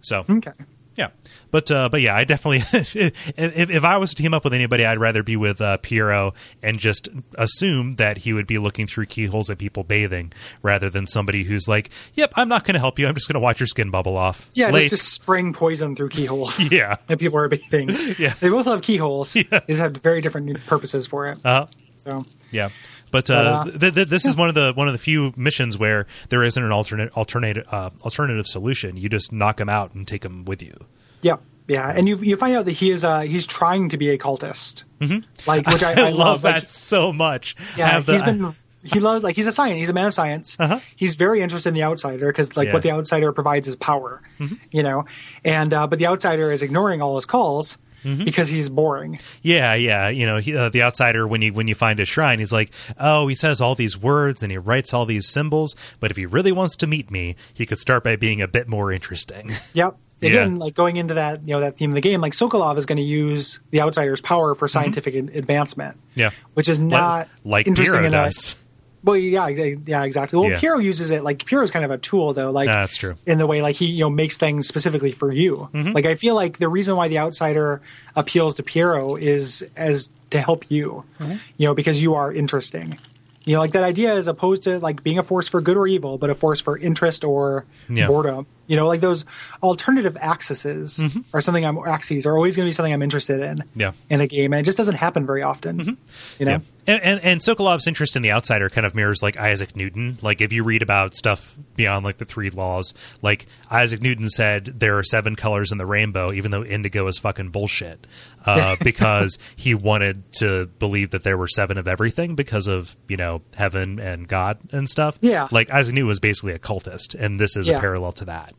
Speaker 1: so
Speaker 2: Okay.
Speaker 1: yeah but uh but yeah I definitely if, if I was to team up with anybody I'd rather be with uh Piero and just assume that he would be looking through keyholes at people bathing rather than somebody who's like yep I'm not going to help you I'm just going to watch your skin bubble off
Speaker 2: Yeah,
Speaker 1: Late.
Speaker 2: just to spring poison through keyholes.
Speaker 1: yeah
Speaker 2: that people are bathing.
Speaker 1: Yeah.
Speaker 2: They both have keyholes. They just have very different purposes for it.
Speaker 1: uh
Speaker 2: so
Speaker 1: Yeah. But uh,
Speaker 2: But, uh,
Speaker 1: th- th- this is one of the one of the few missions where there isn't an alternate alternate uh, alternative solution. You just knock him out and take him with you.
Speaker 2: yeah. Yeah, and you you find out that he is uh he's trying to be a cultist, mm-hmm. like which I, I,
Speaker 1: love, that
Speaker 2: Like,
Speaker 1: so much. I
Speaker 2: yeah,
Speaker 1: have the-
Speaker 2: he's been he loves like he's a science. He's a man of science.
Speaker 1: Uh-huh.
Speaker 2: He's very interested in the outsider because like
Speaker 1: Yeah. Mm-hmm.
Speaker 2: what the outsider provides is power, you know. And uh, but the outsider is ignoring all his calls
Speaker 1: Mm-hmm.
Speaker 2: because he's boring.
Speaker 1: yeah, yeah. You know, he, uh, the outsider when you when you find his shrine, he's like, oh, he says all these words and he writes all these symbols. But if he really wants to meet me, he could start by being a bit more interesting.
Speaker 2: Yep.
Speaker 1: Yeah.
Speaker 2: Again, like going into that, you know, that theme of the game, like Sokolov is going to use the outsider's power for scientific ad- advancement.
Speaker 1: Yeah.
Speaker 2: Which is not
Speaker 1: Mm-hmm. like
Speaker 2: interesting
Speaker 1: Piero
Speaker 2: enough.
Speaker 1: does.
Speaker 2: Well, yeah, ex- yeah, exactly. Well,
Speaker 1: Yeah.
Speaker 2: Piero uses it like Piero's kind of a tool though, like
Speaker 1: Yeah, that's true.
Speaker 2: in the way like he, you know, makes things specifically for you.
Speaker 1: Mm-hmm.
Speaker 2: Like I feel like the reason why the outsider appeals to Piero is as to help you.
Speaker 1: Mm-hmm.
Speaker 2: You know, because you are interesting. You know, like that idea as opposed to like being a force for good or evil, but a force for interest or
Speaker 1: Yeah.
Speaker 2: boredom You know, like those alternative axes are something I'm axes are always going to be something I'm interested in
Speaker 1: Mm-hmm. Yeah. Mm-hmm.
Speaker 2: in a game, and it just doesn't happen very often. You know,
Speaker 1: Yeah. And, and and Sokolov's interest in the outsider kind of mirrors like Isaac Newton. Like if you read about stuff beyond like the three laws, like Isaac Newton said there are seven colors in the rainbow, even though indigo is fucking bullshit, uh, because he wanted to believe that there were seven of everything because of you know heaven and God and stuff.
Speaker 2: Yeah.
Speaker 1: like Isaac Newton was basically a cultist, and this is a
Speaker 2: Yeah.
Speaker 1: parallel to that.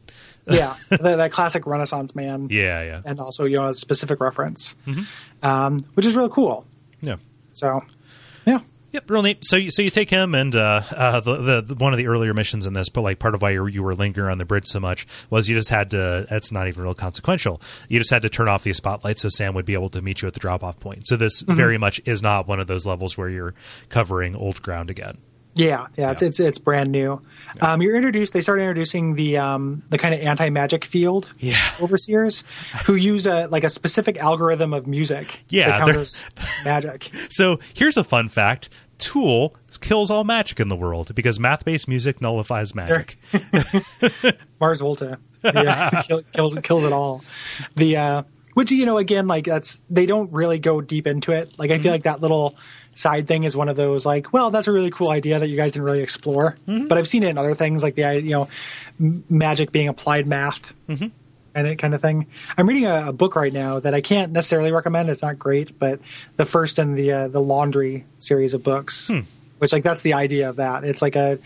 Speaker 2: yeah, that, that classic Renaissance man,
Speaker 1: Yeah, Mm-hmm. yeah,
Speaker 2: and also you know a specific reference, um, which is real cool.
Speaker 1: yeah.
Speaker 2: So, yeah,
Speaker 1: Yep, real neat. So you so you take him and uh, uh, the, the, the one of the earlier missions in this, but like part of why you, you were lingering on the bridge so much was you just had to. That's not even real consequential. You just had to turn off the spotlight so Sam would be able to meet you at the drop off point. So this very much is not one of those levels where you're covering old ground again.
Speaker 2: yeah, yeah. It's it's, it's brand new. Um, you're introduced. They start introducing the um, the kind of anti magic field
Speaker 1: Yeah.
Speaker 2: overseers who use a like a specific algorithm of music.
Speaker 1: Yeah,
Speaker 2: that
Speaker 1: they're-
Speaker 2: counters magic.
Speaker 1: So here's a fun fact: Tool kills all magic in the world because math based music nullifies magic.
Speaker 2: Mars Volta yeah, kill, kills kills it all. The uh, which you know again like that's they don't really go deep into it. Like I
Speaker 1: Mm-hmm.
Speaker 2: feel like that little side thing is one of those like well that's a really cool idea that you guys didn't really explore.
Speaker 1: Mm-hmm.
Speaker 2: But I've seen it in other things like the i- you know m- magic being applied math. And it kind of thing. I'm reading a, a book right now that I can't necessarily recommend. It's not great, but the first in the uh, the laundry series of books,
Speaker 1: Hmm.
Speaker 2: which like that's the idea of that. It's like a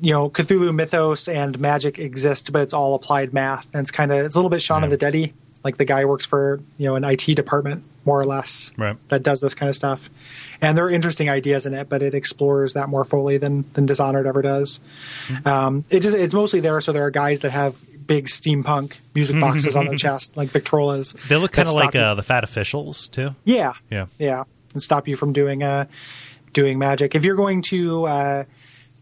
Speaker 2: you know Cthulhu mythos and magic exist, but it's all applied math, and it's kind of it's a little bit Shaun of
Speaker 1: Yeah.
Speaker 2: the Dead. Like the guy works for you know an IT department more or less
Speaker 1: Right.
Speaker 2: that does this kind of stuff, and there are interesting ideas in it, but it explores that more fully than than Dishonored ever does. Um, it just it's mostly there, so there are guys that have big steampunk music boxes on their chest, like Victrolas.
Speaker 1: They look
Speaker 2: that
Speaker 1: kind of
Speaker 2: stop
Speaker 1: like
Speaker 2: you-
Speaker 1: uh, the fat officials too.
Speaker 2: yeah,
Speaker 1: Yeah.
Speaker 2: yeah, and stop you from doing uh doing magic. If you're going to uh,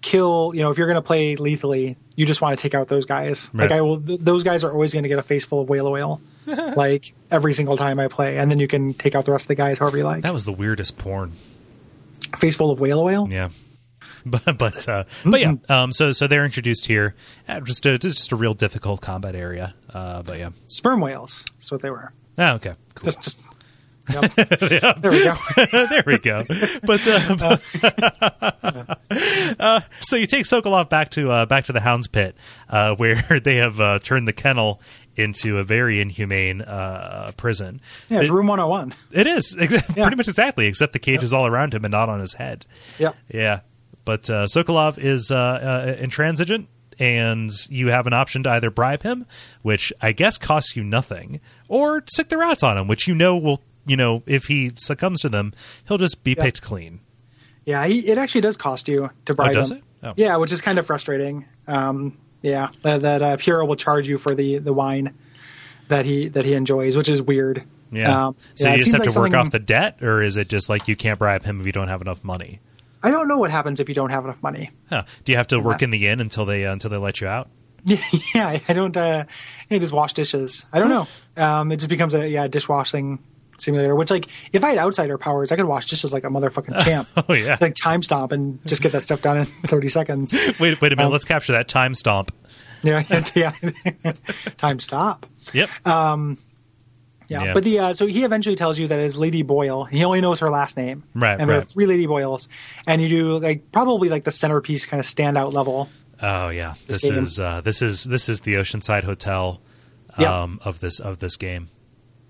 Speaker 2: kill, you know, if you're going to play lethally, you just want to take out those guys. Like
Speaker 1: Right.
Speaker 2: I will, th- those guys are always going to get a face full of whale oil, like every single time I play, and then you can take out the rest of the guys however you like.
Speaker 1: That was the weirdest porn.
Speaker 2: face full of whale oil.
Speaker 1: Yeah. But but uh, but yeah. Um, so so they're introduced here. Uh, just a just just a real difficult combat area. Uh, but yeah.
Speaker 2: Sperm whales. That's what they were.
Speaker 1: Ah, okay. Cool.
Speaker 2: Just, just. Yep. There we go.
Speaker 1: there we go. But, uh, uh, so you take Sokolov back to uh, back to the Hounds Pit, uh, where they have uh, turned the kennel into a very inhumane uh, prison.
Speaker 2: Yeah, it's
Speaker 1: It-
Speaker 2: room 101.
Speaker 1: it is ex-
Speaker 2: Yeah.
Speaker 1: pretty much exactly, except the cage is all around him and not on his head.
Speaker 2: Yep.
Speaker 1: Yeah, but uh, Sokolov is uh, uh, intransigent, and you have an option to either bribe him, which I guess costs you nothing, or stick the rats on him, which you know will you know if he succumbs to them, he'll just be picked clean.
Speaker 2: Yeah, he, it actually does cost you to bribe
Speaker 1: does
Speaker 2: him.
Speaker 1: it? Oh.
Speaker 2: Yeah, which is kind of frustrating. Um, yeah, that, that uh, Pura will charge you for the the wine that he that he enjoys, which is weird.
Speaker 1: Yeah,
Speaker 2: Um,
Speaker 1: so
Speaker 2: yeah, it
Speaker 1: you just
Speaker 2: seems
Speaker 1: have
Speaker 2: like
Speaker 1: to work
Speaker 2: something-
Speaker 1: off the debt, or is it just like you can't bribe him if you don't have enough money?
Speaker 2: I don't know what happens if you don't have enough money.
Speaker 1: Huh. Do you have to work
Speaker 2: Yeah.
Speaker 1: in the inn until they uh, until they let you out?
Speaker 2: yeah, I don't. Uh, I just wash dishes. I don't know. Um, it just becomes a yeah dishwashing simulator. Which like if I had outsider powers, I could wash dishes like a motherfucking champ.
Speaker 1: Oh yeah.
Speaker 2: Like time stomp and just get that stuff done in thirty seconds.
Speaker 1: wait wait a minute.
Speaker 2: Um,
Speaker 1: let's capture that time stomp.
Speaker 2: Yeah, yeah. time stop.
Speaker 1: Yep.
Speaker 2: Yeah.
Speaker 1: Yeah.
Speaker 2: But the uh, so he eventually tells you that is Lady Boyle. He only knows her last name.
Speaker 1: Right,
Speaker 2: And there are
Speaker 1: right.
Speaker 2: three Lady Boyles, and you do like probably like the centerpiece kind of standout level.
Speaker 1: Oh yeah, this
Speaker 2: game.
Speaker 1: is uh, this is this is the Oceanside Hotel
Speaker 2: Yeah.
Speaker 1: um, of this of this game.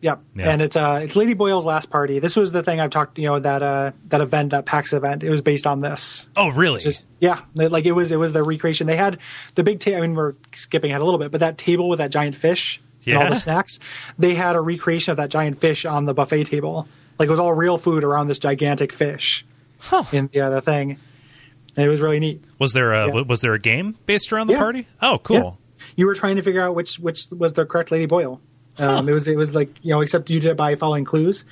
Speaker 2: Yep.
Speaker 1: Yeah.
Speaker 2: And it's uh it's Lady Boyle's last party. This was the thing I've talked you know that uh that event that PAX event. It was based on this.
Speaker 1: Oh really?
Speaker 2: Just yeah, like it was it was the recreation. They had the big table. I mean, we're skipping ahead a little bit, but that table with that giant fish and
Speaker 1: Yeah.
Speaker 2: all the snacks. They had a recreation of that giant fish on the buffet table. Like it was all real food around this gigantic fish
Speaker 1: Huh.
Speaker 2: in the other thing. And it was really neat.
Speaker 1: was there a
Speaker 2: Yeah.
Speaker 1: was there a game based around the
Speaker 2: Yeah.
Speaker 1: party? Oh cool.
Speaker 2: Yeah. You were trying to figure out which which was the correct Lady Boyle. Um, it was it was like you know, except you did it by following clues.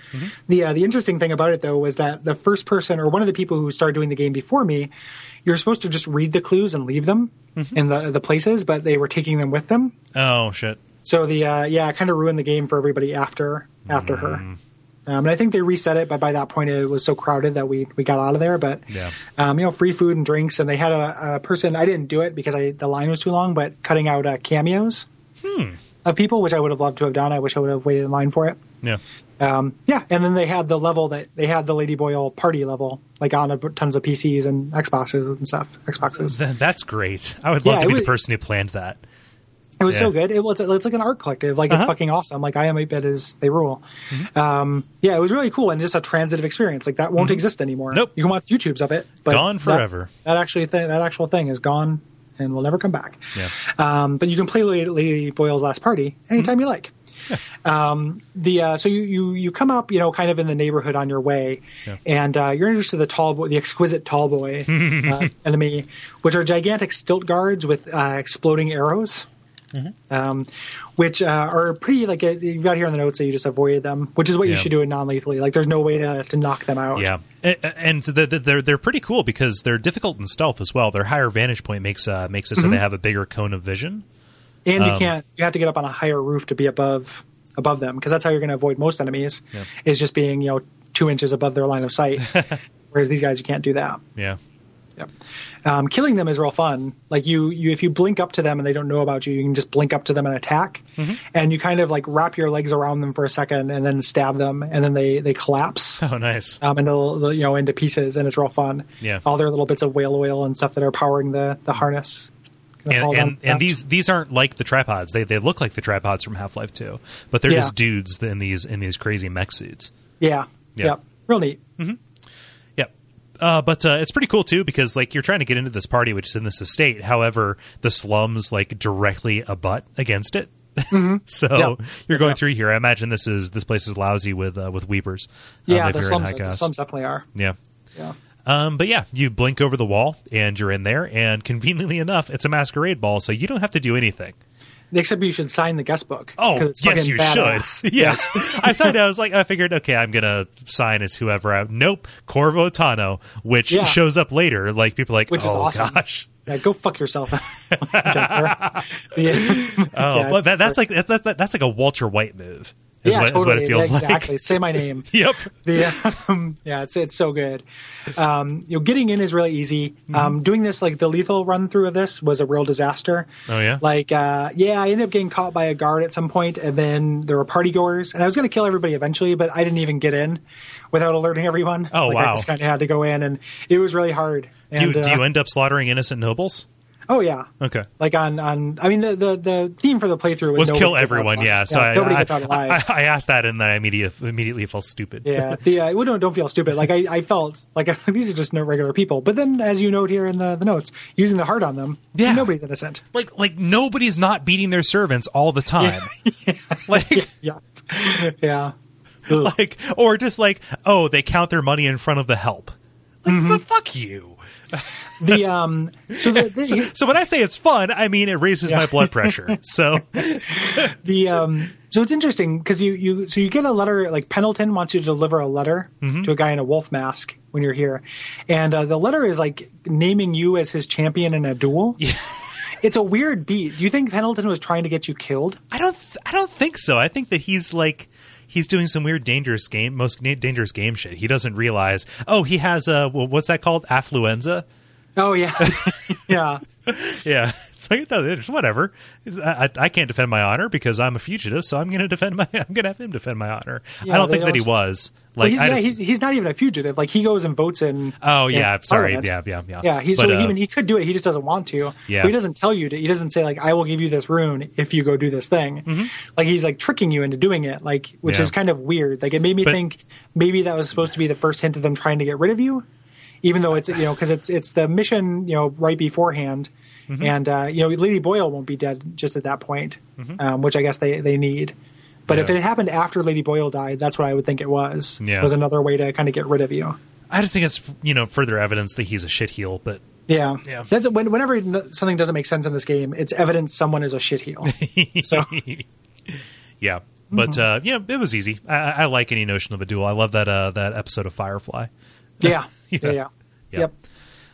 Speaker 2: The uh, the interesting thing about it though was that the first person or one of the people who started doing the game before me, you're supposed to just read the clues and leave them in the the places, but they were taking them with them.
Speaker 1: Oh shit.
Speaker 2: So the uh, yeah, kind of ruined the game for everybody after after her. Um, and I think they reset it, but by that point it was so crowded that we we got out of there. But
Speaker 1: Yeah.
Speaker 2: um, you know, free food and drinks, and they had a, a person. I didn't do it because I the line was too long, but cutting out uh, cameos of people, which I would have loved to have done. I wish I would have waited in line for it.
Speaker 1: Yeah.
Speaker 2: Um, yeah, and then they had the level that they had the Lady Boyle party level, like on a, tons of PCs and Xboxes and stuff. Xboxes.
Speaker 1: Th- that's great. I would love
Speaker 2: Yeah,
Speaker 1: to
Speaker 2: it
Speaker 1: be the
Speaker 2: was-
Speaker 1: person who planned that.
Speaker 2: It was so
Speaker 1: Yeah.
Speaker 2: good. It was it's like an art collective. Like
Speaker 1: Uh-huh.
Speaker 2: it's
Speaker 1: Mm-hmm.
Speaker 2: fucking awesome. Like I am a bit is they rule. Um, yeah, it was really cool and just a transitive experience. Like that won't exist anymore.
Speaker 1: Nope.
Speaker 2: You can watch YouTubes of it. But
Speaker 1: Gone
Speaker 2: that-
Speaker 1: forever.
Speaker 2: That, actually th- that actual thing is gone and will never come back.
Speaker 1: Yeah.
Speaker 2: Um, but you can play Lady, Lady Boyle's Last Party anytime
Speaker 1: Mm-hmm.
Speaker 2: you like. Um, the uh, so you, you you come up, you know, kind of in the neighborhood on your way,
Speaker 1: Yeah.
Speaker 2: and uh, you're introduced to the tall boy, the exquisite tall boy uh, enemy, which are gigantic stilt guards with uh, exploding arrows.
Speaker 1: Mm-hmm.
Speaker 2: Um, which uh, are pretty like uh, you've got here in the notes that you just avoided them, which is what
Speaker 1: Yeah.
Speaker 2: you should do in non-lethally. Like there's no way to, to knock them out.
Speaker 1: Yeah, A- a- and so the- the- they're they're pretty cool because they're difficult in stealth as well. Their higher vantage point makes uh, makes it
Speaker 2: Mm-hmm.
Speaker 1: so they have a bigger cone of vision.
Speaker 2: and
Speaker 1: Um,
Speaker 2: you can't you have to get up on a higher roof to be above above them because that's how you're going to avoid most enemies is just being you know two inches above their line of sight whereas these guys you can't do that
Speaker 1: Yeah,
Speaker 2: Yep. um, killing them is real fun like you you if you blink up to them and they don't know about you you can just blink up to them and attack
Speaker 1: Mm-hmm.
Speaker 2: and you kind of like wrap your legs around them for a second and then stab them and then they they collapse
Speaker 1: oh nice.
Speaker 2: um, and it'll they'll, you know into pieces and it's real fun
Speaker 1: Yeah.
Speaker 2: all their little bits of whale oil and stuff that are powering the the harness Gonna fall
Speaker 1: And
Speaker 2: down
Speaker 1: and, and these these aren't like the tripods. They they look like the tripods from Half Life Two, but they're
Speaker 2: Yeah.
Speaker 1: just dudes in these in these crazy mech suits.
Speaker 2: yeah
Speaker 1: Yeah.
Speaker 2: yeah real neat
Speaker 1: Yeah. Uh, but uh, it's pretty cool too because like you're trying to get into this party which is in this estate. However, the slums like directly abut against it. so
Speaker 2: Mm-hmm. Yeah.
Speaker 1: you're going through here. I imagine this is this place is lousy with uh, with weepers. um,
Speaker 2: Yeah,
Speaker 1: if
Speaker 2: the
Speaker 1: you're in
Speaker 2: slums,
Speaker 1: high
Speaker 2: the
Speaker 1: caste.
Speaker 2: slums definitely are.
Speaker 1: Yeah.
Speaker 2: Yeah.
Speaker 1: Um, but yeah, you blink over the wall and you're in there. And conveniently enough, it's a masquerade ball, so you don't have to do anything.
Speaker 2: Except you should sign the guest book.
Speaker 1: Oh,
Speaker 2: 'cause it's
Speaker 1: yes,
Speaker 2: fucking
Speaker 1: you
Speaker 2: badass.
Speaker 1: should. Yes, I signed. I was like, I figured, okay, I'm gonna sign as whoever. I, nope, Corvo Tano, which
Speaker 2: Yeah.
Speaker 1: shows up later. Like people are like,
Speaker 2: Which
Speaker 1: oh
Speaker 2: is awesome.
Speaker 1: gosh.
Speaker 2: Yeah, go fuck yourself. yeah.
Speaker 1: Oh,
Speaker 2: Yeah,
Speaker 1: but
Speaker 2: it's-
Speaker 1: that, that's like that's, that's that's like a Walter White move. Is,
Speaker 2: yeah,
Speaker 1: what, is
Speaker 2: totally.
Speaker 1: what it feels
Speaker 2: yeah, exactly.
Speaker 1: like.
Speaker 2: Say my name.
Speaker 1: Yep.
Speaker 2: The, um, yeah, it's it's so good. Um, you know, getting in is really easy.
Speaker 1: Mm-hmm.
Speaker 2: Um, doing this like the lethal run through of this was a real disaster.
Speaker 1: Oh, yeah?
Speaker 2: Like uh, yeah, I ended up getting caught by a guard at some point, and then there were party goers, and I was going to kill everybody eventually, but I didn't even get in without alerting everyone.
Speaker 1: Oh,
Speaker 2: like,
Speaker 1: wow.
Speaker 2: I just kind of had to go in, and it was really hard.
Speaker 1: Do, you
Speaker 2: And,
Speaker 1: do
Speaker 2: uh,
Speaker 1: you end up slaughtering innocent nobles?
Speaker 2: Oh yeah.
Speaker 1: Okay.
Speaker 2: Like on on I mean the the, the theme for the playthrough
Speaker 1: Was
Speaker 2: was nobody
Speaker 1: kill
Speaker 2: gets out
Speaker 1: everyone?
Speaker 2: alive.
Speaker 1: Yeah. So I,
Speaker 2: nobody
Speaker 1: I,
Speaker 2: gets out alive.
Speaker 1: I, I asked that, and then I immediately immediately felt stupid.
Speaker 2: yeah. The uh, well, don't don't feel stupid. Like I, I felt like these are just no regular people. But then as you note here in the, the notes, using the heart on them,
Speaker 1: Yeah.
Speaker 2: nobody's innocent.
Speaker 1: like like nobody's not beating their servants all the time like
Speaker 2: Yeah. yeah. Ugh.
Speaker 1: like or just like oh they count their money in front of the help like
Speaker 2: Mm-hmm.
Speaker 1: the fuck you
Speaker 2: the um so the, the,
Speaker 1: so when i say it's fun i mean it raises my blood pressure so
Speaker 2: the um so it's interesting because you you so you get a letter like Pendleton wants you to deliver a letter to a guy in a wolf mask when you're here, and uh, the letter is like naming you as his champion in a duel. Yeah. It's a weird beat. Do you think Pendleton was trying to get you killed?
Speaker 1: i don't th- i don't think so i think that he's like he's doing some weird dangerous game most na- dangerous game shit he doesn't realize oh he has a well, what's that called affluenza
Speaker 2: Oh yeah, yeah,
Speaker 1: yeah it's like no, it's whatever It's- I, I- I can't defend my honor because i'm a fugitive so i'm gonna defend my i'm gonna have him defend my honor
Speaker 2: Yeah,
Speaker 1: i don't
Speaker 2: they
Speaker 1: think that he
Speaker 2: don't-
Speaker 1: was
Speaker 2: But
Speaker 1: like
Speaker 2: he's,
Speaker 1: I
Speaker 2: yeah,
Speaker 1: just-
Speaker 2: he's he's not even a fugitive. Like he goes and votes in.
Speaker 1: oh yeah
Speaker 2: in
Speaker 1: i'm sorry
Speaker 2: Parliament.
Speaker 1: yeah yeah yeah
Speaker 2: Yeah, he's
Speaker 1: But,
Speaker 2: so
Speaker 1: uh,
Speaker 2: even he could do it. He just doesn't want to.
Speaker 1: Yeah.
Speaker 2: But he doesn't tell you. To, he doesn't say like, "I will give you this rune if you go do this thing." Like he's like tricking you into doing it. Like, which
Speaker 1: Mm-hmm. Yeah.
Speaker 2: is kind of weird. Like it made me
Speaker 1: But-
Speaker 2: think maybe that was supposed to be the first hint of them trying to get rid of you, even though it's you know because it's it's the mission you know right beforehand,
Speaker 1: Mm-hmm.
Speaker 2: and uh, you know Lady Boyle won't be dead just at that point, um, which I guess they they need. But if
Speaker 1: Mm-hmm. Yeah.
Speaker 2: it happened after Lady Boyle died, that's what I would think it was.
Speaker 1: Yeah.
Speaker 2: Was another way to kind of get rid of you.
Speaker 1: i just think it's you know further evidence that he's a shit heel but
Speaker 2: Yeah,
Speaker 1: Yeah.
Speaker 2: That's when, whenever n- something doesn't make sense in this game, it's evident someone is a shitheel. so
Speaker 1: yeah but uh you know it was easy I, I I like any notion of a duel i love that uh that episode of firefly
Speaker 2: yeah,
Speaker 1: Yeah.
Speaker 2: yeah, yeah,
Speaker 1: Yeah.
Speaker 2: yep.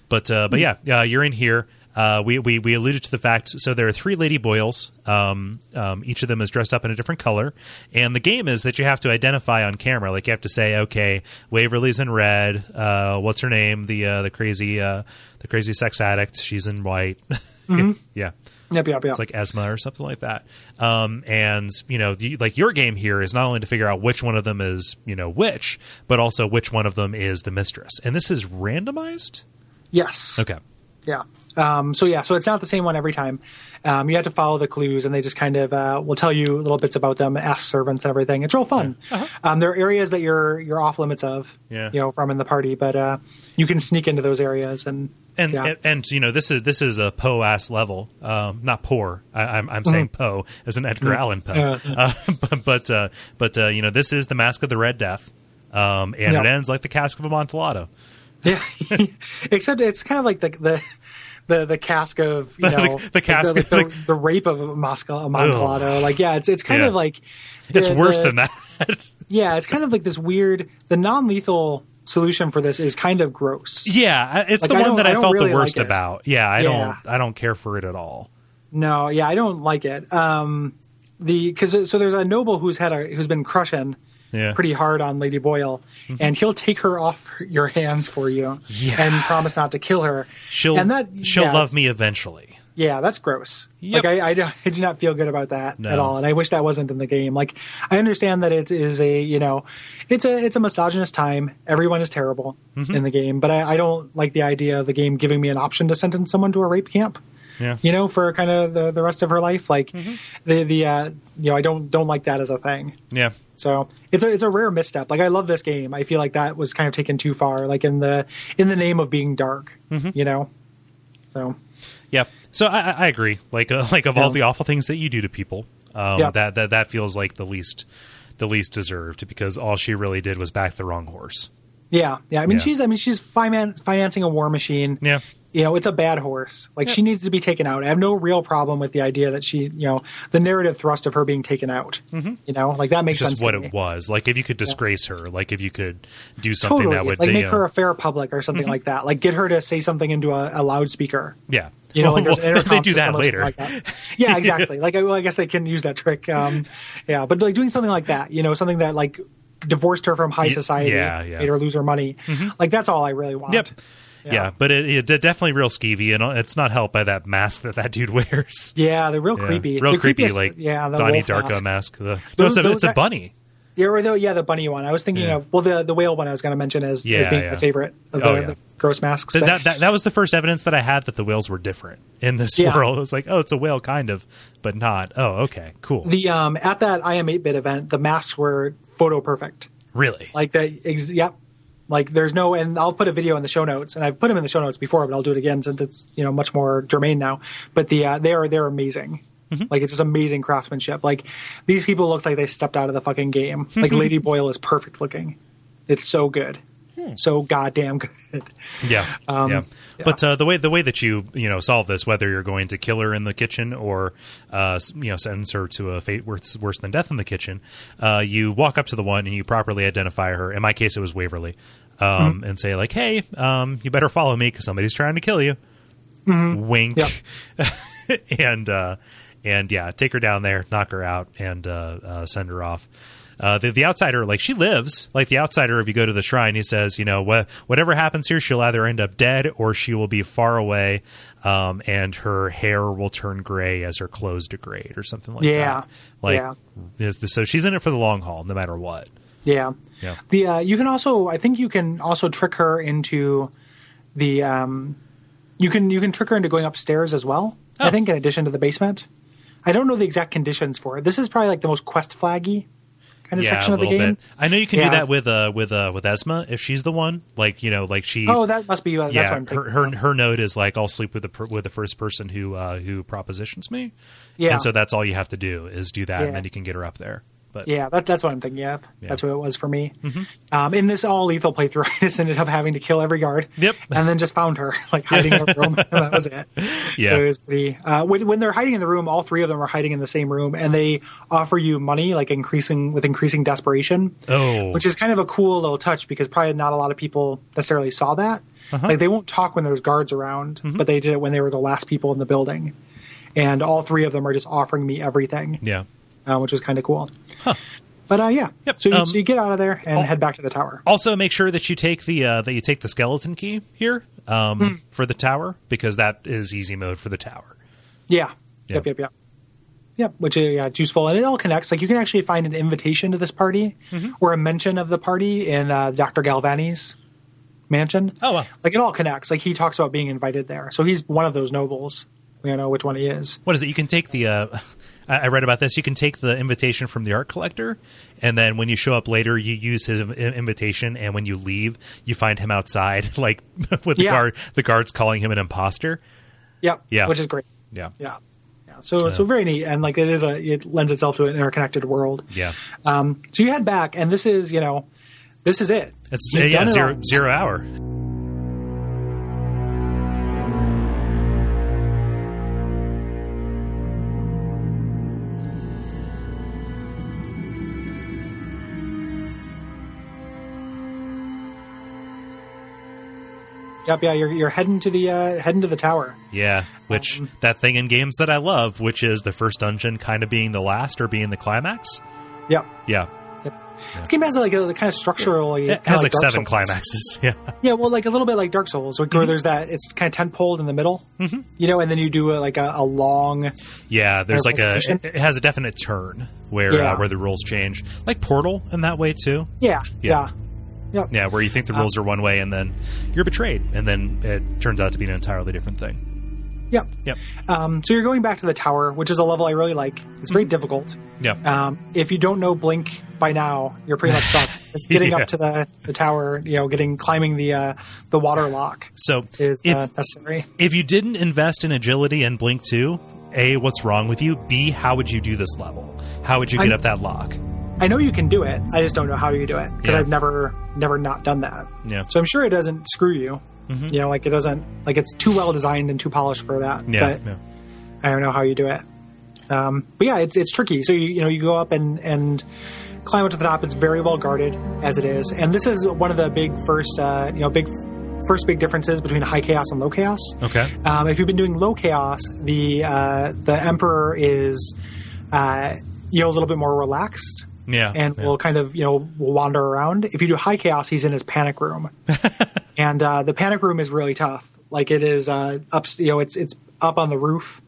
Speaker 1: But uh, but yeah, uh, you're in here. Uh, we, we, we alluded to the fact, so there are three Lady Boyles. Um, um, each of them is dressed up in a different color. And the game is that you have to identify on camera. Like, you have to say, okay, Waverly's in red. Uh, what's her name? The uh, the crazy uh, the crazy sex addict. She's in white. yeah.
Speaker 2: Yep, yep, yep.
Speaker 1: It's like Esma or something like that. Um, and you know, the, like your game here is not only to figure out which one of them is you know which, but also which one of them is the mistress. And this is randomized.
Speaker 2: yes.
Speaker 1: Okay.
Speaker 2: Yeah. Um, so yeah, so it's not the same one every time. Um, you have to follow the clues, and they just kind of uh, will tell you little bits about them, ask servants and everything. It's real fun. Um, there are areas that you're you're off limits of,
Speaker 1: Uh-huh. Yeah.
Speaker 2: you know, from in the party, but uh, you can sneak into those areas and
Speaker 1: And,
Speaker 2: yeah.
Speaker 1: and and you know this is this is a Poe ass level, um, not poor. I, I'm I'm saying Poe as an Edgar Allan Poe,
Speaker 2: Mm-hmm. Mm. Yeah.
Speaker 1: uh, but but uh, but uh, you know this is the Mask of the Red Death, um, and
Speaker 2: Yeah.
Speaker 1: it ends like the Cask of Amontillado.
Speaker 2: Yeah. Except it's kind of like the the the, the cask of you
Speaker 1: The-
Speaker 2: know
Speaker 1: the cask
Speaker 2: like the,
Speaker 1: of-
Speaker 2: the, the rape of Moscow Amontillado. Like yeah, it's it's kind
Speaker 1: Yeah.
Speaker 2: of like
Speaker 1: It's
Speaker 2: the-
Speaker 1: worse
Speaker 2: the-
Speaker 1: than that.
Speaker 2: Yeah, it's kind of like this weird. The non lethal solution for this is kind of gross.
Speaker 1: yeah, I- it's
Speaker 2: Like,
Speaker 1: the
Speaker 2: I
Speaker 1: one
Speaker 2: don't-
Speaker 1: that
Speaker 2: I
Speaker 1: I,
Speaker 2: don't
Speaker 1: felt
Speaker 2: really
Speaker 1: the worst
Speaker 2: like it.
Speaker 1: about. Yeah, I
Speaker 2: Yeah.
Speaker 1: don't I don't care for it at all.
Speaker 2: No, yeah, I don't like it. Um, the because so there's a noble who's had a who's been crushing
Speaker 1: Yeah. Mm-hmm.
Speaker 2: pretty hard on Lady Boyle, and he'll take her off your hands for you
Speaker 1: Yeah.
Speaker 2: and promise not to kill her.
Speaker 1: She'll
Speaker 2: and that
Speaker 1: she'll
Speaker 2: yeah,
Speaker 1: love me eventually.
Speaker 2: Yeah, that's gross.
Speaker 1: Yep.
Speaker 2: Like I, I, do- I do not feel good about that
Speaker 1: No.
Speaker 2: at all, and I wish that wasn't in the game. Like I understand that it is a you know, it's a it's a misogynist time. Everyone is terrible
Speaker 1: Mm-hmm.
Speaker 2: in the game, but I, I don't like the idea of the game giving me an option to sentence someone to a rape camp.
Speaker 1: Yeah.
Speaker 2: You know, for kind of the, the rest of her life, like
Speaker 1: Mm-hmm.
Speaker 2: the the uh, you know I don't don't like that as a thing.
Speaker 1: Yeah.
Speaker 2: So it's a it's a rare misstep. Like I love this game. I feel like that was kind of taken too far. Like in the in the name of being dark,
Speaker 1: Mm-hmm.
Speaker 2: you know. So
Speaker 1: Yeah. So I, I I agree. Like uh, like of all
Speaker 2: Yeah.
Speaker 1: the awful things that you do to people, um,
Speaker 2: Yeah.
Speaker 1: that, that that feels like the least the least deserved because all she really did was back the wrong horse.
Speaker 2: Yeah, yeah. I mean,
Speaker 1: Yeah.
Speaker 2: she's I mean she's finan- financing a war machine.
Speaker 1: Yeah.
Speaker 2: You know, it's a bad horse. Like she needs to be taken out. I have no real problem with the idea that she, you know, the narrative thrust of her being taken out. You know, like that makes sense.
Speaker 1: Just Mm-hmm. what
Speaker 2: to me.
Speaker 1: it was. Like if you could disgrace her, like if you could do something
Speaker 2: totally.
Speaker 1: that would Mm-hmm.
Speaker 2: like
Speaker 1: you
Speaker 2: make
Speaker 1: know-
Speaker 2: her a fair public or something like that. Like get her to say something into a, a loudspeaker.
Speaker 1: yeah.
Speaker 2: You know, like there's an
Speaker 1: Well,
Speaker 2: intercom
Speaker 1: they do that
Speaker 2: system or something
Speaker 1: later.
Speaker 2: Like that. Yeah, exactly. Like I, well, I guess they can use that trick. Um, yeah, but like doing something like that, you know, something that like divorced her from high society,
Speaker 1: yeah, yeah. Mm-hmm.
Speaker 2: made her lose her money. Like that's all I really want.
Speaker 1: Yep. Yeah,
Speaker 2: Yeah.
Speaker 1: but it, it de- definitely real skeevy, and it's not helped by that mask that that dude wears.
Speaker 2: Yeah, they're real
Speaker 1: Yeah.
Speaker 2: creepy.
Speaker 1: real
Speaker 2: The
Speaker 1: creepy,
Speaker 2: creepiest-
Speaker 1: like
Speaker 2: yeah, the
Speaker 1: Donnie
Speaker 2: wolf
Speaker 1: Darko mask.
Speaker 2: mask.
Speaker 1: The- no, it's
Speaker 2: Those-
Speaker 1: a,
Speaker 2: those
Speaker 1: it's a
Speaker 2: act-
Speaker 1: bunny.
Speaker 2: Yeah, or the, yeah, the bunny one. I was thinking
Speaker 1: Yeah.
Speaker 2: of well, the the whale one. I was going to mention as,
Speaker 1: Yeah,
Speaker 2: as being
Speaker 1: yeah.
Speaker 2: my favorite of the,
Speaker 1: Oh, yeah.
Speaker 2: the gross masks.
Speaker 1: Th-
Speaker 2: but-
Speaker 1: that, that that was the first evidence that I had that the whales were different in this
Speaker 2: Yeah.
Speaker 1: world. It was like, oh, it's a whale, kind of, but not. Oh, okay, cool.
Speaker 2: the um at that I am eight bit event, the masks were photo perfect.
Speaker 1: really?
Speaker 2: Like that. Ex- yep. Like there's no, and I'll put a video in the show notes, and I've put them in the show notes before, but I'll do it again since it's you know much more germane now. But the uh, they are they're amazing. Like it's just amazing craftsmanship. Like these people look like they stepped out of the fucking game. Like Lady Boyle is perfect looking. It's so good, so goddamn good.
Speaker 1: yeah,
Speaker 2: um,
Speaker 1: yeah. But uh, the way the way that you you know solve this, whether you're going to kill her in the kitchen or uh, s- you know sentence her to a fate worse worse than death in the kitchen, uh, you walk up to the one and you properly identify her. In my case, it was Waverly, um, and say like, hey, um, you better follow me because somebody's trying to kill you. Wink.
Speaker 2: Yep.
Speaker 1: and uh, and yeah, take her down there, knock her out, and uh, uh, send her off. Uh, the, the outsider, like she lives, like the outsider. If you go to the shrine, he says, you know, wha whatever happens here, she'll either end up dead or she will be far away, um, and her hair will turn gray as her clothes degrade or something like
Speaker 2: Yeah.
Speaker 1: that. Like,
Speaker 2: Yeah.
Speaker 1: is the- so she's in it for the long haul, no matter what.
Speaker 2: Yeah.
Speaker 1: Yeah.
Speaker 2: The uh, you can also I think you can also trick her into the um, you can you can trick her into going upstairs as well.
Speaker 1: Oh.
Speaker 2: I think in addition to the basement. I don't know the exact conditions for it. This is probably like the most quest flaggy kind of
Speaker 1: yeah,
Speaker 2: section
Speaker 1: a
Speaker 2: of the
Speaker 1: little
Speaker 2: game.
Speaker 1: bit. I know you can do
Speaker 2: Yeah.
Speaker 1: that with uh with uh with Esma if she's the one. Like you know, like she.
Speaker 2: Oh, that must be uh, that's what
Speaker 1: yeah,
Speaker 2: I'm thinking.
Speaker 1: her, her her note is like I'll sleep with the per- with the first person who uh, who propositions me.
Speaker 2: Yeah.
Speaker 1: and so that's all you have to do is do that,
Speaker 2: Yeah.
Speaker 1: and then you can get her up there. But
Speaker 2: Yeah, that, that's what I'm thinking of.
Speaker 1: Yeah. Mm-hmm.
Speaker 2: That's what it was for me. Um, in this all lethal playthrough, I just ended up having to kill every guard.
Speaker 1: Yep.
Speaker 2: And then just found her, like hiding in the room. and that was it.
Speaker 1: Yeah.
Speaker 2: So it was pretty. Uh, when, when they're hiding in the room, all three of them are hiding in the same room, and they offer you money, like increasing with increasing desperation.
Speaker 1: Oh.
Speaker 2: Which is kind of a cool little touch because probably not a lot of people necessarily saw that.
Speaker 1: Uh-huh.
Speaker 2: Like they won't talk when there's guards around,
Speaker 1: Mm-hmm.
Speaker 2: but they did it when they were the last people in the building. And all three of them are just offering me everything
Speaker 1: yeah.
Speaker 2: uh, which was kind of cool. But uh, yeah,
Speaker 1: Yep,
Speaker 2: so, you,
Speaker 1: um,
Speaker 2: so you get out of there and
Speaker 1: oh.
Speaker 2: head back to the tower.
Speaker 1: Also, make sure that you take the uh, that you take the skeleton key here um,
Speaker 2: Hmm.
Speaker 1: for the tower because that is easy mode for the tower.
Speaker 2: Yeah.
Speaker 1: Yeah.
Speaker 2: Yep. Yep. Yep. Yep. Which is yeah, it's useful, and it all connects. Like you can actually find an invitation to this party
Speaker 1: Mm-hmm.
Speaker 2: or a mention of the party in uh, Doctor Galvani's mansion.
Speaker 1: Oh, wow.
Speaker 2: Like it all connects. Like he talks about being invited there, so he's one of those nobles. We don't know which one he is.
Speaker 1: What is it? You can take the. Uh, I I read about this. You can take the invitation from the art collector, and then when you show up later, you use his in- invitation. And when you leave, you find him outside, like with the
Speaker 2: Yeah.
Speaker 1: guard. The guards calling him an imposter.
Speaker 2: Yep.
Speaker 1: Yeah.
Speaker 2: Which is great.
Speaker 1: Yeah,
Speaker 2: Yeah. Yeah. So so very neat, and like it is a it lends itself to an interconnected world.
Speaker 1: yeah.
Speaker 2: Um, so you head back, and this is you know, this is it.
Speaker 1: It's
Speaker 2: You've
Speaker 1: yeah
Speaker 2: done it
Speaker 1: zero
Speaker 2: all.
Speaker 1: zero hour.
Speaker 2: Yep, yeah, you're you're heading to the uh, heading to the tower.
Speaker 1: Yeah, which
Speaker 2: Um,
Speaker 1: that thing in games that I love, which is the first dungeon kind of being the last or being the climax.
Speaker 2: Yep.
Speaker 1: Yeah,
Speaker 2: This game has like a the kind of structural.
Speaker 1: it
Speaker 2: kind
Speaker 1: has
Speaker 2: of
Speaker 1: like,
Speaker 2: Dark
Speaker 1: seven Mm-hmm.
Speaker 2: Souls.
Speaker 1: climaxes. Yeah,
Speaker 2: Yeah, well, like a little bit like Dark Souls, like, where there's that it's kind of tent poled in the middle, mm-hmm. you know, and then you do a, like a, a long.
Speaker 1: yeah. There's like a
Speaker 2: Resolution.
Speaker 1: it it has a definite turn where
Speaker 2: Yeah.
Speaker 1: uh, where the rules change, like Portal in that way too.
Speaker 2: Yeah,
Speaker 1: Yeah.
Speaker 2: yeah,
Speaker 1: Yeah, where you think the
Speaker 2: Uh,
Speaker 1: rules are one way and then you're betrayed, and then it turns out to be an entirely different thing.
Speaker 2: yep.
Speaker 1: Yep.
Speaker 2: Um, so you're going back to the tower, which is a level I really like. It's very difficult.
Speaker 1: Mm-hmm. Yeah.
Speaker 2: Um, if you don't know Blink by now, you're pretty much stuck. It's getting
Speaker 1: Yeah.
Speaker 2: up to the, the tower, you know, getting climbing the uh, the water lock
Speaker 1: So
Speaker 2: is
Speaker 1: if
Speaker 2: uh, necessary.
Speaker 1: if you didn't invest in agility and blink two, a what's wrong with you? B how would you do this level? How would you get
Speaker 2: I'm-
Speaker 1: up that lock?
Speaker 2: I know you can do it. I just don't know how you do it because
Speaker 1: Yeah.
Speaker 2: I've never never not done that.
Speaker 1: Yeah.
Speaker 2: So I'm sure it doesn't screw you.
Speaker 1: Mhm.
Speaker 2: You know, like it doesn't like it's too well designed and too polished for that.
Speaker 1: Yeah.
Speaker 2: But
Speaker 1: yeah.
Speaker 2: I don't know how you do it. Um, but yeah, it's it's tricky. So you you know you go up and and climb up to the top. It's very well guarded as it is, and this is one of the big first uh, you know big first big differences between high chaos and low chaos.
Speaker 1: Okay.
Speaker 2: Um, if you've been doing low chaos, the uh, the emperor is uh, you know a little bit more relaxed
Speaker 1: Yeah.
Speaker 2: and
Speaker 1: yeah.
Speaker 2: will kind of you know will wander around. If you do high chaos, he's in his panic room, and uh, the panic room is really tough. Like it is uh, up, you know, it's it's up on the roof,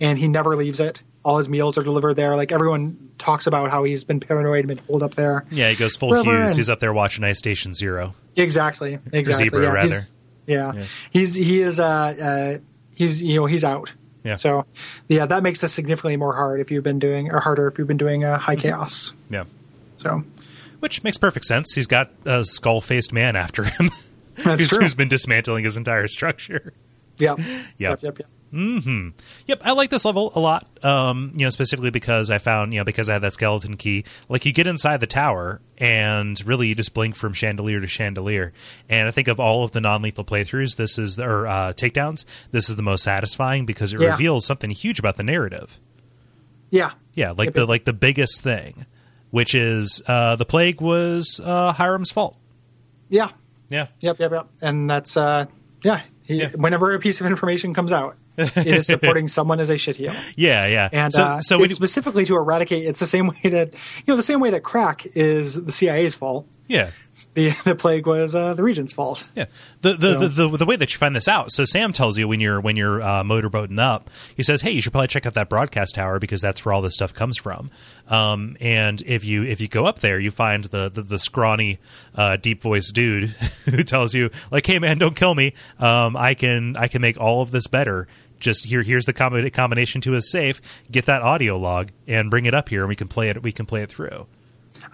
Speaker 2: and he never leaves it. All his meals are delivered there. Like everyone talks about how he's been paranoid and been holed up there.
Speaker 1: Yeah, he goes full
Speaker 2: Rubber
Speaker 1: Hughes.
Speaker 2: and-
Speaker 1: He's up there watching Ice Station Zero.
Speaker 2: Exactly, exactly.
Speaker 1: zebra,
Speaker 2: yeah.
Speaker 1: rather.
Speaker 2: He's- yeah.
Speaker 1: Yeah.
Speaker 2: he's he is uh, uh, he's you know he's out.
Speaker 1: Yeah.
Speaker 2: So, yeah, that makes this significantly more hard if you've been doing or harder if you've been doing uh,
Speaker 1: Mm-hmm.
Speaker 2: high chaos.
Speaker 1: Yeah.
Speaker 2: So
Speaker 1: Which makes perfect sense. He's got a skull faced man after him.
Speaker 2: That's
Speaker 1: who's,
Speaker 2: true.
Speaker 1: who's been dismantling his entire structure.
Speaker 2: yeah,
Speaker 1: Yeah.
Speaker 2: yep, yep, yep.
Speaker 1: Yep, I like this level a lot. Um, you know, specifically because I found, you know, because I had that skeleton key. Like you get inside the tower and really you just blink from chandelier to chandelier. And I think of all of the non-lethal playthroughs, this is or uh, takedowns, this is the most satisfying because it
Speaker 2: Yeah.
Speaker 1: reveals something huge about the narrative.
Speaker 2: yeah,
Speaker 1: Yeah, like
Speaker 2: Yep,
Speaker 1: the
Speaker 2: yep.
Speaker 1: like the biggest thing, which is uh, the plague was uh, Hiram's fault.
Speaker 2: yeah.
Speaker 1: Yeah.
Speaker 2: Yep, yep, yep. And that's uh, yeah. He,
Speaker 1: Yeah.
Speaker 2: Whenever a piece of information comes out, it is supporting someone as a shit heel.
Speaker 1: Yeah, yeah.
Speaker 2: And
Speaker 1: so
Speaker 2: uh,
Speaker 1: so
Speaker 2: it's
Speaker 1: when,
Speaker 2: specifically to eradicate. It's the same way that you know the same way that crack is the CIA's fault.
Speaker 1: yeah.
Speaker 2: The the plague was uh, the region's fault.
Speaker 1: Yeah, the the,
Speaker 2: So-
Speaker 1: the the the way that you find this out. So Sam tells you when you're when you're uh, motorboating up, he says, "Hey, you should probably check out that broadcast tower because that's where all this stuff comes from." Um, and if you if you go up there, you find the the, the scrawny, uh, deep voiced dude who tells you, "Like, hey man, don't kill me. Um, I can I can make all of this better." Just here. Here's the combi- combination to his safe. Get that audio log and bring it up here, and we can play it. We can play it through.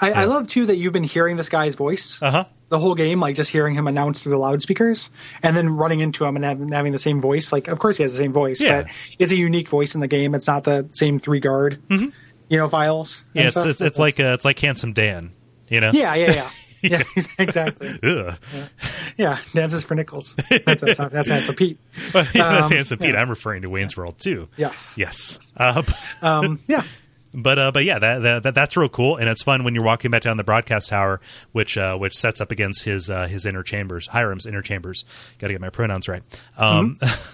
Speaker 2: I, I love too that you've been hearing this guy's voice
Speaker 1: Uh huh.
Speaker 2: the whole game, like just hearing him announce through the loudspeakers, and then running into him and having, having the same voice. Like, of course he has the same voice,
Speaker 1: Yeah.
Speaker 2: but it's a unique voice in the game. It's not the same three guard. you know, vials.
Speaker 1: Mm-hmm.
Speaker 2: and
Speaker 1: Yeah, it's
Speaker 2: stuff.
Speaker 1: it's, it's like uh, it's like Handsome Dan, you know.
Speaker 2: yeah, yeah, yeah. Yeah, exactly.
Speaker 1: Ugh.
Speaker 2: Yeah, dances for nickels. That's, that's, not, that's Handsome Pete.
Speaker 1: Well, yeah, that's
Speaker 2: Um,
Speaker 1: Handsome Pete.
Speaker 2: yeah.
Speaker 1: I'm referring to Wayne's World too.
Speaker 2: Yes.
Speaker 1: Yes. Uh,
Speaker 2: Um, yeah.
Speaker 1: But uh, but yeah, that, that, that that's real cool, and it's fun when you're walking back down the broadcast tower, which uh, which sets up against his uh, his inner chambers, Hiram's inner chambers. Got to get my pronouns right. Um,
Speaker 2: Mm-hmm.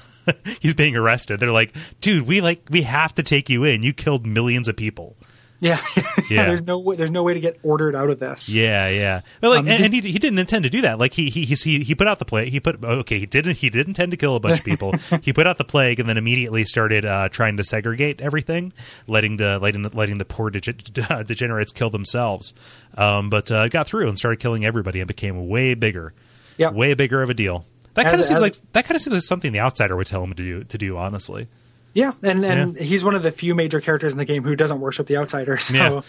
Speaker 1: he's being arrested. They're like, dude, we like we have to take you in. You killed millions of people.
Speaker 2: Yeah.
Speaker 1: Yeah.
Speaker 2: There's no way, there's no way to get ordered out of this.
Speaker 1: Yeah, yeah. Well, like,
Speaker 2: Um,
Speaker 1: and,
Speaker 2: did-
Speaker 1: and he, he didn't intend to do that. Like he he he's- he he put out the plague. He put okay. He didn't he did intend to kill a bunch of people. he put out the plague and then immediately started uh, trying to segregate everything, letting the letting the, letting the poor dege- uh, degenerates kill themselves. Um, but uh, got through and started killing everybody and became way bigger.
Speaker 2: Yep.
Speaker 1: way bigger of a deal. That
Speaker 2: As-
Speaker 1: kind of seems
Speaker 2: as-
Speaker 1: like that kind of seems like something the outsider would tell him to do. To do honestly,
Speaker 2: Yeah, and and he's one of the few major characters in the game who doesn't worship the outsider. So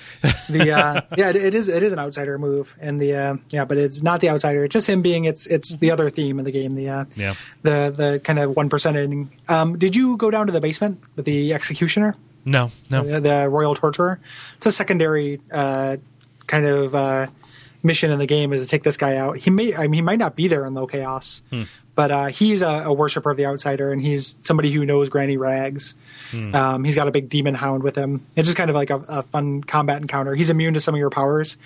Speaker 2: the uh, yeah, it, it is it is an outsider move, and the uh, yeah, but it's not the outsider. It's just him being it's it's the other theme in the game. The uh,
Speaker 1: Yeah.
Speaker 2: the the kind of one percent ending. Um, did you go down to the basement with the executioner,
Speaker 1: no, no.
Speaker 2: the, the royal torturer? It's a secondary uh, kind of uh, mission in the game is to take this guy out. He may I mean he might not be there in low chaos. But uh, he's a, a worshiper of the outsider, and he's somebody who knows Granny Rags. Um, he's got a big demon hound with him. It's just kind of like a, a fun combat encounter. He's immune to some of your powers,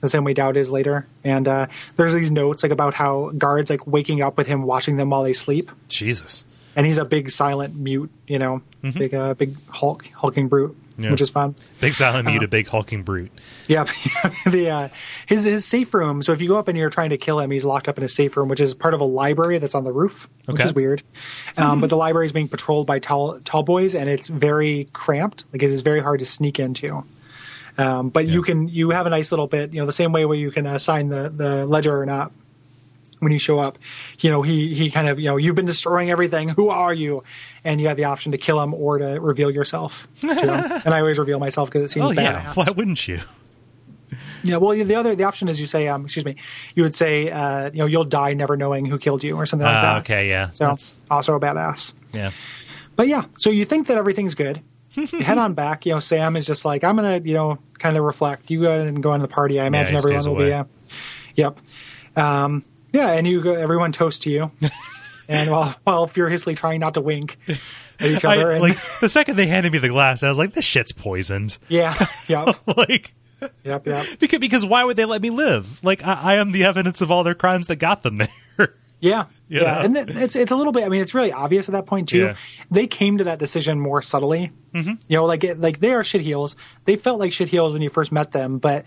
Speaker 2: the same way Dowd is later. And uh, there's these notes like about how guards like waking up with him, watching them while they sleep,
Speaker 1: Jesus.
Speaker 2: and he's a big silent mute, you know, big uh, big Hulk hulking brute,
Speaker 1: Yeah.
Speaker 2: which is fun.
Speaker 1: Big silent
Speaker 2: Uh-huh.
Speaker 1: mute, a big hulking brute.
Speaker 2: Yeah, the uh, his his safe room. So if you go up and you're trying to kill him, he's locked up in his safe room, which is part of a library that's on the roof, which
Speaker 1: Okay.
Speaker 2: is weird. Um, but the library is being patrolled by tall tall boys, and it's very cramped. Like it is very hard to sneak into. Um, but you can you have a nice little bit, you know, the same way where you can assign the the ledger or not when you show up. You know, he he kind of you know you've been destroying everything. Who are you? And you have the option to kill him or to reveal yourself. to him. and I always reveal myself because it seems
Speaker 1: Oh
Speaker 2: badass.
Speaker 1: yeah, why wouldn't you?
Speaker 2: Yeah, well, the other the option is you say, um, excuse me, you would say, uh, you know, you'll die never knowing who killed you or something like
Speaker 1: Ah,
Speaker 2: that.
Speaker 1: okay, yeah.
Speaker 2: So
Speaker 1: That's-
Speaker 2: also a badass.
Speaker 1: Yeah.
Speaker 2: But yeah, so you think that everything's good. You head on back. You know, Sam is just like, I'm gonna, you know, kind of reflect. You go ahead and go on the party. I imagine
Speaker 1: he
Speaker 2: everyone
Speaker 1: stays
Speaker 2: will
Speaker 1: away.
Speaker 2: be. Uh, yep. Um, yeah, and you go. Everyone toasts to you, and while while furiously trying not to wink at each
Speaker 1: I-
Speaker 2: other. and,
Speaker 1: like the second they handed me the glass, I was like, "This shit's poisoned."
Speaker 2: yeah, yep,
Speaker 1: like
Speaker 2: yep, yep.
Speaker 1: because, because why would they let me live? Like I, I am the evidence of all their crimes that got them there.
Speaker 2: Yeah,
Speaker 1: Yeah.
Speaker 2: yeah, and th- it's it's a little bit. I mean, it's really obvious at that point too.
Speaker 1: Yeah.
Speaker 2: They came to that decision more subtly. Mm-hmm. You know, like it- like they are shit heels. They felt like shit heels when you first met them, but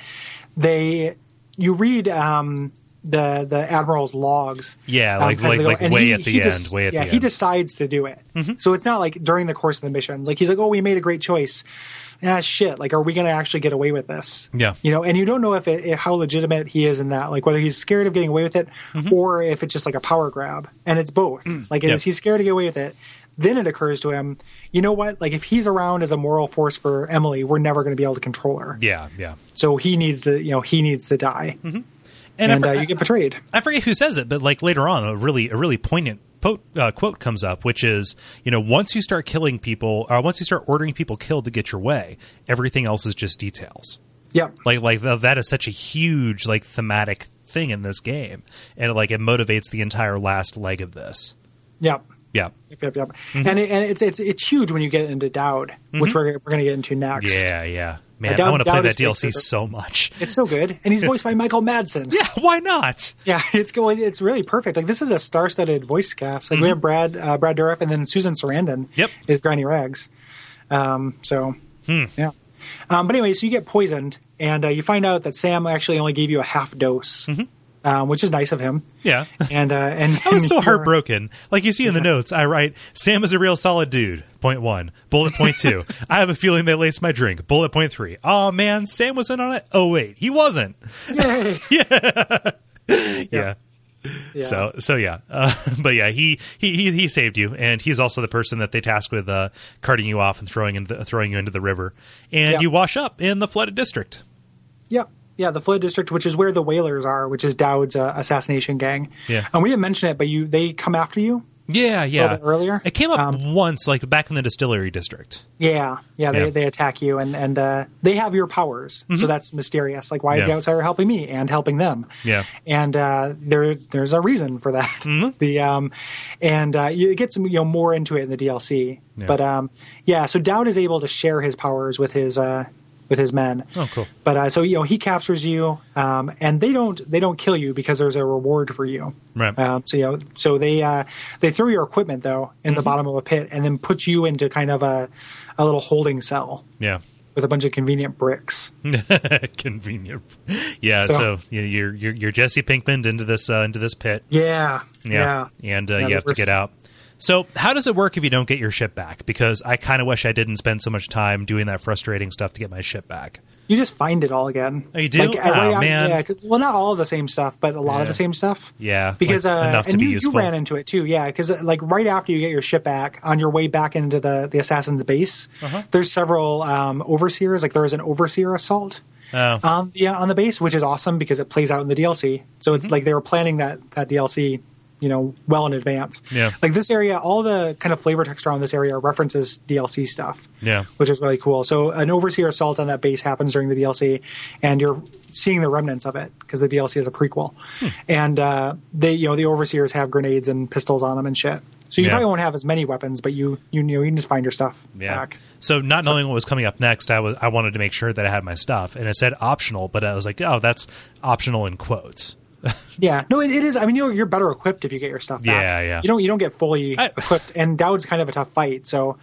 Speaker 2: they you read um, the the admiral's logs.
Speaker 1: Yeah,
Speaker 2: um,
Speaker 1: like-
Speaker 2: as they
Speaker 1: like-
Speaker 2: go,
Speaker 1: like
Speaker 2: and
Speaker 1: way
Speaker 2: he-
Speaker 1: at the
Speaker 2: he des-
Speaker 1: end, way at
Speaker 2: yeah,
Speaker 1: the
Speaker 2: he
Speaker 1: end. Mm-hmm.
Speaker 2: decides to do it. So it's not like during the course of the mission. Like he's like, oh, we made a great choice. Ah, shit. Like, are we going to actually get away with this?
Speaker 1: Yeah.
Speaker 2: you know, and you don't know if it, if- how legitimate he is in that, like whether he's scared of getting away with it
Speaker 1: Mm-hmm.
Speaker 2: or if it's just like a power grab, and it's both. like,
Speaker 1: yeah.
Speaker 2: is he scared to get away with it? Then it occurs to him, you know what? Like, if he's around as a moral force for Emily, we're never going to be able to control her.
Speaker 1: yeah, yeah.
Speaker 2: So he needs to, you know, he needs to die,
Speaker 1: And,
Speaker 2: and,
Speaker 1: I,
Speaker 2: uh,
Speaker 1: for-
Speaker 2: you get betrayed.
Speaker 1: I forget who says it, but like later on, a really a really poignant po- uh, quote comes up, which is, you know, once you start killing people, or once you start ordering people killed to get your way, everything else is just details.
Speaker 2: Yep.
Speaker 1: like like th- that is such a huge like thematic thing in this game and like it motivates the entire last leg of this
Speaker 2: Yep.
Speaker 1: yeah
Speaker 2: Yep, yep, yep.
Speaker 1: Mm-hmm.
Speaker 2: And, it, and it's it's it's huge when you get into Dowd, which we're we're going to get into next.
Speaker 1: yeah yeah man i,
Speaker 2: doubt-
Speaker 1: want to play
Speaker 2: doubt
Speaker 1: that
Speaker 2: it's
Speaker 1: dlc
Speaker 2: big-
Speaker 1: so much
Speaker 2: It's so good, and he's voiced by Michael Madsen.
Speaker 1: yeah why not
Speaker 2: Yeah, it's going. It's really perfect. Like this is a star-studded voice cast. Like we have Brad, uh, Brad Dourif, and then Susan Sarandon.
Speaker 1: Mm-hmm. Yep. Hmm.
Speaker 2: is Granny Rags. Um, so yeah. Um, but anyway, so you get poisoned, and uh, you find out that Sam actually only gave you a half dose,
Speaker 1: Mm-hmm.
Speaker 2: um, which is nice of him.
Speaker 1: yeah
Speaker 2: And uh, and
Speaker 1: i was so heartbroken like you see in the notes i write sam is a real solid dude point one bullet point two i have a feeling they laced my drink bullet point three oh man sam was in on it oh wait he wasn't
Speaker 2: Yay.
Speaker 1: yeah.
Speaker 2: Yeah.
Speaker 1: So so yeah, uh, but yeah, he, he he he saved you, and he's also the person that they tasked with uh, carting you off and throwing in the, throwing you into the river, and
Speaker 2: Yeah.
Speaker 1: you wash up in the flooded district.
Speaker 2: Yep. Yeah, the Flood District, which is where the Whalers are, which is Dowd's uh, assassination gang.
Speaker 1: Yeah.
Speaker 2: And we didn't mention it, but you they come after you.
Speaker 1: Yeah, yeah.
Speaker 2: bit earlier?
Speaker 1: it came up
Speaker 2: Um,
Speaker 1: once, like back in the distillery district.
Speaker 2: Yeah, yeah, they,
Speaker 1: Yeah. Mm-hmm.
Speaker 2: they attack you, and and uh, they have your powers, so that's mysterious. Like, why is
Speaker 1: Yeah.
Speaker 2: the outsider helping me and helping them?
Speaker 1: Yeah. Mm-hmm.
Speaker 2: and uh, there there's a reason for that. The um, and uh, you get some you know more into it in the DLC,
Speaker 1: Yeah.
Speaker 2: but um, yeah. So Dowd is able to share his powers with his uh with his men.
Speaker 1: Oh, cool.
Speaker 2: But uh, so you know he captures you, um, and they don't they don't kill you because there's a reward for you.
Speaker 1: Right.
Speaker 2: Um, so you know, so they uh, they throw your equipment though in
Speaker 1: Mm-hmm.
Speaker 2: the bottom of a pit, and then put you into kind of a a little holding cell
Speaker 1: Yeah.
Speaker 2: with a bunch of convenient bricks.
Speaker 1: Hmm. Convenient. Yeah. So,
Speaker 2: So-
Speaker 1: you- you're you're you're Jesse Pinkman into this uh, into this pit.
Speaker 2: Yeah,
Speaker 1: Yeah. And uh,
Speaker 2: Yeah,
Speaker 1: you
Speaker 2: the
Speaker 1: have to
Speaker 2: worst.
Speaker 1: get out. So, how does it work if you don't get your ship back? Because I kind of wish I didn't spend so much time doing that frustrating stuff to get my ship back.
Speaker 2: You just find it all again.
Speaker 1: Oh, you do?
Speaker 2: Like, uh, right
Speaker 1: Oh,
Speaker 2: out-
Speaker 1: man.
Speaker 2: Yeah, 'cause- well, not all of the same stuff, but a lot
Speaker 1: Yeah.
Speaker 2: of the same stuff.
Speaker 1: Yeah,
Speaker 2: because
Speaker 1: like,
Speaker 2: uh,
Speaker 1: enough to
Speaker 2: and
Speaker 1: be
Speaker 2: you,
Speaker 1: useful.
Speaker 2: you ran into it too. Yeah, because like right after you get your ship back, on your way back into the the assassin's base,
Speaker 1: Uh-huh.
Speaker 2: there's several um, overseers. Like there was an overseer assault
Speaker 1: Oh,
Speaker 2: on the uh, on the base, which is awesome because it plays out in the DLC. So
Speaker 1: Mm-hmm.
Speaker 2: it's like they were planning that that DLC, you know, well in advance.
Speaker 1: Yeah.
Speaker 2: Like this area, all the kind of flavor texture on this area references DLC stuff.
Speaker 1: Yeah.
Speaker 2: Which is really cool. So an overseer assault on that base happens during the DLC, and you're seeing the remnants of it because the DLC is a prequel,
Speaker 1: Hmm.
Speaker 2: and uh, they you know the overseers have grenades and pistols on them and shit. So you
Speaker 1: Yeah.
Speaker 2: probably won't have as many weapons, but you you, know you can just find your stuff
Speaker 1: yeah.
Speaker 2: back.
Speaker 1: So, not knowing what was coming up next, I was I wanted to make sure that I had my stuff, and it said optional, but I was like, oh, that's optional in quotes.
Speaker 2: Yeah, no, it, it is. I mean, you're, you're better equipped if you get your stuff back.
Speaker 1: Yeah, yeah.
Speaker 2: You don't you don't get fully
Speaker 1: I-
Speaker 2: equipped, and Dowd's kind of a tough fight. So,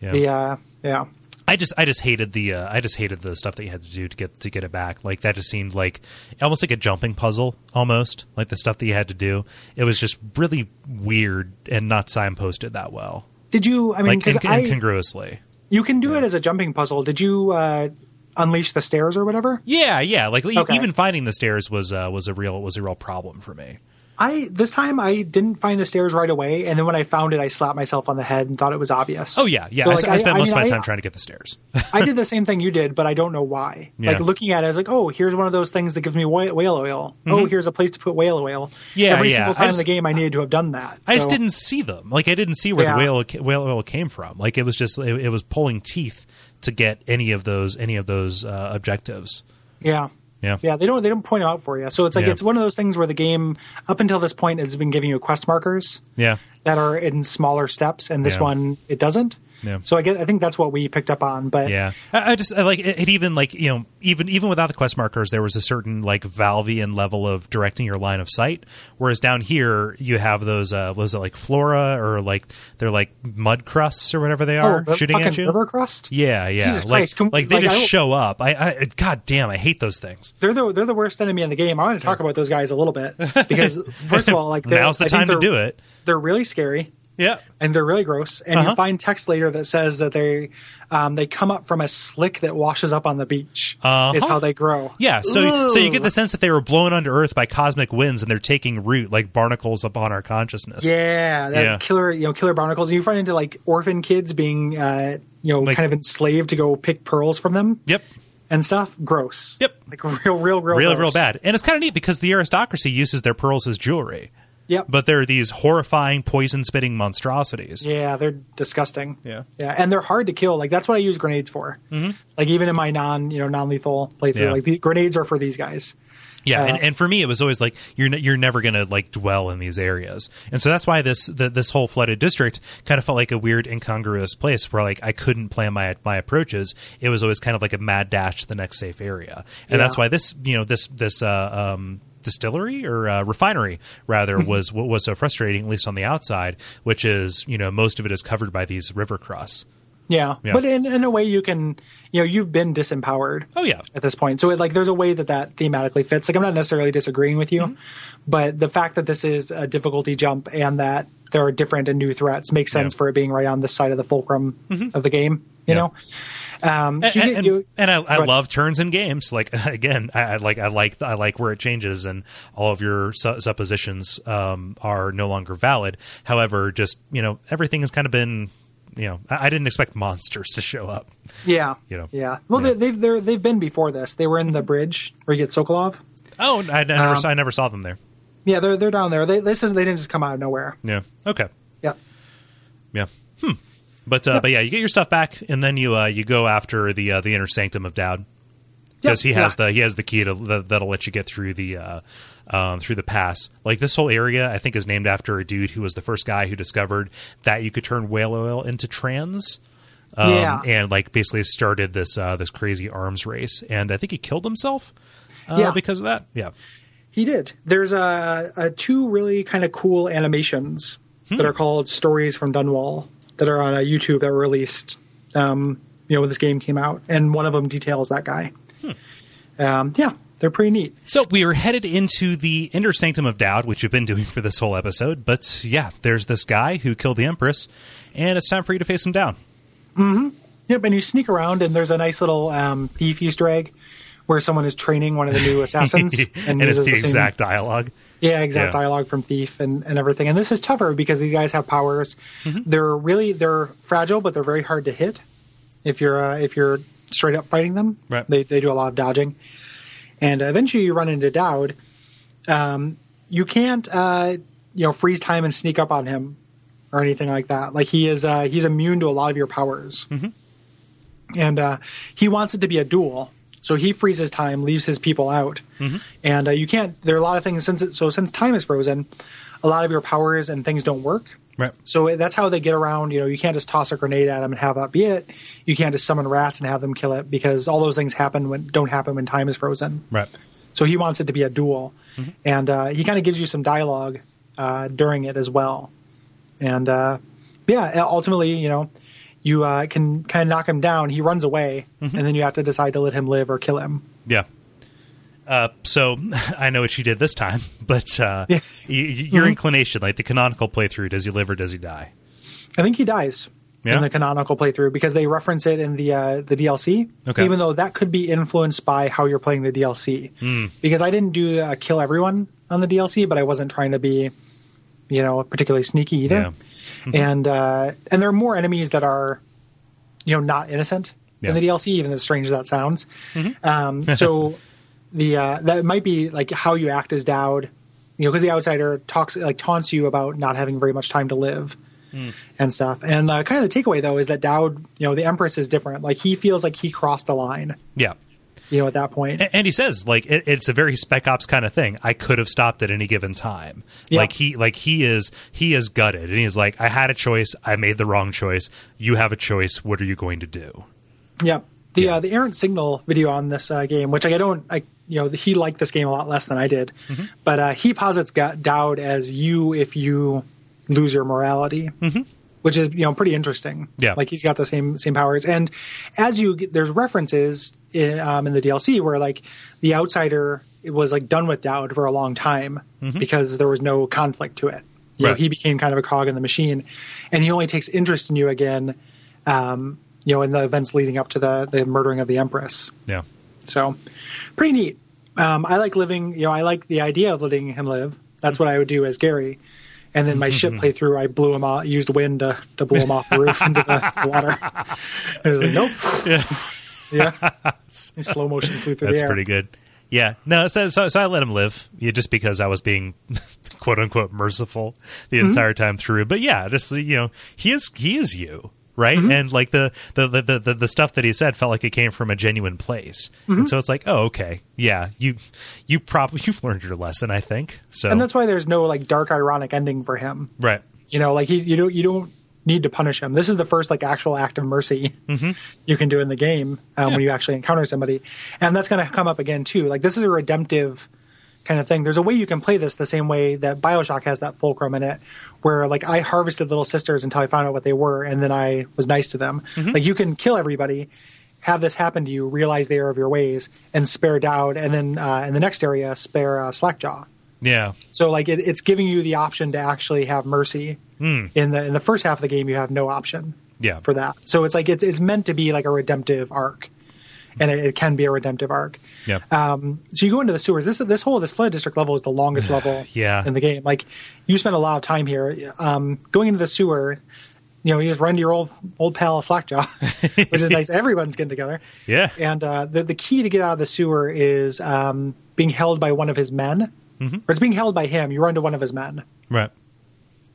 Speaker 1: Yeah.
Speaker 2: the uh, yeah,
Speaker 1: I just I just hated the uh, I just hated the stuff that you had to do to get to get it back. Like that just seemed like almost like a jumping puzzle almost. Like the stuff that you had to do, it was just really weird and not signposted that well.
Speaker 2: did you? I mean,
Speaker 1: Like
Speaker 2: because
Speaker 1: inc- incongruously.
Speaker 2: you can do it as a jumping puzzle. Did you uh, unleash the stairs or whatever?
Speaker 1: Yeah, yeah. Like e-
Speaker 2: Okay.
Speaker 1: even finding the stairs was uh, was a real was a real problem for me.
Speaker 2: I this time I didn't find the stairs right away, and then when I found it, I slapped myself on the head and thought it was obvious.
Speaker 1: Oh yeah, yeah.
Speaker 2: So,
Speaker 1: I,
Speaker 2: like,
Speaker 1: s- I spent most
Speaker 2: mean,
Speaker 1: of my
Speaker 2: I-
Speaker 1: time trying to get the stairs.
Speaker 2: I did the same thing you did, but I don't know why.
Speaker 1: Yeah.
Speaker 2: Like looking at it, I was like, "Oh, here's one of those things that gives me whale, whale oil. Oh, here's a place to put whale oil."
Speaker 1: Mm-hmm. Yeah,
Speaker 2: every
Speaker 1: yeah.
Speaker 2: single
Speaker 1: I
Speaker 2: time
Speaker 1: just-
Speaker 2: in the game, I needed to have done that.
Speaker 1: I just
Speaker 2: So-
Speaker 1: didn't see them. Like I didn't see where
Speaker 2: Yeah.
Speaker 1: the whale ca- whale oil came from. Like it was just it, it was pulling teeth to get any of those any of those uh, objectives.
Speaker 2: Yeah.
Speaker 1: Yeah.
Speaker 2: Yeah, they don't they don't point them out for you. So it's like
Speaker 1: Yeah.
Speaker 2: it's one of those things where the game up until this point has been giving you quest markers
Speaker 1: Yeah.
Speaker 2: that are in smaller steps and this
Speaker 1: Yeah.
Speaker 2: one it doesn't.
Speaker 1: Yeah.
Speaker 2: So I guess I think that's what we picked up on, but
Speaker 1: Yeah, I, I just I like it, it. Even like you know, even even without the quest markers, there was a certain like Valvian level of directing your line of sight. Whereas down here, you have those uh was it like flora or like they're like mud crusts or whatever they
Speaker 2: oh,
Speaker 1: are
Speaker 2: the
Speaker 1: shooting at
Speaker 2: fucking
Speaker 1: you.
Speaker 2: river crust.
Speaker 1: Yeah, yeah.
Speaker 2: Jesus
Speaker 1: like
Speaker 2: Christ, can-
Speaker 1: like they
Speaker 2: like,
Speaker 1: just
Speaker 2: I-
Speaker 1: show up. I, I god damn, I hate those things.
Speaker 2: They're the they're the worst enemy in the game. I want to talk about those guys a little bit because first of all, like they're-
Speaker 1: Now's the
Speaker 2: I think
Speaker 1: time to
Speaker 2: they're-
Speaker 1: do it.
Speaker 2: They're really scary.
Speaker 1: Yeah.
Speaker 2: and they're really gross. And
Speaker 1: Uh-huh.
Speaker 2: you find text later that says that they um, they come up from a slick that washes up on the beach.
Speaker 1: Uh-huh.
Speaker 2: Is how they grow.
Speaker 1: Yeah, so so you
Speaker 2: Ugh.
Speaker 1: get the sense that they were blown under earth by cosmic winds and they're taking root like barnacles upon our consciousness.
Speaker 2: Yeah, that
Speaker 1: Yeah.
Speaker 2: killer, you know, killer barnacles. And you run into like orphan kids being, uh, you know,
Speaker 1: Like-
Speaker 2: kind of enslaved to go pick pearls from them.
Speaker 1: Yep.
Speaker 2: and stuff. Gross.
Speaker 1: Yep.
Speaker 2: like real, real, real,
Speaker 1: Really, real
Speaker 2: gross.
Speaker 1: bad. And it's kind of neat because the aristocracy uses their pearls as jewelry.
Speaker 2: Yep.
Speaker 1: But they're these horrifying poison spitting monstrosities.
Speaker 2: yeah, they're disgusting.
Speaker 1: Yeah.
Speaker 2: yeah, and they're hard to kill. Like that's what I use grenades for. Mm-hmm. Like even in my non, you know, non lethal playthrough,
Speaker 1: Yeah.
Speaker 2: like the grenades are for these guys.
Speaker 1: Yeah,
Speaker 2: Uh,
Speaker 1: and, and for me, it was always like you're ne- you're never gonna like dwell in these areas, and so that's why this the, this whole flooded district kind of felt like a weird incongruous place where like I couldn't plan my my approaches. It was always kind of like a mad dash to the next safe area, and that's
Speaker 2: Yeah.
Speaker 1: why this you know this this uh, um, distillery or uh, refinery rather was what was so frustrating, at least on the outside, which is you know most of it is covered by these river cross.
Speaker 2: Yeah.
Speaker 1: Yeah.
Speaker 2: But in, in a way, you can, you know, you've been disempowered
Speaker 1: Oh yeah,
Speaker 2: at this point. So, it, like, there's a way that that thematically fits. Like, I'm not necessarily disagreeing with you,
Speaker 1: Mm-hmm.
Speaker 2: but the fact that this is a difficulty jump and that there are different and new threats makes
Speaker 1: Yeah.
Speaker 2: sense
Speaker 1: Mm-hmm.
Speaker 2: for it being right on the side of the fulcrum of the game,
Speaker 1: Yeah.
Speaker 2: you know? Um, so you
Speaker 1: and,
Speaker 2: get- you-
Speaker 1: and- and I, I
Speaker 2: go ahead.
Speaker 1: love turns in games. Like again, I, I like I like I like where it changes, and all of your su- suppositions um, are no longer valid. However, just you know, everything has kind of been. You know, I, I didn't expect monsters to show up.
Speaker 2: yeah.
Speaker 1: you know,
Speaker 2: yeah. Well,
Speaker 1: yeah.
Speaker 2: They, they've, they're, they've been before this. They were in the bridge where you get Sokolov.
Speaker 1: Oh, I, I never
Speaker 2: Um,
Speaker 1: saw, I never saw them there.
Speaker 2: Yeah, they're, they're down there. They, this is, they didn't just come out of nowhere.
Speaker 1: Yeah. Okay.
Speaker 2: Yep.
Speaker 1: Yeah. Hmm. But uh, but yeah, you get your stuff back, and then you uh, you go after the uh, the inner sanctum of Dowd because he
Speaker 2: Yep,
Speaker 1: has
Speaker 2: yeah.
Speaker 1: the he has the key to the, that'll let you get through the uh, um, through the pass. Like this whole area, I think is named after a dude who was the first guy who discovered that you could turn whale oil into trans. Um,
Speaker 2: Yeah.
Speaker 1: and like basically started this uh, this crazy arms race, and I think he killed himself uh,
Speaker 2: Yeah.
Speaker 1: because of that. Yeah,
Speaker 2: He did. There's a, a two really kind of cool animations
Speaker 1: Hmm.
Speaker 2: that are called Stories from Dunwall that are on uh, YouTube that were released, um, you know, when this game came out, and one of them details that guy.
Speaker 1: Hmm.
Speaker 2: Um, yeah, they're pretty neat.
Speaker 1: So we are headed into the inner sanctum of doubt, which we've been doing for this whole episode. But yeah, there's this guy who killed the Empress, and it's time for you to face him down.
Speaker 2: Yep, and you sneak around, and there's a nice little um, thief Easter egg where someone is training one of the new assassins,
Speaker 1: and it's the
Speaker 2: uses same-
Speaker 1: exact dialogue.
Speaker 2: yeah, exact
Speaker 1: yeah.
Speaker 2: dialogue from Thief and, and everything. And this is tougher because these guys have powers. They're really they're fragile, but they're very hard to hit if you're uh, if you're straight up fighting them.
Speaker 1: Right.
Speaker 2: They they do a lot of dodging, and eventually you run into Dowd. Um, you can't uh, you know freeze time and sneak up on him or anything like that. Like he is uh, he's immune to a lot of your powers and uh, he wants it to be a duel. So he freezes time, leaves his people out, and uh, you can't. There are a lot of things since it, so since time is frozen, a lot of your powers and things don't work.
Speaker 1: Right.
Speaker 2: So that's how they get around. You know, you can't just toss a grenade at them and have that be it. You can't just summon rats and have them kill it because all those things happen when don't happen when time is frozen.
Speaker 1: Right.
Speaker 2: So he wants it to be a duel,
Speaker 1: Mm-hmm.
Speaker 2: and uh, he kind of gives you some dialogue uh, during it as well. And uh, yeah, ultimately, you know, you uh, can kind of knock him down. He runs away,
Speaker 1: Mm-hmm.
Speaker 2: and then you have to decide to let him live or kill him.
Speaker 1: Yeah. Uh, so I know what you did this time, but uh,
Speaker 2: Yeah.
Speaker 1: y- y- your inclination, like the canonical playthrough, does he live or does he die?
Speaker 2: I think he dies
Speaker 1: Yeah?
Speaker 2: in the canonical playthrough because they reference it in the uh, the DLC.
Speaker 1: Okay.
Speaker 2: Even though that could be influenced by how you're playing the DLC,
Speaker 1: Hmm.
Speaker 2: because I didn't do uh, kill everyone on the DLC, but I wasn't trying to be, you know, particularly sneaky either. And uh, and there are more enemies that are, you know, not innocent
Speaker 1: Yeah.
Speaker 2: in the DLC, even as strange as that sounds. Um, so the uh, that might be like how you act as Dowd, you know, because the outsider talks like taunts you about not having very much time to live and stuff. And uh, kind of the takeaway though is that Dowd, you know, the Empress is different. Like he feels like he crossed a line,
Speaker 1: Yeah.
Speaker 2: you know, at that point.
Speaker 1: A- And he says, like, it, it's a very spec ops kind of thing. I could have stopped at any given time.
Speaker 2: Yeah.
Speaker 1: Like he, like he is, he is gutted, and he's like, I had a choice. I made the wrong choice. You have a choice. What are you going to do?
Speaker 2: Yeah. The
Speaker 1: Yeah.
Speaker 2: Uh, the errant signal video on this uh, game, which like, I don't, I you know, he liked this game a lot less than I did,
Speaker 1: Mm-hmm.
Speaker 2: but uh, he posits Ga- Dowd as you if you lose your morality, which is you know pretty interesting.
Speaker 1: Mm-hmm. Yeah.
Speaker 2: like he's got the same same powers, and as you get, there's references in, um, in the DLC where like the outsider it was like done with Dowd for a long time because there was no conflict to it. You know,
Speaker 1: Right.
Speaker 2: he became kind of a cog in the machine, and he only takes interest in you again um, you know, in the events leading up to the the murdering of the Empress.
Speaker 1: Yeah.
Speaker 2: So, pretty neat. Um, I like living. You know, I like the idea of letting him live. That's what I would do as Gary. And then my ship playthrough, I blew him off, used wind to, to blow him off the roof into the water. I was like, nope. Yeah. He slow motion flew through
Speaker 1: That's
Speaker 2: the air.
Speaker 1: pretty good. Yeah. No, so, so, so I let him live yeah, just because I was being quote unquote merciful the
Speaker 2: Mm-hmm.
Speaker 1: entire time through. But yeah, just, you know, he is, he is you. Right.
Speaker 2: Mm-hmm.
Speaker 1: And like the, the, the, the, the, the stuff that he said felt like it came from a genuine place.
Speaker 2: Mm-hmm.
Speaker 1: And so it's like, oh, okay. Yeah. You, you probably, you've learned your lesson, I think. So,
Speaker 2: And that's why there's no like dark, ironic ending for him.
Speaker 1: right.
Speaker 2: You know, like he's you don't you don't need to punish him. This is the first like actual act of mercy you can do in the game um, when you actually encounter somebody, and that's going to come up again too. Like this is a redemptive kind of thing. There's a way you can play this the same way that Bioshock has that fulcrum in it, where like I harvested little sisters until I found out what they were, and then I was nice to them. Like you can kill everybody. Have this happen to you, realize they are of your ways, and spare Dowd, and then uh, in the next area, spare uh, Slackjaw.
Speaker 1: Yeah.
Speaker 2: So like it, it's giving you the option to actually have mercy. In the in the first half of the game, you have no option
Speaker 1: Hmm. Yeah.
Speaker 2: for that. So it's like it's it's meant to be like a redemptive arc, and it, it can be a redemptive arc.
Speaker 1: Yeah.
Speaker 2: Um, so you go into the sewers. This this whole this flood district level is the longest level
Speaker 1: Yeah.
Speaker 2: in the game. Like you spend a lot of time here. Um, going into the sewer, you know, you just run to your old old pal Slackjaw, which is nice. Everyone's getting together.
Speaker 1: yeah.
Speaker 2: And uh, the the key to get out of the sewer is um,
Speaker 1: Mm-hmm.
Speaker 2: being held by one of his men, or it's being held by him. You run to one of his men,
Speaker 1: Right.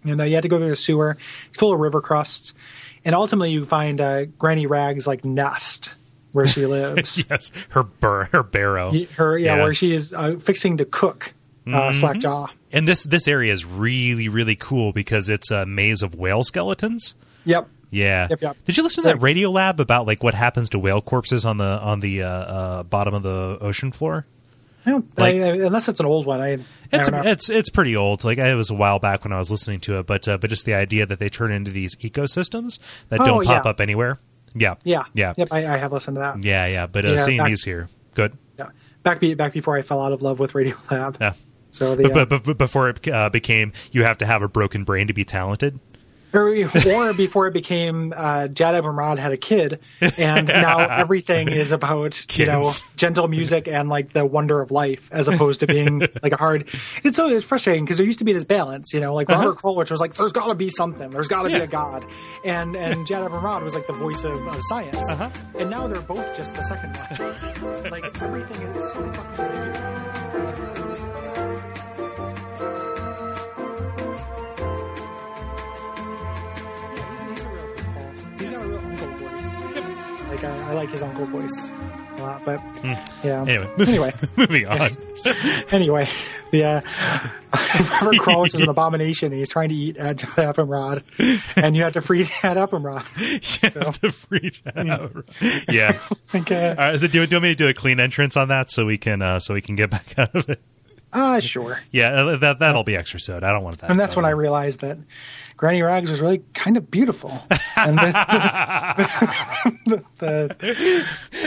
Speaker 2: And uh, you had to go through the sewer. It's full of river crusts. And ultimately, you find uh, Granny Rag's like nest where she lives.
Speaker 1: yes, her bur- her barrow.
Speaker 2: Her yeah,
Speaker 1: Yeah. Mm-hmm.
Speaker 2: where she is uh, fixing to cook uh, slackjaw.
Speaker 1: And this this area is really really cool because it's a maze of whale skeletons.
Speaker 2: Yep.
Speaker 1: Yeah.
Speaker 2: Yep, yep.
Speaker 1: Did you listen to that
Speaker 2: Right.
Speaker 1: radio lab about like what happens to whale corpses on the on the uh, uh, bottom of the ocean floor?
Speaker 2: I don't
Speaker 1: Like-
Speaker 2: I, I- unless it's an old one. I, I
Speaker 1: It's
Speaker 2: don't know.
Speaker 1: it's it's pretty old. Like it was a while back when I was listening to it, but uh, but just the idea that they turn into these ecosystems that
Speaker 2: Oh,
Speaker 1: don't pop
Speaker 2: yeah.
Speaker 1: up anywhere. Yeah.
Speaker 2: yeah.
Speaker 1: Yeah.
Speaker 2: Yep. I, I have listened to that.
Speaker 1: Yeah. Yeah. But uh,
Speaker 2: Yeah,
Speaker 1: seeing
Speaker 2: back-
Speaker 1: these here, good.
Speaker 2: Yeah. Back be, back before I fell out of love with Radio Lab.
Speaker 1: Yeah.
Speaker 2: So the
Speaker 1: But,
Speaker 2: uh,
Speaker 1: but, but before it uh, became, you have to have a broken brain to be talented.
Speaker 2: or, or before it became uh, Jad Abumrad had a kid, and now everything is about you know
Speaker 1: Kids.
Speaker 2: gentle music and like the wonder of life as opposed to being like a hard. It's so it's frustrating because there used to be this balance, you know, like Robert Krulwich was like, "There's got to be something, there's got to
Speaker 1: Uh-huh. Yeah.
Speaker 2: be a god," and and Jad Abumrad was like the voice of, of science,
Speaker 1: Uh-huh.
Speaker 2: and now they're both just the second one. like everything is so fucking ridiculous. Yeah, he's, he's a real goofball. He's got a real uncle voice. Like uh, I, I like his uncle voice a lot, but yeah.
Speaker 1: Hmm. Anyway,
Speaker 2: Um, anyway,
Speaker 1: moving on.
Speaker 2: anyway, yeah. Robert Crawlich is an abomination, and he's trying to eat uh, John Appamrod, and you have to freeze John Appamrod.
Speaker 1: You have to freak
Speaker 2: Hmm.
Speaker 1: out. Yeah.
Speaker 2: Like, uh,
Speaker 1: All right. So do, you- do you want me to do a clean entrance on that so we can uh, so we can get back out of it?
Speaker 2: ah, sure.
Speaker 1: Yeah. uh, That that'll be extra soda. I don't want that.
Speaker 2: And that's when I realized that Granny Rags was really kind of beautiful. And the, the,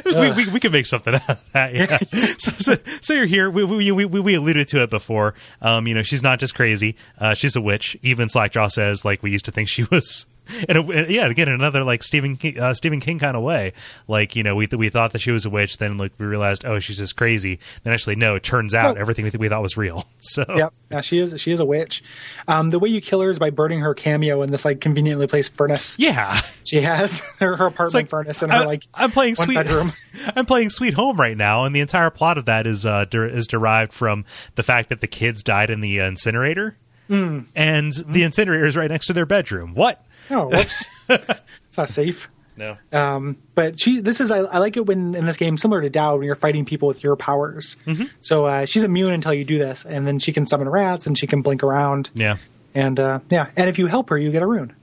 Speaker 2: the,
Speaker 1: we, we, we can make something out of that. Yeah. so, so, so you're here. We, we, we, we alluded to it before. Um, you know, she's not just crazy. Uh, she's a witch. Even Slackjaw says, like, we used to think she was. And it, yeah, again, another like Stephen King, uh, Stephen King kind of way. Like, you know, we we thought that she was a witch. Then like we realized, oh, she's just crazy. Then actually, no. It turns out
Speaker 2: No.
Speaker 1: everything we, th- we thought was real. So
Speaker 2: yep. Yeah, she is she is a witch. Um, the way you kill her is by burning her cameo in this like conveniently placed furnace.
Speaker 1: yeah.
Speaker 2: She has her, her apartment furnace and her
Speaker 1: I,
Speaker 2: like
Speaker 1: I'm playing
Speaker 2: one
Speaker 1: Sweet
Speaker 2: bedroom.
Speaker 1: I'm playing Sweet Home right now, and the entire plot of that is uh, der- is derived from the fact that the kids died in the uh, incinerator,
Speaker 2: Hmm.
Speaker 1: and the incinerator is right next to their bedroom. What?
Speaker 2: Oh, whoops. it's not safe.
Speaker 1: No.
Speaker 2: Um, but she, this is, I, I like it when in this game, similar to Dao, when you're fighting people with your powers.
Speaker 1: Mm-hmm.
Speaker 2: So uh, she's immune until you do this, and then she can summon rats and she can blink around.
Speaker 1: Yeah.
Speaker 2: And uh, yeah, and if you help her, you get a rune.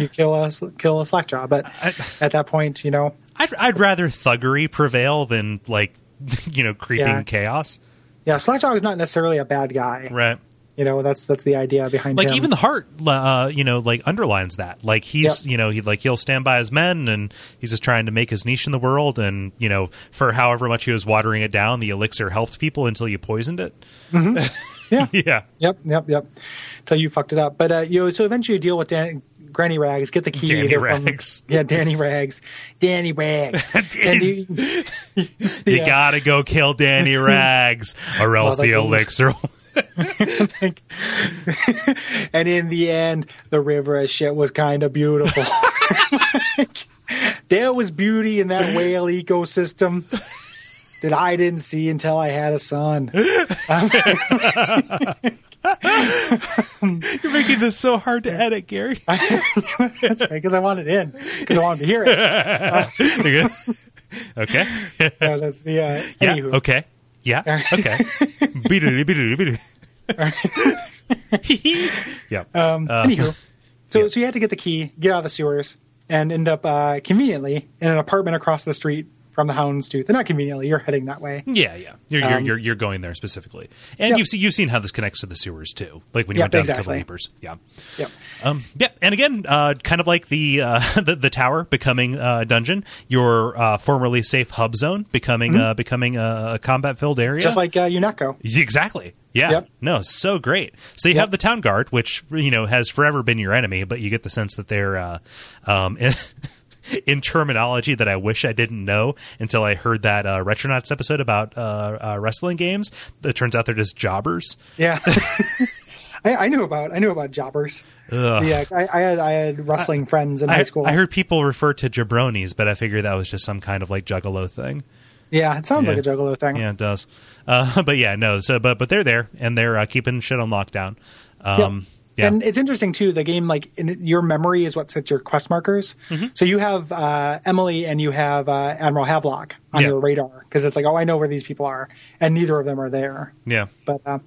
Speaker 2: you kill a sl- kill a slackjaw, but at that point, you know,
Speaker 1: I'd I'd rather thuggery prevail than like you know creeping
Speaker 2: Yeah.
Speaker 1: chaos.
Speaker 2: yeah, slackjaw is not necessarily a bad guy.
Speaker 1: Right.
Speaker 2: You know, that's that's the idea behind
Speaker 1: Like
Speaker 2: him.
Speaker 1: even the heart, uh, you know, like underlines that. Like he's,
Speaker 2: Yep.
Speaker 1: you know, he like he'll stand by his men, and he's just trying to make his niche in the world. And you know, for however much he was watering it down, the elixir helped people until you poisoned it.
Speaker 2: Yeah.
Speaker 1: Mm-hmm. yeah.
Speaker 2: Yep, yep, yep. Till you fucked it up. But uh, you know, so eventually you deal with Dan- Granny Rags, get the key.
Speaker 1: Danny
Speaker 2: either
Speaker 1: Rags.
Speaker 2: From, yeah, Danny Rags. Danny Rags. and you,
Speaker 1: You
Speaker 2: Yeah.
Speaker 1: gotta go kill Danny Rags, or else
Speaker 2: that
Speaker 1: the
Speaker 2: goes-
Speaker 1: elixir.
Speaker 2: and in the end, the river of shit was kind of beautiful. Like, there was beauty in that whale ecosystem that I didn't see until I had a son. Um,
Speaker 1: You're making this so hard to edit, Gary.
Speaker 2: That's right, because I wanted in, because I wanted to hear it.
Speaker 1: okay. okay.
Speaker 2: So that's the uh,
Speaker 1: Yeah.
Speaker 2: anywho.
Speaker 1: Okay. Yeah. Okay. Beedly, beedly, beedly. yeah. Uh,
Speaker 2: Um, anywho, so so you had to get the key, get out of the sewers, and end up uh, conveniently in an apartment across the street from the Houndstooth. And not conveniently, you're heading that way.
Speaker 1: Yeah, yeah. You're you're, you're you're going there specifically, and
Speaker 2: Um, Yep.
Speaker 1: you've seen you've seen how this connects to the sewers too. Like when you went
Speaker 2: Yep,
Speaker 1: down to kill the
Speaker 2: exactly.
Speaker 1: Reapers. Yeah.
Speaker 2: Yep.
Speaker 1: Um, yeah, and again, uh, kind of like the uh, the, the tower becoming uh, dungeon, your uh, formerly safe hub zone becoming uh, becoming a, a combat filled area,
Speaker 2: Mm-hmm. Just like uh, Uneco.
Speaker 1: exactly. Yeah,
Speaker 2: Yep.
Speaker 1: no, so great. So you
Speaker 2: Yep.
Speaker 1: have the town guard, which you know has forever been your enemy, but you get the sense that they're uh, um, in terminology that I wish I didn't know until I heard that uh, Retronauts episode about uh, uh, wrestling games. It turns out they're just jobbers.
Speaker 2: Yeah. I, I knew about I knew about jobbers. Yeah, I, I had I had wrestling friends in
Speaker 1: I,
Speaker 2: high school.
Speaker 1: I heard people refer to jabronis, but I figured that was just some kind of like juggalo thing.
Speaker 2: yeah, it sounds
Speaker 1: Yeah.
Speaker 2: like a juggalo thing.
Speaker 1: Yeah, it does. Uh, but yeah, no. So, but but they're there and they're uh, keeping shit on lockdown. Um, Yeah.
Speaker 2: And it's interesting too. The game, like in, your memory, is what sets your quest markers.
Speaker 1: Mm-hmm.
Speaker 2: So you have uh, Emily and you have uh, Admiral Havelock on
Speaker 1: Yeah.
Speaker 2: your radar because it's like, oh, I know where these people are, and neither of them are there.
Speaker 1: Yeah.
Speaker 2: But uh,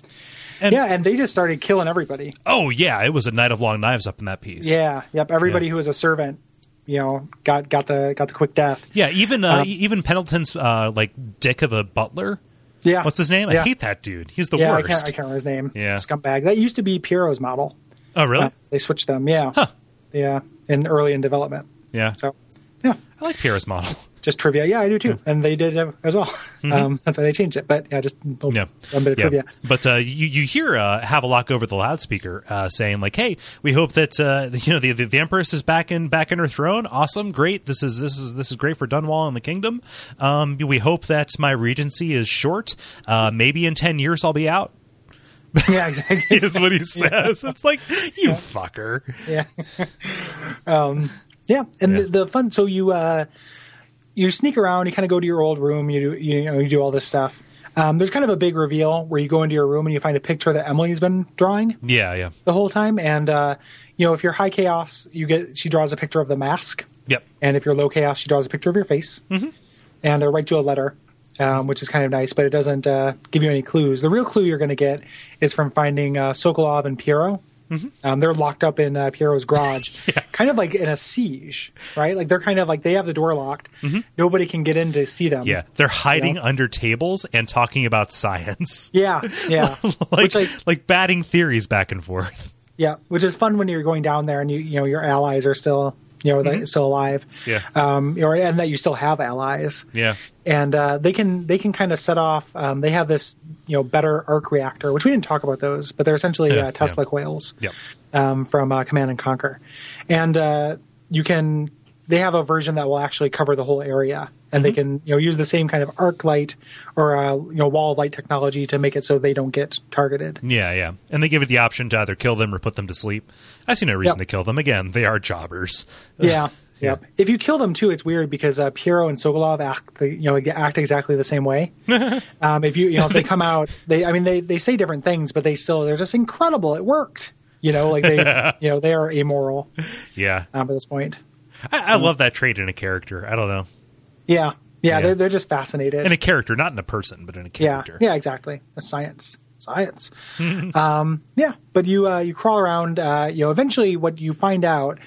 Speaker 1: And-
Speaker 2: yeah, and they just started killing everybody.
Speaker 1: Oh yeah, it was a night of long knives up in that piece.
Speaker 2: Yeah, yep. Everybody
Speaker 1: Yeah.
Speaker 2: who was a servant, you know, got got the got the quick death.
Speaker 1: Yeah, even
Speaker 2: Um,
Speaker 1: uh, e- even Pendleton's uh, like dick of a butler.
Speaker 2: Yeah.
Speaker 1: What's his name? I
Speaker 2: Yeah.
Speaker 1: hate that dude. He's the
Speaker 2: yeah, I
Speaker 1: worst.
Speaker 2: can't, I can't remember his name.
Speaker 1: Yeah.
Speaker 2: Scumbag. That used to be Piero's model.
Speaker 1: Oh really?
Speaker 2: Uh, they switched them. Yeah.
Speaker 1: Huh.
Speaker 2: Yeah. In early in development.
Speaker 1: yeah.
Speaker 2: So, yeah.
Speaker 1: I like Pierre's model.
Speaker 2: Just trivia. Yeah, I do too. And they did it as well. Um, that's why they changed it. But yeah, just a little-
Speaker 1: Mm-hmm. Yeah.
Speaker 2: Oh, one bit of
Speaker 1: yeah.
Speaker 2: trivia.
Speaker 1: But uh, you you hear uh, Havelock over the loudspeaker uh, saying like, "Hey, we hope that uh, you know the, the the Empress is back in back in her throne. Awesome, great. This is this is this is great for Dunwall and the kingdom. Um, we hope that my regency is short. Uh, maybe in ten years I'll be out."
Speaker 2: Yeah, exactly.
Speaker 1: Is what he says. It's like you fucker.
Speaker 2: yeah. um, yeah. And
Speaker 1: Yeah.
Speaker 2: The, the fun. So you uh, you sneak around. You kind of go to your old room. You do you know you do all this stuff. Um, there's kind of a big reveal where you go into your room and you find a picture that Emily's been drawing.
Speaker 1: Yeah, yeah,
Speaker 2: the whole time. And uh, you know, if you're high chaos, you get she draws a picture of the mask,
Speaker 1: yep.
Speaker 2: and if you're low chaos, she draws a picture of your face, mm-hmm. and I write you a letter, um, which is kind of nice, but it doesn't uh, give you any clues. The real clue you're going to get is from finding uh, Sokolov and Piero.
Speaker 1: Mm-hmm.
Speaker 2: Um, they're locked up in uh, Piero's garage, kind of like in a siege, right? Like they're kind of like they have the door locked. Nobody can get in to see them.
Speaker 1: Mm-hmm. Yeah, they're hiding
Speaker 2: Yeah.
Speaker 1: under tables and talking about science.
Speaker 2: yeah, yeah.
Speaker 1: like,
Speaker 2: Which, like,
Speaker 1: like batting theories back and forth.
Speaker 2: Yeah, which is fun when you're going down there and you you know your allies are still you know they're still alive.
Speaker 1: Mm-hmm. Yeah.
Speaker 2: Um, or and that you still have allies.
Speaker 1: Yeah.
Speaker 2: And uh, they can they can kind of set off. Um, they have this you know better arc reactor, which we didn't talk about those, but they're essentially
Speaker 1: Yeah,
Speaker 2: uh, Tesla
Speaker 1: yeah.
Speaker 2: coils
Speaker 1: Yep.
Speaker 2: um, from uh, Command and Conquer, and uh, you can. They have a version that will actually cover the whole area,
Speaker 1: Mm-hmm.
Speaker 2: and they can you know use the same kind of arc light or uh, you know wall of light technology to make it so they don't get targeted.
Speaker 1: Yeah, yeah. And they give it the option to either kill them or put them to sleep. I see no reason
Speaker 2: Yep.
Speaker 1: to kill them. Again, they are jobbers.
Speaker 2: yeah. Yep. If you kill them too, it's weird because uh, Piero and Sokolov act, the, you know, act exactly the same way. um, if you, you know, if they come out, they, I mean, they, they say different things, but they still, they're just incredible. It worked, you know, like they, you know, they are amoral
Speaker 1: Yeah.
Speaker 2: um, at this point.
Speaker 1: I, I love that trait in a character. I don't know.
Speaker 2: Yeah, yeah,
Speaker 1: Yeah.
Speaker 2: They're, they're just fascinated.
Speaker 1: In a character, not in a person, but in a
Speaker 2: yeah,
Speaker 1: character.
Speaker 2: yeah, exactly. That's science, science. um, yeah, but you uh, you crawl around. Uh, you know, eventually, what you find out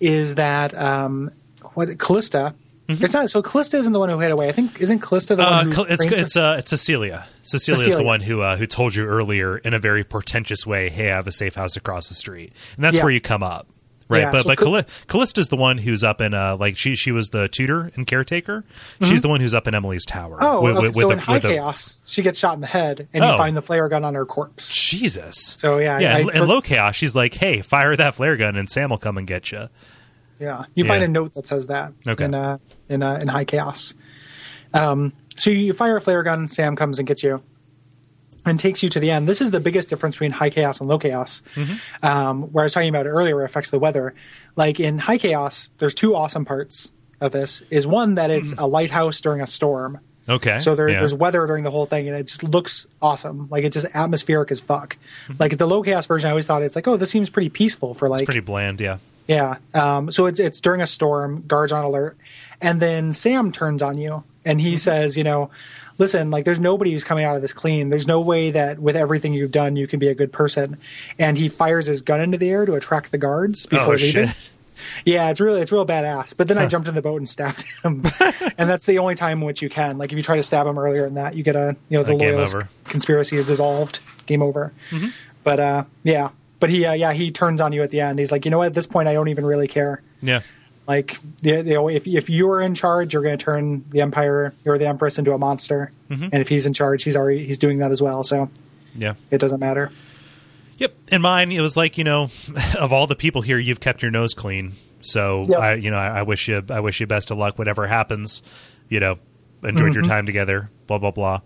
Speaker 2: is that um, what Callista. It's not so. Callista isn't the one who hid away. I think isn't Callista the
Speaker 1: Mm-hmm. Uh,
Speaker 2: one who
Speaker 1: Cal- it's
Speaker 2: trains her?
Speaker 1: it's uh, it's Cecilia. Cecilia's the
Speaker 2: Cecilia.
Speaker 1: one who uh, who told you earlier in a very portentous way, "Hey, I have a safe house across the street," and that's
Speaker 2: Yeah.
Speaker 1: where you come up, right?
Speaker 2: Yeah,
Speaker 1: but
Speaker 2: so
Speaker 1: but
Speaker 2: Cal-
Speaker 1: Cali- Callista's the one who's up in uh like she she was the tutor and caretaker. She's the one who's up in Emily's tower.
Speaker 2: Mm-hmm. Oh,
Speaker 1: with-
Speaker 2: okay.
Speaker 1: with-
Speaker 2: so
Speaker 1: with
Speaker 2: in
Speaker 1: the-
Speaker 2: High
Speaker 1: with the-
Speaker 2: Chaos, she gets shot in the head, and
Speaker 1: Oh.
Speaker 2: you find the flare gun on her corpse.
Speaker 1: Jesus.
Speaker 2: So, yeah,
Speaker 1: yeah.
Speaker 2: I-
Speaker 1: in, in low chaos, she's like, "Hey, fire that flare gun, and Sam will come and get you."
Speaker 2: Yeah, you find
Speaker 1: Yeah.
Speaker 2: a note that says that
Speaker 1: Okay.
Speaker 2: in uh, in uh, in High Chaos. Um, so you fire a flare gun. Sam comes and gets you, and takes you to the end. This is the biggest difference between High Chaos and Low Chaos,
Speaker 1: Mm-hmm.
Speaker 2: um, where I was talking about it earlier. Affects the weather. Like in High Chaos, there's two awesome parts of this. Is one that it's a lighthouse during a storm.
Speaker 1: Mm-hmm. Okay.
Speaker 2: So there,
Speaker 1: yeah.
Speaker 2: there's weather during the whole thing, and it just looks awesome. Like it's just atmospheric as fuck.
Speaker 1: Mm-hmm.
Speaker 2: Like the low chaos version, I always thought it's like, oh, this seems pretty peaceful for like,
Speaker 1: it's pretty bland. Yeah.
Speaker 2: yeah. Um, so it's it's during a storm, guards on alert, and then Sam turns on you, and
Speaker 1: Mm-hmm.
Speaker 2: he says, you know, listen, like there's nobody who's coming out of this clean. There's no way that with everything you've done, you can be a good person. And he fires his gun into the air to attract the guards
Speaker 1: Oh
Speaker 2: before leaving.
Speaker 1: shit.
Speaker 2: Yeah, it's really it's real badass. But then I jumped in the boat and stabbed him, and that's the only time in which you can. Like if you try to stab him earlier than that, you get a you know the
Speaker 1: Uh, game
Speaker 2: loyalist
Speaker 1: over.
Speaker 2: conspiracy is dissolved, game over. But uh, yeah, but he uh, yeah he turns on you at the end. He's like, you know what? At this point, I don't even really care.
Speaker 1: Yeah.
Speaker 2: Like you know, if if you're in charge, you're going to turn the empire or the empress into a monster.
Speaker 1: Mm-hmm.
Speaker 2: And if he's in charge, he's already he's doing that as well. So
Speaker 1: Yeah.
Speaker 2: it doesn't matter.
Speaker 1: Yep. In mine, it was like you know, of all the people here, you've kept your nose clean. So
Speaker 2: Yep.
Speaker 1: I, you know, I, I wish you, I wish you best of luck. Whatever happens, you know, enjoyed your time together. Blah blah blah.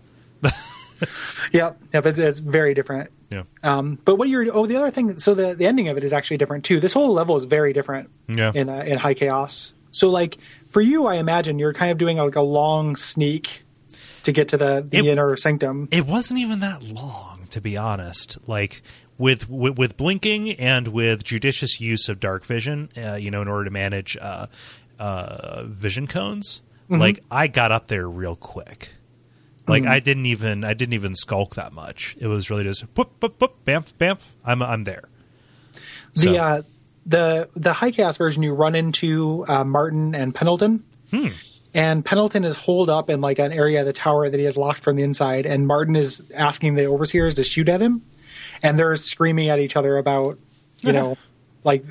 Speaker 2: Yep, yep, it's, it's very different.
Speaker 1: Yeah.
Speaker 2: Um, but what you're oh the other thing so the the ending of it is actually different too. This whole level is very different
Speaker 1: Yeah.
Speaker 2: in uh, in High Chaos. So like for you, I imagine you're kind of doing like a long sneak to get to the the
Speaker 1: It-
Speaker 2: inner sanctum.
Speaker 1: It wasn't even that long. to be honest. Like with with, with blinking and with judicious use of dark vision, uh, you know, in order to manage uh, uh, vision cones.
Speaker 2: Mm-hmm.
Speaker 1: Like I got up there real quick. Like I didn't even I didn't even skulk that much. It was really just whoop whoop whoop bamf bamf. I'm I'm there. So-
Speaker 2: The uh, the the high cast version, you run into uh, Martin and Pendleton,
Speaker 1: Hmm.
Speaker 2: and Pendleton is holed up in like an area of the tower that he has locked from the inside, and Martin is asking the overseers to shoot at him, and they're screaming at each other about you
Speaker 1: Uh-huh.
Speaker 2: know like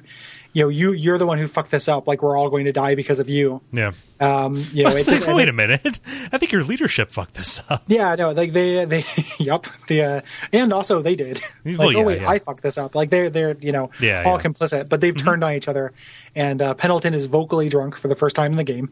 Speaker 2: you know you you're the one who fucked this up, like we're all going to die because of you.
Speaker 3: Yeah.
Speaker 2: Um, you know,
Speaker 1: it's
Speaker 2: just-
Speaker 1: like,
Speaker 2: and
Speaker 1: wait a minute. I think your leadership fucked this up.
Speaker 2: Yeah, no, like they, they, yep, the, uh, and also they did. Like,
Speaker 1: Well, yeah,
Speaker 2: oh wait,
Speaker 1: yeah.
Speaker 2: I fucked this up. Like they're, they're, you know,
Speaker 1: Yeah, Mm-hmm.
Speaker 2: all
Speaker 1: yeah.
Speaker 2: complicit, but they've turned on each other. And uh, Pendleton is vocally drunk for the first time in the game.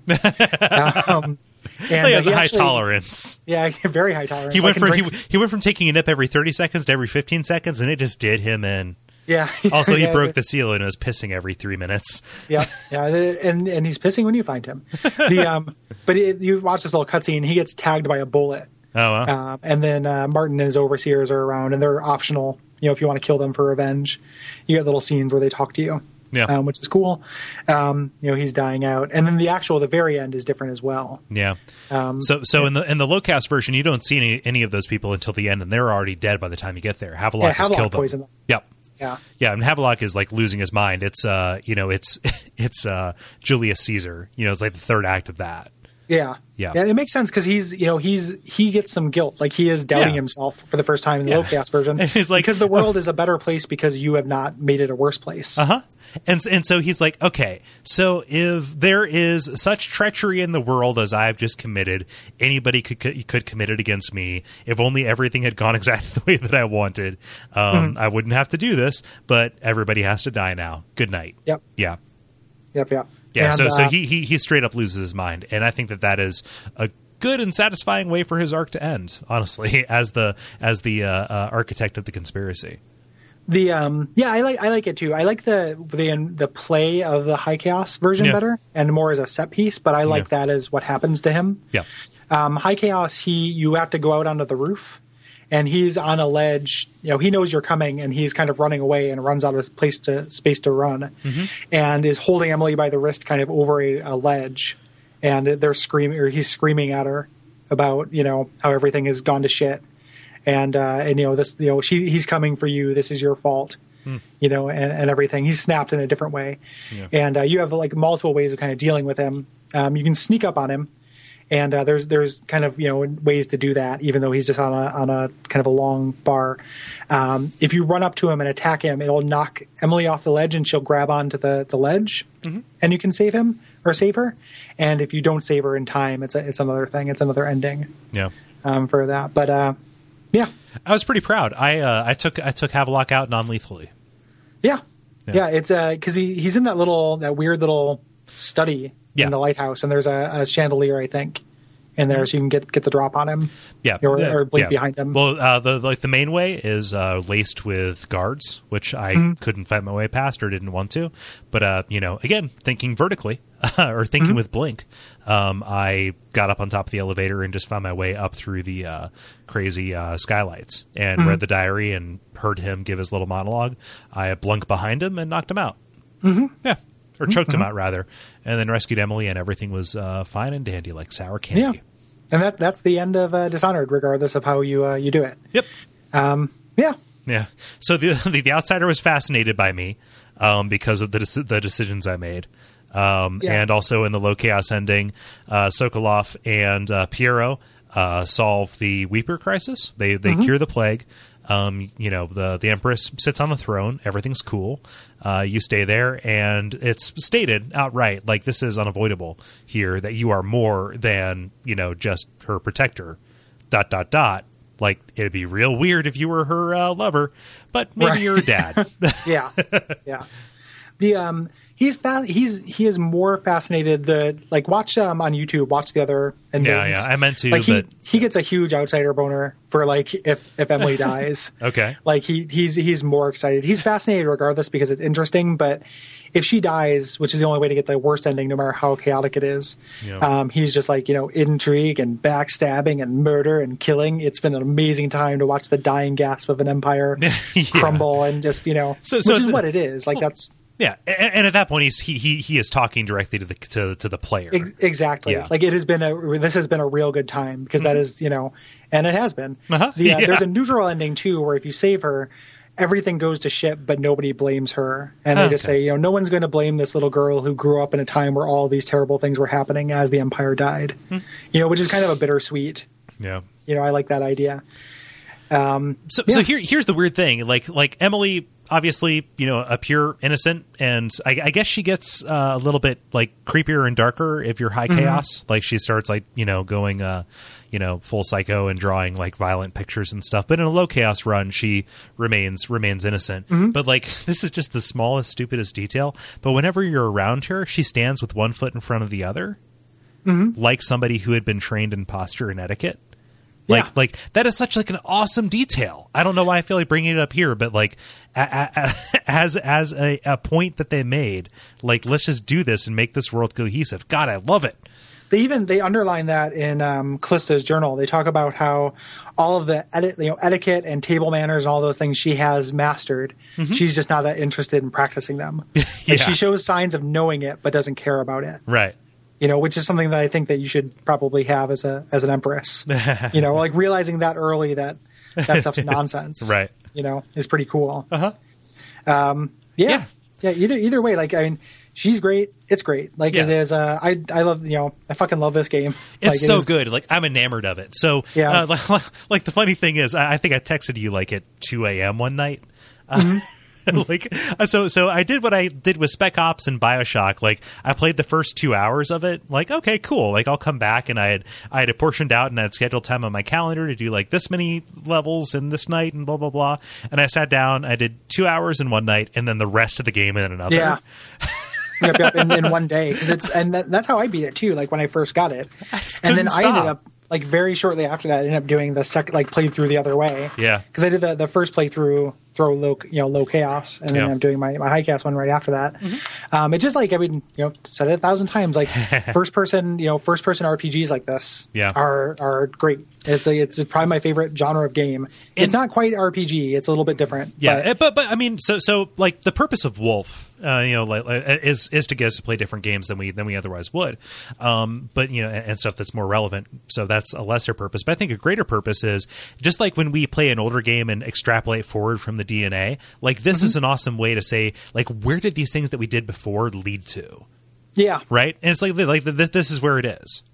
Speaker 2: um, and
Speaker 1: he
Speaker 2: uh,
Speaker 1: has a high
Speaker 2: actually-
Speaker 1: tolerance.
Speaker 2: Yeah, very high tolerance.
Speaker 1: He
Speaker 2: I
Speaker 1: went
Speaker 2: can
Speaker 1: from he,
Speaker 2: drink-
Speaker 1: he went from taking a nip every thirty seconds to every fifteen seconds, and it just did him in.
Speaker 2: yeah.
Speaker 1: Also, he
Speaker 2: yeah,
Speaker 1: broke the seal and was pissing every three minutes.
Speaker 2: yeah, yeah, the- and and he's pissing when you find him. The um, but it, you watch this little cutscene. He gets tagged by a bullet.
Speaker 1: Oh, well.
Speaker 2: Um, and then uh, Martin and his overseers are around, and they're optional. You know, if you want to kill them for revenge, you get little scenes where they talk to you,
Speaker 1: Yeah.
Speaker 2: um, which is cool. Um, you know, he's dying out, and then the actual, the very end is different as well.
Speaker 1: yeah.
Speaker 2: Um,
Speaker 1: So, so in the in the low cast version, you don't see any, any of those people until the end, and they're already dead by the time you get there. Havelock
Speaker 2: Yeah,
Speaker 1: has
Speaker 2: Havelock
Speaker 1: killed them.
Speaker 2: poisoned them.
Speaker 1: Yep.
Speaker 2: yeah,
Speaker 1: Yeah, and Havelock is like losing his mind. It's uh, you know, it's it's uh, Julius Caesar. You know, it's like the third act of that.
Speaker 2: yeah,
Speaker 1: Yeah.
Speaker 2: And it makes sense because he's, you know, he's he gets some guilt, like he is doubting
Speaker 1: Yeah.
Speaker 2: himself for the first time in the
Speaker 1: Yeah.
Speaker 2: low cast version.
Speaker 1: And he's like, "Oh."
Speaker 2: because the world is a better place because you have not made it a worse place.
Speaker 1: Uh-huh. And and so he's like, "Okay, so if there is such treachery in the world as I've just committed, anybody could could, could commit it against me. If only everything had gone exactly the way that I wanted, um,
Speaker 2: Mm-hmm.
Speaker 1: I wouldn't have to do this, but everybody has to die now. Good night."
Speaker 2: Yep.
Speaker 1: Yeah.
Speaker 2: Yep, yep,
Speaker 1: Yeah,
Speaker 2: And,
Speaker 1: so so
Speaker 2: uh,
Speaker 1: he, he he straight up loses his mind, and I think that that is a good and satisfying way for his arc to end. Honestly, as the as the uh, uh, architect of the conspiracy.
Speaker 2: the um yeah i like i like it too i like the the the play of the high chaos version
Speaker 1: Yeah.
Speaker 2: better and more as a set piece but i like
Speaker 1: Yeah.
Speaker 2: that as what happens to him
Speaker 1: Yeah.
Speaker 2: um high chaos he you have to go out onto the roof and he's on a ledge you know he knows you're coming and he's kind of running away and runs out of place to space to run and is holding emily by the wrist kind of over a, a ledge and they're screaming or he's screaming at her about you know how everything has gone to shit and uh, and you know this you know she he's coming for you this is your fault you know and, and everything he's snapped in a different way and uh, you have like multiple ways of kind of dealing with him um, you can sneak up on him and uh, there's there's kind of you know ways to do that even though he's just on a on a kind of a long bar um, if you run up to him and attack him it'll knock Emily off the ledge and she'll grab onto the the ledge
Speaker 1: Mm-hmm.
Speaker 2: and you can save him or save her and if you don't save her in time it's a, it's another thing it's another ending
Speaker 1: Yeah.
Speaker 2: um, for that but uh, yeah
Speaker 1: I was pretty proud. I uh, I took I took Havelock out non lethally.
Speaker 2: Yeah.
Speaker 1: Yeah.
Speaker 2: Yeah, it's because he, he's in that little that weird little study
Speaker 1: Yeah. Mm-hmm.
Speaker 2: in the lighthouse, and there's a, a chandelier, I think, in there, so you can get get the drop on him.
Speaker 1: Yeah,
Speaker 2: or,
Speaker 1: Yeah.
Speaker 2: or blink
Speaker 1: Yeah.
Speaker 2: behind him.
Speaker 1: Well, uh, the like the main way is uh, laced with guards, which I
Speaker 2: Mm-hmm.
Speaker 1: couldn't fight my way past or didn't want to. But uh, you know, again, thinking vertically or
Speaker 2: Mm-hmm.
Speaker 1: thinking with blink, um, I got up on top of the elevator and just found my way up through the uh, crazy uh, skylights and
Speaker 2: Mm-hmm.
Speaker 1: read the diary and heard him give his little monologue. I blunk behind him and knocked him out. Mm-hmm. Yeah. Or choked
Speaker 2: Mm-hmm.
Speaker 1: him out rather, and then rescued Emily, and everything was uh, fine and dandy, like sour
Speaker 2: yeah,
Speaker 1: candy.
Speaker 2: and that that's the end of uh, Dishonored, regardless of how you uh, you do it.
Speaker 1: Yep.
Speaker 2: Yeah,
Speaker 1: Yeah. So the the, the outsider was fascinated by me um, because of the deci- the decisions I made. Um,
Speaker 2: Yeah.
Speaker 1: And also in the low chaos ending, uh, Sokolov and uh, Piero uh, solve the Weeper crisis. They they cure the plague. Um, you know the the Empress sits on the throne. Everything's cool. Uh, you stay there, and it's stated outright like this is unavoidable here that you are more than you know just her protector dot dot dot. Like it'd be real weird if you were her uh, lover, but maybe
Speaker 2: Right.
Speaker 1: you're a dad.
Speaker 2: yeah, yeah. the um he's fa- he's he is more fascinated the like watch um on YouTube watch the other and
Speaker 1: Yeah, yeah, I meant to,
Speaker 2: like he
Speaker 1: but-
Speaker 2: he gets a huge outsider boner for like if if Emily dies
Speaker 1: Okay.
Speaker 2: like he he's he's more excited he's fascinated regardless because it's interesting but if she dies which is the only way to get the worst ending no matter how chaotic it is
Speaker 1: Yeah.
Speaker 2: um he's just like you know intrigue and backstabbing and murder and killing it's been an amazing time to watch the dying gasp of an empire
Speaker 1: Yeah.
Speaker 2: crumble and just you know
Speaker 1: So- so
Speaker 2: which is
Speaker 1: the-
Speaker 2: what it is like that's
Speaker 1: Yeah, and, and at that point, he's he, he he is talking directly to the to, to the player.
Speaker 2: Ex- exactly.
Speaker 1: Yeah. Mm-hmm.
Speaker 2: Like it has been a this has been a real good time because that is you know, and it has been.
Speaker 1: Uh-huh.
Speaker 2: The, uh,
Speaker 1: Yeah.
Speaker 2: There's a neutral ending too, where if you save her, everything goes to shit, but nobody blames her, and they just
Speaker 1: Okay.
Speaker 2: say you know no one's going to blame this little girl who grew up in a time where all these terrible things were happening as the empire died.
Speaker 1: Hmm.
Speaker 2: You know, which is kind of a bittersweet.
Speaker 1: yeah.
Speaker 2: You know, I like that idea.
Speaker 1: So
Speaker 2: Yeah.
Speaker 1: so here here's the weird thing. Like like Emily, obviously, you know, a pure innocent, and I, I guess she gets uh, a little bit like creepier and darker if you're high
Speaker 2: Mm-hmm.
Speaker 1: chaos. Like she starts like you know going uh you know full psycho and drawing like violent pictures and stuff. But in a low chaos run, she remains remains innocent.
Speaker 2: Mm-hmm.
Speaker 1: But like this is just the smallest stupidest detail. But whenever you're around her, she stands with one foot in front of the other. like somebody who had been trained in posture and etiquette. Like,
Speaker 2: Yeah.
Speaker 1: like that is such like an awesome detail. I don't know why I feel like bringing it up here, but like, a, a, a- as as a, a point that they made, like let's just do this and make this world cohesive. God, I love it.
Speaker 2: they even they underline that in um, Callista's journal. They talk about how all of the edit, you know, etiquette and table manners and all those things she has mastered. She's just not that interested in practicing them.
Speaker 1: Mm-hmm. Yeah.
Speaker 2: Like she shows signs of knowing it, but doesn't care about it.
Speaker 1: Right.
Speaker 2: You know, which is something that I think that you should probably have as a as an empress. you know, like realizing that early that that stuff's nonsense.
Speaker 1: Right.
Speaker 2: You know, is pretty cool.
Speaker 1: Uh huh.
Speaker 2: Yeah.
Speaker 1: Yeah.
Speaker 2: yeah. either either way, like I mean, she's great. It's great. Like
Speaker 1: Yeah.
Speaker 2: it is. Uh, I I love you know I fucking love this game. Like,
Speaker 1: It's
Speaker 2: it
Speaker 1: so
Speaker 2: is-
Speaker 1: good. Like I'm enamored of it. So
Speaker 2: Yeah.
Speaker 1: uh, like, like, the funny thing is, I, I think I texted you like at 2 a.m. one night. Uh,
Speaker 2: Mm-hmm.
Speaker 1: like uh, so so I did what I did with Spec Ops and BioShock. Like I played the first two hours of it. Like okay, cool. Like I'll come back and I had I had apportioned out and I had scheduled time on my calendar to do like this many levels in this night and blah blah blah. And I sat down. I did two hours in one night and then the rest of the game in another.
Speaker 2: Yeah. yep, yep, in, in one day 'Cause it's and that, that's how I beat it too. Like when I first got it,
Speaker 1: just
Speaker 2: and then
Speaker 1: couldn't
Speaker 2: I ended
Speaker 1: stop.
Speaker 2: up like very shortly after that, I ended up doing the second like playthrough the other way.
Speaker 1: Yeah.
Speaker 2: because I did the, the first playthrough throw low you know low chaos, and then
Speaker 1: Yeah.
Speaker 2: I'm doing my, my high chaos one right after that.
Speaker 1: Mm-hmm.
Speaker 2: Um, it's just like I mean you know said it a thousand times. Like first person you know first person RPGs like this
Speaker 1: Yeah.
Speaker 2: are are great. It's like it's probably my favorite genre of game. it's not quite RPG. It's a little bit different.
Speaker 1: Yeah,
Speaker 2: but-
Speaker 1: eh, but, but I mean, so so like the purpose of Wolf, uh, you know, like, like, is is to get us to play different games than we than we otherwise would, um, but you know, and, and stuff that's more relevant. So that's a lesser purpose, but I think a greater purpose is just like when we play an older game and extrapolate forward from the DNA. Like this is an awesome way to say like where did these things that we did before lead to,
Speaker 2: yeah.
Speaker 1: right? And it's like like th- this is where it is.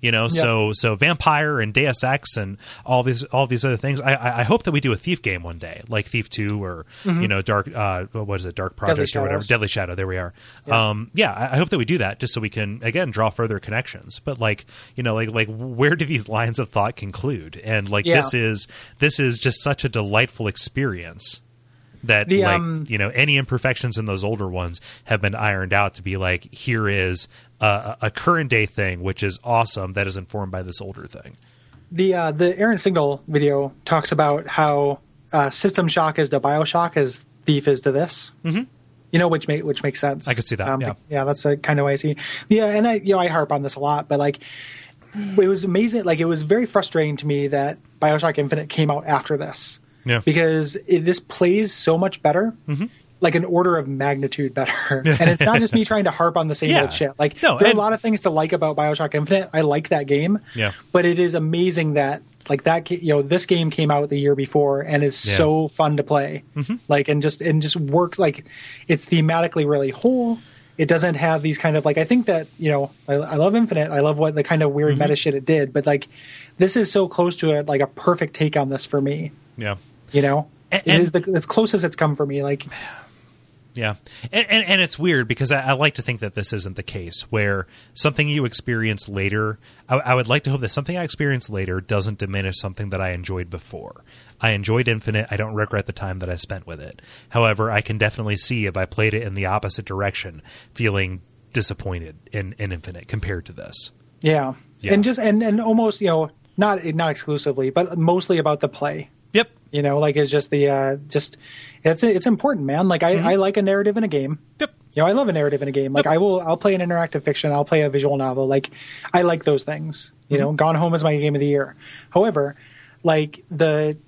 Speaker 1: You know, so so vampire and Deus Ex and all these all these other things. I- I I hope that we do a thief game one day, like Thief Two or you know Dark uh, what is it Dark Project or whatever
Speaker 2: Shadows.
Speaker 1: Deadly Shadow. There we are. Yeah. Um, yeah, I, I hope that we do that just so we can again draw further connections. But like you know, like like where do these lines of thought conclude? And like
Speaker 2: Yeah.
Speaker 1: this is this is just such a delightful experience that
Speaker 2: The,
Speaker 1: like
Speaker 2: um,
Speaker 1: you know any imperfections in those older ones have been ironed out to be like here is a, a current day thing which is awesome that is informed by this older thing
Speaker 2: the uh, the Aaron Signal video talks about how uh, System Shock is to Bioshock as Thief is to this. Mm-hmm. You know, which make which makes sense. Um,
Speaker 1: I could see that, yeah.
Speaker 2: that's the kind of way I see. It. Yeah, and I you know I harp on this a lot, but like it was amazing. Like it was very frustrating to me that Bioshock Infinite came out after this.
Speaker 1: Yeah. Mm-hmm.
Speaker 2: because it, this plays so much better. Like an order of magnitude better, and it's not just me trying to harp on the same
Speaker 1: Yeah.
Speaker 2: old shit. Like
Speaker 1: No,
Speaker 2: there are a
Speaker 1: and-
Speaker 2: lot of things to like about Bioshock Infinite. I like that game,
Speaker 1: Yeah.
Speaker 2: but it is amazing that like that ga- you know this game came out the year before and is
Speaker 1: Yeah. Mm-hmm.
Speaker 2: so fun to play like and just and just works like it's thematically really whole it doesn't have these kind of like i think that you know i, I love infinite i love what the kind of
Speaker 1: Mm-hmm.
Speaker 2: weird meta shit it did but like this is so close to it like a perfect take on this for me
Speaker 1: yeah
Speaker 2: you know
Speaker 1: A-
Speaker 2: it
Speaker 1: and-
Speaker 2: is the, the closest it's come for me like
Speaker 1: yeah, and, and and it's weird because I, I like to think that this isn't the case where something you experience later. I, I would like to hope that something I experience later doesn't diminish something that I enjoyed before. I enjoyed Infinite. I don't regret the time that I spent with it. However, I can definitely see if I played it in the opposite direction, feeling disappointed in, in Infinite compared to this.
Speaker 2: Yeah.
Speaker 1: Yeah.
Speaker 2: And just and and almost, you know, not not exclusively, but mostly about the play.
Speaker 1: Yep.
Speaker 2: You know, like it's just the uh just it's it's important, man. Like I I like a narrative in a game.
Speaker 1: Yep.
Speaker 2: You know, I love a narrative in a game. Like I will I'll play an interactive fiction, I'll play a visual novel. Like I like those things. You know, Gone Home is my game of the year. However, like the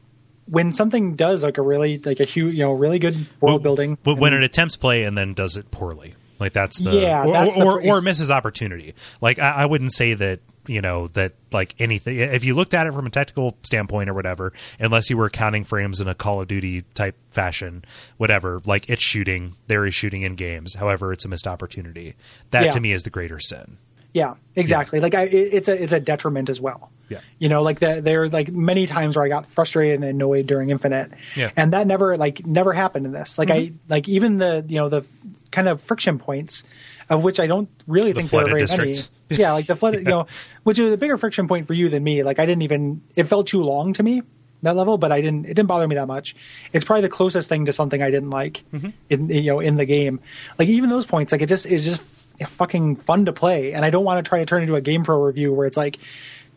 Speaker 2: when something does like a really like a huge, you know, really good world building.
Speaker 1: But when it attempts play and then does it poorly, like that's the
Speaker 2: Yeah,
Speaker 1: or,
Speaker 2: that's the
Speaker 1: or,
Speaker 2: pr-
Speaker 1: or misses opportunity. Like I, I wouldn't say that you know that like anything. If you looked at it from a technical standpoint or whatever, unless you were counting frames in a Call of Duty type fashion, whatever. Like it's shooting, there is shooting in games. However, it's a missed opportunity. That
Speaker 2: Yeah.
Speaker 1: to me is the greater sin.
Speaker 2: Yeah, exactly. Like I, it, it's a it's a detriment as well.
Speaker 1: Yeah.
Speaker 2: You know, like the, there are like many times where I got frustrated and annoyed during Infinite.
Speaker 1: Yeah. Mm-hmm.
Speaker 2: And that never like never happened in this. Like I like even the you know the kind of friction points of which I don't really think there were very
Speaker 1: flooded district.
Speaker 2: many. Yeah, like the flood, you know, which was a bigger friction point for you than me. Like I didn't even it felt too long to me that level, but I didn't it didn't bother me that much. It's probably the closest thing to something I didn't like
Speaker 1: Mm-hmm.
Speaker 2: in you know in the game. Like even those points, like it just is just fucking fun to play, and I don't want to try to turn into a game pro review where it's like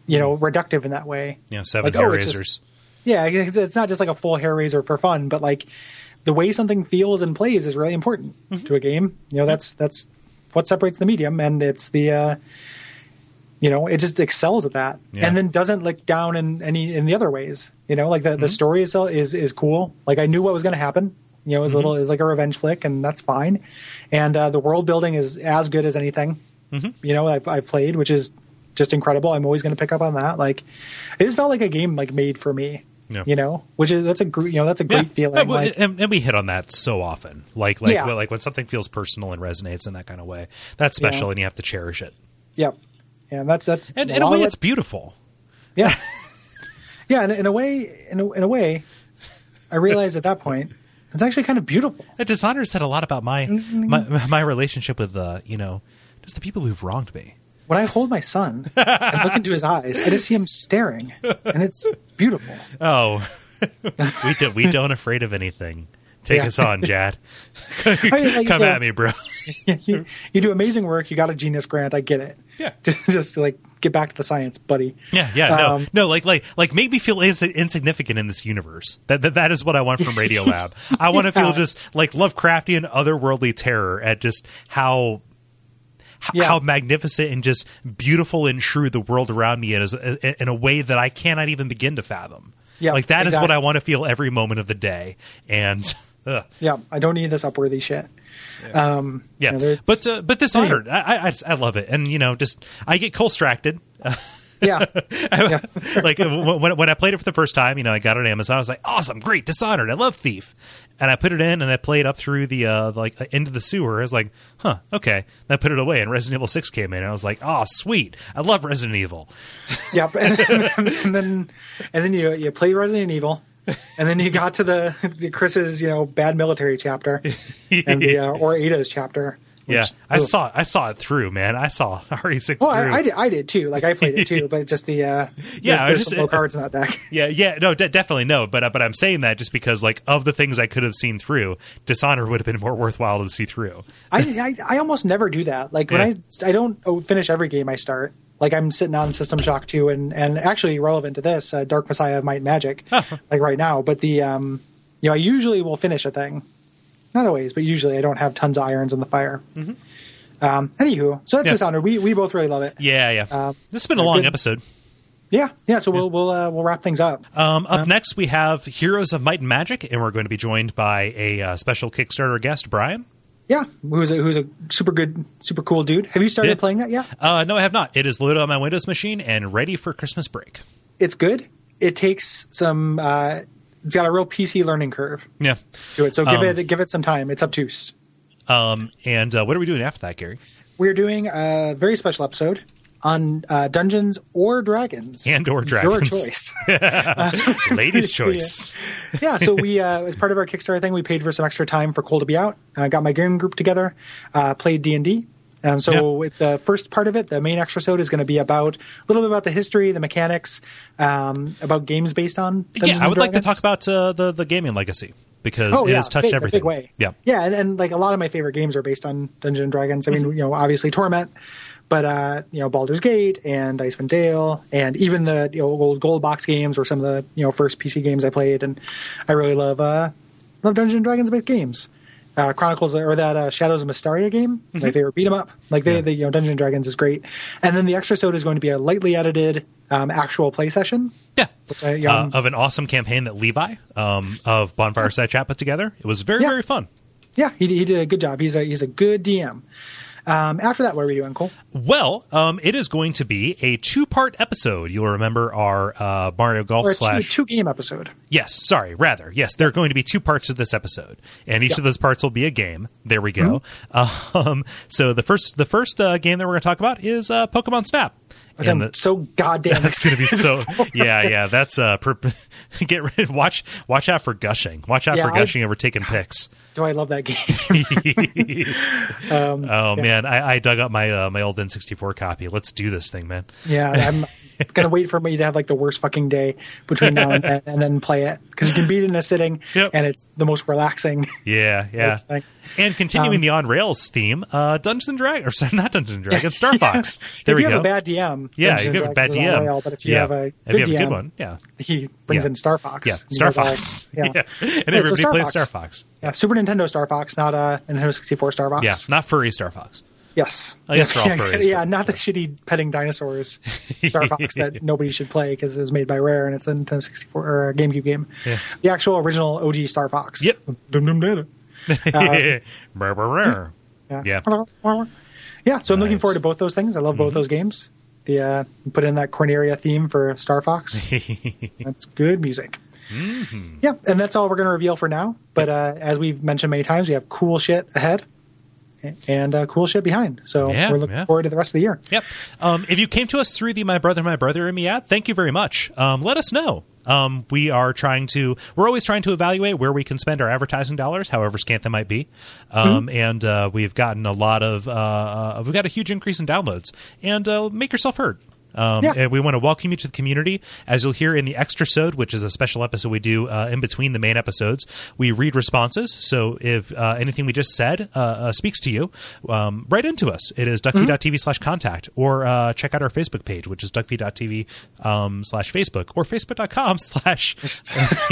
Speaker 2: you know reductive in that way.
Speaker 1: You know, seven
Speaker 2: Like,
Speaker 1: hair
Speaker 2: oh, it's just-
Speaker 1: raisers.
Speaker 2: Yeah, it's, it's not just like a full hair raiser for fun, but like the way something feels and plays is really important to a game. You know, that's that's what separates the medium, and it's the uh, you know it just excels at that,
Speaker 1: Yeah.
Speaker 2: and then doesn't look down in any in the other ways. You know, like the,
Speaker 1: Mm-hmm.
Speaker 2: the story itself is is cool. Like I knew what was going to happen. You know, it was a little
Speaker 1: Mm-hmm.
Speaker 2: is like a revenge flick, and that's fine. And uh, the world building is as good as anything.
Speaker 1: Mm-hmm.
Speaker 2: You know, I've I've played, which is just incredible. I'm always going to pick up on that. Like, it just felt like a game like made for me.
Speaker 1: Yeah.
Speaker 2: You know, which is that's a gr- you know that's a great feeling.
Speaker 1: Yeah, well,
Speaker 2: like,
Speaker 1: and, and we hit on that so often. Like like
Speaker 2: Yeah.
Speaker 1: well, like when something feels personal and resonates in that kind of way, that's special, and you have to cherish it.
Speaker 2: yep. And that's that's
Speaker 1: And in a
Speaker 2: lot
Speaker 1: way,
Speaker 2: of
Speaker 1: it's beautiful.
Speaker 2: Yeah. yeah, in, in a way, in a, in a way, I realized at that point it's actually kind of beautiful.
Speaker 1: It dishonors said a lot about my
Speaker 2: Mm-hmm.
Speaker 1: my, my relationship with uh, you know just the people who've wronged me.
Speaker 2: When I hold my son and look into his eyes, I just see him staring, and it's beautiful.
Speaker 1: Oh, we do, we don't afraid of anything. Take
Speaker 2: Yeah.
Speaker 1: us on, Jad.
Speaker 2: I mean, like,
Speaker 1: Come
Speaker 2: yeah.
Speaker 1: at me, bro.
Speaker 2: you, you do amazing work. You got a genius grant. I get it.
Speaker 1: Yeah.
Speaker 2: Just, just like get back to the science, buddy.
Speaker 1: Yeah, yeah, no,
Speaker 2: Um,
Speaker 1: no, like, like, like, make me feel ins- insignificant in this universe. That, that that is what I want from Radio Lab. I want to
Speaker 2: Yeah.
Speaker 1: feel just like Lovecraftian, otherworldly terror at just how. h-
Speaker 2: Yeah.
Speaker 1: How magnificent and just beautiful and true the world around me is uh, in a way that I cannot even begin to fathom.
Speaker 2: Yeah,
Speaker 1: like that is what
Speaker 2: exactly.
Speaker 1: I want to feel every moment of the day. And ugh.
Speaker 2: Yeah, I don't need this upworthy shit. Um,
Speaker 1: Yeah,
Speaker 2: you know, they're-
Speaker 1: but uh, but dishonored. I, I I just- I love it, and you know, just I get distracted.
Speaker 2: yeah,
Speaker 1: like w- when when I played it for the first time, you know, I got it on Amazon. I was like, awesome, great, dishonored. I love Thief, and I put it in and I played up through the uh, like uh, end of the sewer. I was like, huh, okay. And I put it away, and Resident Evil Six came in, and I was like, oh, sweet, I love Resident Evil.
Speaker 2: yep. And then, and then, and then you you play Resident Evil, and then you got to the, the Chris's you know bad military chapter, and the uh, or Ada's chapter. which-
Speaker 1: yeah, I
Speaker 2: ugh.
Speaker 1: saw I saw it through, man. I saw RE Six.
Speaker 2: Oh,
Speaker 1: through.
Speaker 2: I, I did. I did too. Like I played it too, but just the uh,
Speaker 1: Yeah, I
Speaker 2: there's, there's
Speaker 1: just-
Speaker 2: some low cards in that deck.
Speaker 1: Yeah, yeah, no, de- definitely no. But uh, but I'm saying that just because like of the things I could have seen through, Dishonor would have been more worthwhile to see through.
Speaker 2: I, I I almost never do that. Like when I I don't oh, finish every game I start. Like I'm sitting on System Shock 2 and and actually relevant to this, uh, Dark Messiah of Might and Magic, like right now. But the um, you know, I usually will finish a thing. Not always, but usually I don't have tons of irons in the fire. Um, anywho, so
Speaker 1: Mm-hmm.
Speaker 2: that's
Speaker 1: Yeah.
Speaker 2: the sounder. We we both really love it.
Speaker 1: Yeah, yeah.
Speaker 2: Um,
Speaker 1: this has been a long
Speaker 2: good.
Speaker 1: episode.
Speaker 2: Yeah, yeah. So we'll we'll uh, we'll wrap things up.
Speaker 1: Um, up next, we have Heroes of Might and Magic, and we're going to be joined by a uh, special Kickstarter guest, Brian.
Speaker 2: Yeah, who's a, who's a super good, super cool dude. Have you started
Speaker 1: Yeah.
Speaker 2: playing that yet?
Speaker 1: Uh, no, I have not. It is loaded on my Windows machine and ready for Christmas break.
Speaker 2: It's good. It takes some. Uh, it's got a real PC learning curve.
Speaker 1: Yeah.
Speaker 2: to it. So give
Speaker 1: Um,
Speaker 2: it give it some time. It's obtuse.
Speaker 1: Um, and uh, what are we doing after that, Gary?
Speaker 2: We're doing a very special episode on uh, Dungeons or Dragons.
Speaker 1: And or Dragons.
Speaker 2: Your choice.
Speaker 1: Ladies' choice.
Speaker 2: yeah, so we, uh, as part of our Kickstarter thing, we paid for some extra time for Cole to be out. I got my game group together, uh, played D&D. Um, so
Speaker 1: Yeah.
Speaker 2: with the first part of it, the main extrasode is going to be about a little bit about the history, the mechanics, um, about games based on Dungeons
Speaker 1: yeah, I
Speaker 2: and
Speaker 1: would like to
Speaker 2: Dragons.
Speaker 1: talk about uh, the the gaming legacy because it has touched
Speaker 2: Oh, big, a
Speaker 1: everything.
Speaker 2: Big way.
Speaker 1: Yeah,
Speaker 2: yeah, and, and like a lot of my favorite games are based on Dungeons and Dragons. I
Speaker 1: Mm-hmm.
Speaker 2: mean, you know, obviously Torment, but uh, you know, Baldur's Gate and Icewind Dale, and even the you know, old Gold Box games were some of the you know first PC games I played, and I really love uh, love Dungeons and Dragons based games. Uh, Chronicles or that uh, Shadows of Mysteria game,
Speaker 1: Mm-hmm.
Speaker 2: my favorite beat 'em up. Like they, they, you know, Dungeons and Dragons is great, and then the extra sode is going to be a lightly edited um, actual play session.
Speaker 1: yeah.
Speaker 2: Which I, um, you know,
Speaker 1: Uh, of an awesome campaign that Levi um, of Bonfire Side Chat put together. It was very
Speaker 2: Yeah.
Speaker 1: very fun.
Speaker 2: Yeah, he, he did a good job. He's a he's a good DM. Um, after that, what were you doing, Cole?
Speaker 1: Well, um, it is going to be a two part episode. You'll remember our uh, Mario Golf
Speaker 2: Or a
Speaker 1: slash
Speaker 2: two, two game episode.
Speaker 1: Yes, sorry, rather. Yes, there are going to be two parts of this episode, and each
Speaker 2: Yeah. Mm-hmm.
Speaker 1: of those parts will be a game. There we go. Um, so the first the first uh, game that we're going to talk about is uh, Pokemon Snap.
Speaker 2: Which I'm
Speaker 1: the-
Speaker 2: so goddamn
Speaker 1: that's going to be so yeah, yeah, that's uh per- get rid watch watch out for gushing. Watch out
Speaker 2: Yeah,
Speaker 1: for
Speaker 2: I- Um,
Speaker 1: gushing over taking pics.
Speaker 2: do I love that game.
Speaker 1: oh man, I, I dug up my uh, my old N64 copy. Let's do this thing, man.
Speaker 2: yeah, I'm gonna wait for me to have like the worst fucking day between now and then, and then play it because you can beat it in a sitting,
Speaker 1: Yep.
Speaker 2: and it's the most relaxing.
Speaker 1: Yeah, yeah.
Speaker 2: Thank-
Speaker 1: And continuing
Speaker 2: Um,
Speaker 1: the on rails theme, uh, Dungeons and Dragons, or sorry, not Dungeons and Dragons, Star Fox. There
Speaker 2: if
Speaker 1: we
Speaker 2: you
Speaker 1: go.
Speaker 2: have a bad DM,
Speaker 1: yeah,
Speaker 2: Dungeons
Speaker 1: you
Speaker 2: and
Speaker 1: have a bad
Speaker 2: Dragons is on
Speaker 1: DM.
Speaker 2: rail, but if you
Speaker 1: yeah.
Speaker 2: have a
Speaker 1: if
Speaker 2: good,
Speaker 1: you have a
Speaker 2: DM,
Speaker 1: good one, yeah,
Speaker 2: he brings
Speaker 1: Yeah.
Speaker 2: in Star Fox.
Speaker 1: yeah,
Speaker 2: and he
Speaker 1: Star
Speaker 2: goes all-
Speaker 1: Fox,
Speaker 2: yeah.
Speaker 1: yeah, and
Speaker 2: so
Speaker 1: everybody
Speaker 2: Star
Speaker 1: plays
Speaker 2: Fox.
Speaker 1: Star Fox.
Speaker 2: Yeah, Super Nintendo Star Fox, not a Nintendo 64 Star Fox.
Speaker 1: Yeah, not furry Star Fox.
Speaker 2: Yes.
Speaker 1: I guess they're all furries,
Speaker 2: yeah, exactly. Yeah,
Speaker 1: but-
Speaker 2: not the shitty petting dinosaurs Star Fox that nobody should play because it was made by Rare and it's a Nintendo 64 or a GameCube game.
Speaker 1: Yeah.
Speaker 2: The actual original OG Star Fox.
Speaker 1: Yep.
Speaker 2: Dum dum dum. Uh,
Speaker 1: Brr, brr, brr.
Speaker 2: Yeah.
Speaker 1: Yeah.
Speaker 2: Yeah, so I'm looking
Speaker 1: Nice. Mm-hmm.
Speaker 2: forward to both those things. I love both those games. The uh, put in that Corneria theme for Star Fox. that's good music.
Speaker 1: Mm-hmm.
Speaker 2: Yeah, and that's all we're going to reveal for now. But uh, as we've mentioned many times, we have cool shit ahead and uh, cool shit behind. So
Speaker 1: Yeah,
Speaker 2: we're looking
Speaker 1: yeah.
Speaker 2: forward to the rest of the year.
Speaker 1: Yep. Um, if you came to us through the My Brother, My Brother and Me ad, thank you very much. Um, let us know. Um, we are trying to, we're always trying to evaluate where we can spend our advertising dollars, however scant they might be. Um, And uh, we've gotten a lot of, uh, uh, we've got a huge increase in downloads. And uh, make yourself heard. Um,
Speaker 2: Yeah.
Speaker 1: And we want to welcome you to the community. As you'll hear in the extra sode, which is a special episode we do uh, in between the main episodes, we read responses. So if uh, anything we just said uh, uh, speaks to you, um, write into us. It is
Speaker 2: Mm-hmm.
Speaker 1: duckfeed.tv slash contact, or uh, check out our Facebook page, which is duckfeed.tv um, slash Facebook, or facebook.com slash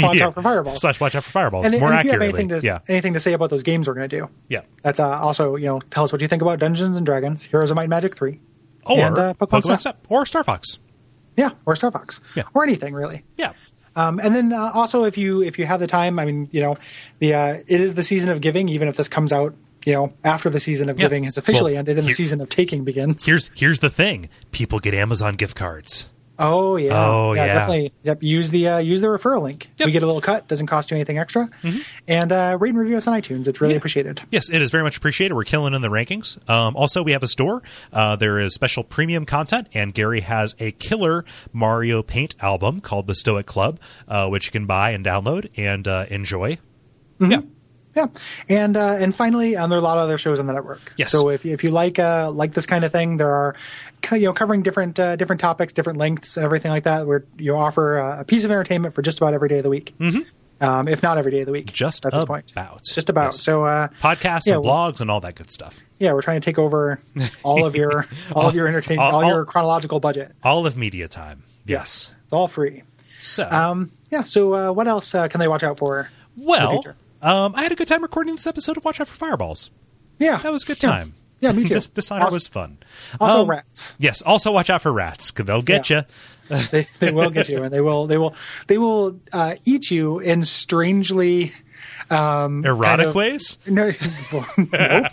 Speaker 2: Watch out for fireballs.
Speaker 1: Slash watch out for fireballs.
Speaker 2: And, and
Speaker 1: More
Speaker 2: if you have
Speaker 1: accurately.
Speaker 2: anything to,
Speaker 1: yeah.
Speaker 2: anything to say about those games we're going to do,
Speaker 1: Yeah.
Speaker 2: that's uh, also, you know, tell us what you think about Dungeons and Dragons, Heroes of Might and Magic 3,
Speaker 1: Or
Speaker 2: and uh, Pokemon, Snap.
Speaker 1: Snap. Or Star Fox.
Speaker 2: Yeah, or Star Fox.
Speaker 1: Yeah.
Speaker 2: Or anything, really.
Speaker 1: Yeah.
Speaker 2: Um, and then uh, also, if you if you have the time, I mean, you know, the uh, it is the season of giving. Even if this comes out, you know, after the season of
Speaker 1: Yeah.
Speaker 2: giving has officially
Speaker 1: Well,
Speaker 2: ended and the
Speaker 1: here-
Speaker 2: season of taking begins.
Speaker 1: Here's here's the thing. People get Amazon gift cards.
Speaker 2: Oh yeah,
Speaker 1: Oh, yeah.
Speaker 2: definitely. Yep, use the uh, use the referral link.
Speaker 1: Yep. Mm-hmm.
Speaker 2: We get a little cut; doesn't cost you anything extra. And uh, rate and review us on iTunes; it's really appreciated.
Speaker 1: Yes, it is very much appreciated. We're killing in the rankings. Um, also, we have a store. Uh, there is special premium content, and Gary has a killer Mario Paint album called The Stoic Club, uh, which you can buy and download and uh, enjoy.
Speaker 2: Mm-hmm.
Speaker 1: Yeah.
Speaker 2: Yeah, and uh, and finally, um, there are a lot of other shows on the network.
Speaker 1: Yes.
Speaker 2: So if, if you like uh, like this kind of thing, there are co- you know covering different uh, different topics, different lengths, and everything like that. Where you offer uh, a piece of entertainment for just about every day of the week, mm-hmm. um, if not every day of the week.
Speaker 1: Just
Speaker 2: at this
Speaker 1: about.
Speaker 2: point, just about.
Speaker 1: Yes.
Speaker 2: So uh,
Speaker 1: Podcasts
Speaker 2: Yeah,
Speaker 1: and
Speaker 2: well-
Speaker 1: blogs and all that good stuff.
Speaker 2: yeah, we're trying to take over all of your all of your entertainment,
Speaker 1: all-
Speaker 2: all, your chronological budget.
Speaker 1: All of media time. Yes.
Speaker 2: it's all free.
Speaker 1: So,
Speaker 2: Um, yeah. So uh, what else uh, can they watch out for?
Speaker 1: well,
Speaker 2: future.
Speaker 1: um, I had a good time recording this episode of Watch Out for Fireballs.
Speaker 2: Yeah,
Speaker 1: That was a good
Speaker 2: Yeah.
Speaker 1: time.
Speaker 2: Yeah, me too.
Speaker 1: Dis- Dishonor
Speaker 2: Also-
Speaker 1: was fun.
Speaker 2: Also,
Speaker 1: Um,
Speaker 2: rats.
Speaker 1: Yes. Also, watch out for rats because they'll get
Speaker 2: Yeah.
Speaker 1: you.
Speaker 2: they, they will get you and they will they will they will uh, eat you in strangely um
Speaker 1: Erotic
Speaker 2: kind of-
Speaker 1: ways.
Speaker 2: no well, nope.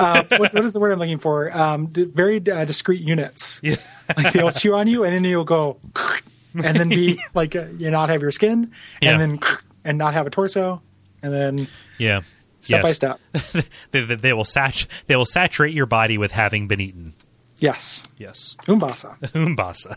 Speaker 2: uh, what, what is the word i'm looking for um d- very uh, discrete units
Speaker 1: Yeah.
Speaker 2: like they'll chew on you and then you'll go and then be like uh, you not have your skin
Speaker 1: Yeah.
Speaker 2: and then and not have a torso and then
Speaker 1: Yeah.
Speaker 2: step by
Speaker 1: Yes.
Speaker 2: step
Speaker 1: they, they, they will sat- they will saturate your body with having been eaten.
Speaker 2: Yes.
Speaker 1: Yes.
Speaker 2: Umbasa.
Speaker 1: Umbasa.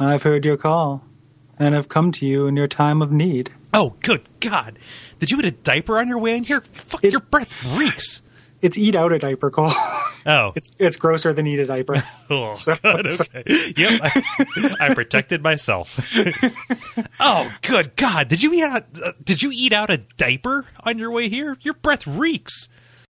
Speaker 2: I've heard your call and have come to you in your time of need.
Speaker 1: Oh, good God. Did you put a diaper on your way in here? Fuck,
Speaker 2: It-
Speaker 1: your breath reeks.
Speaker 2: It's eat out a diaper call.
Speaker 1: Oh,
Speaker 2: it's it's grosser than eat a diper.
Speaker 1: oh
Speaker 2: so-
Speaker 1: God,
Speaker 2: so-
Speaker 1: okay. Yep, I, I protected myself. oh, good God! Did you eat out? Uh, did you eat out a diaper on your way here? Your breath reeks.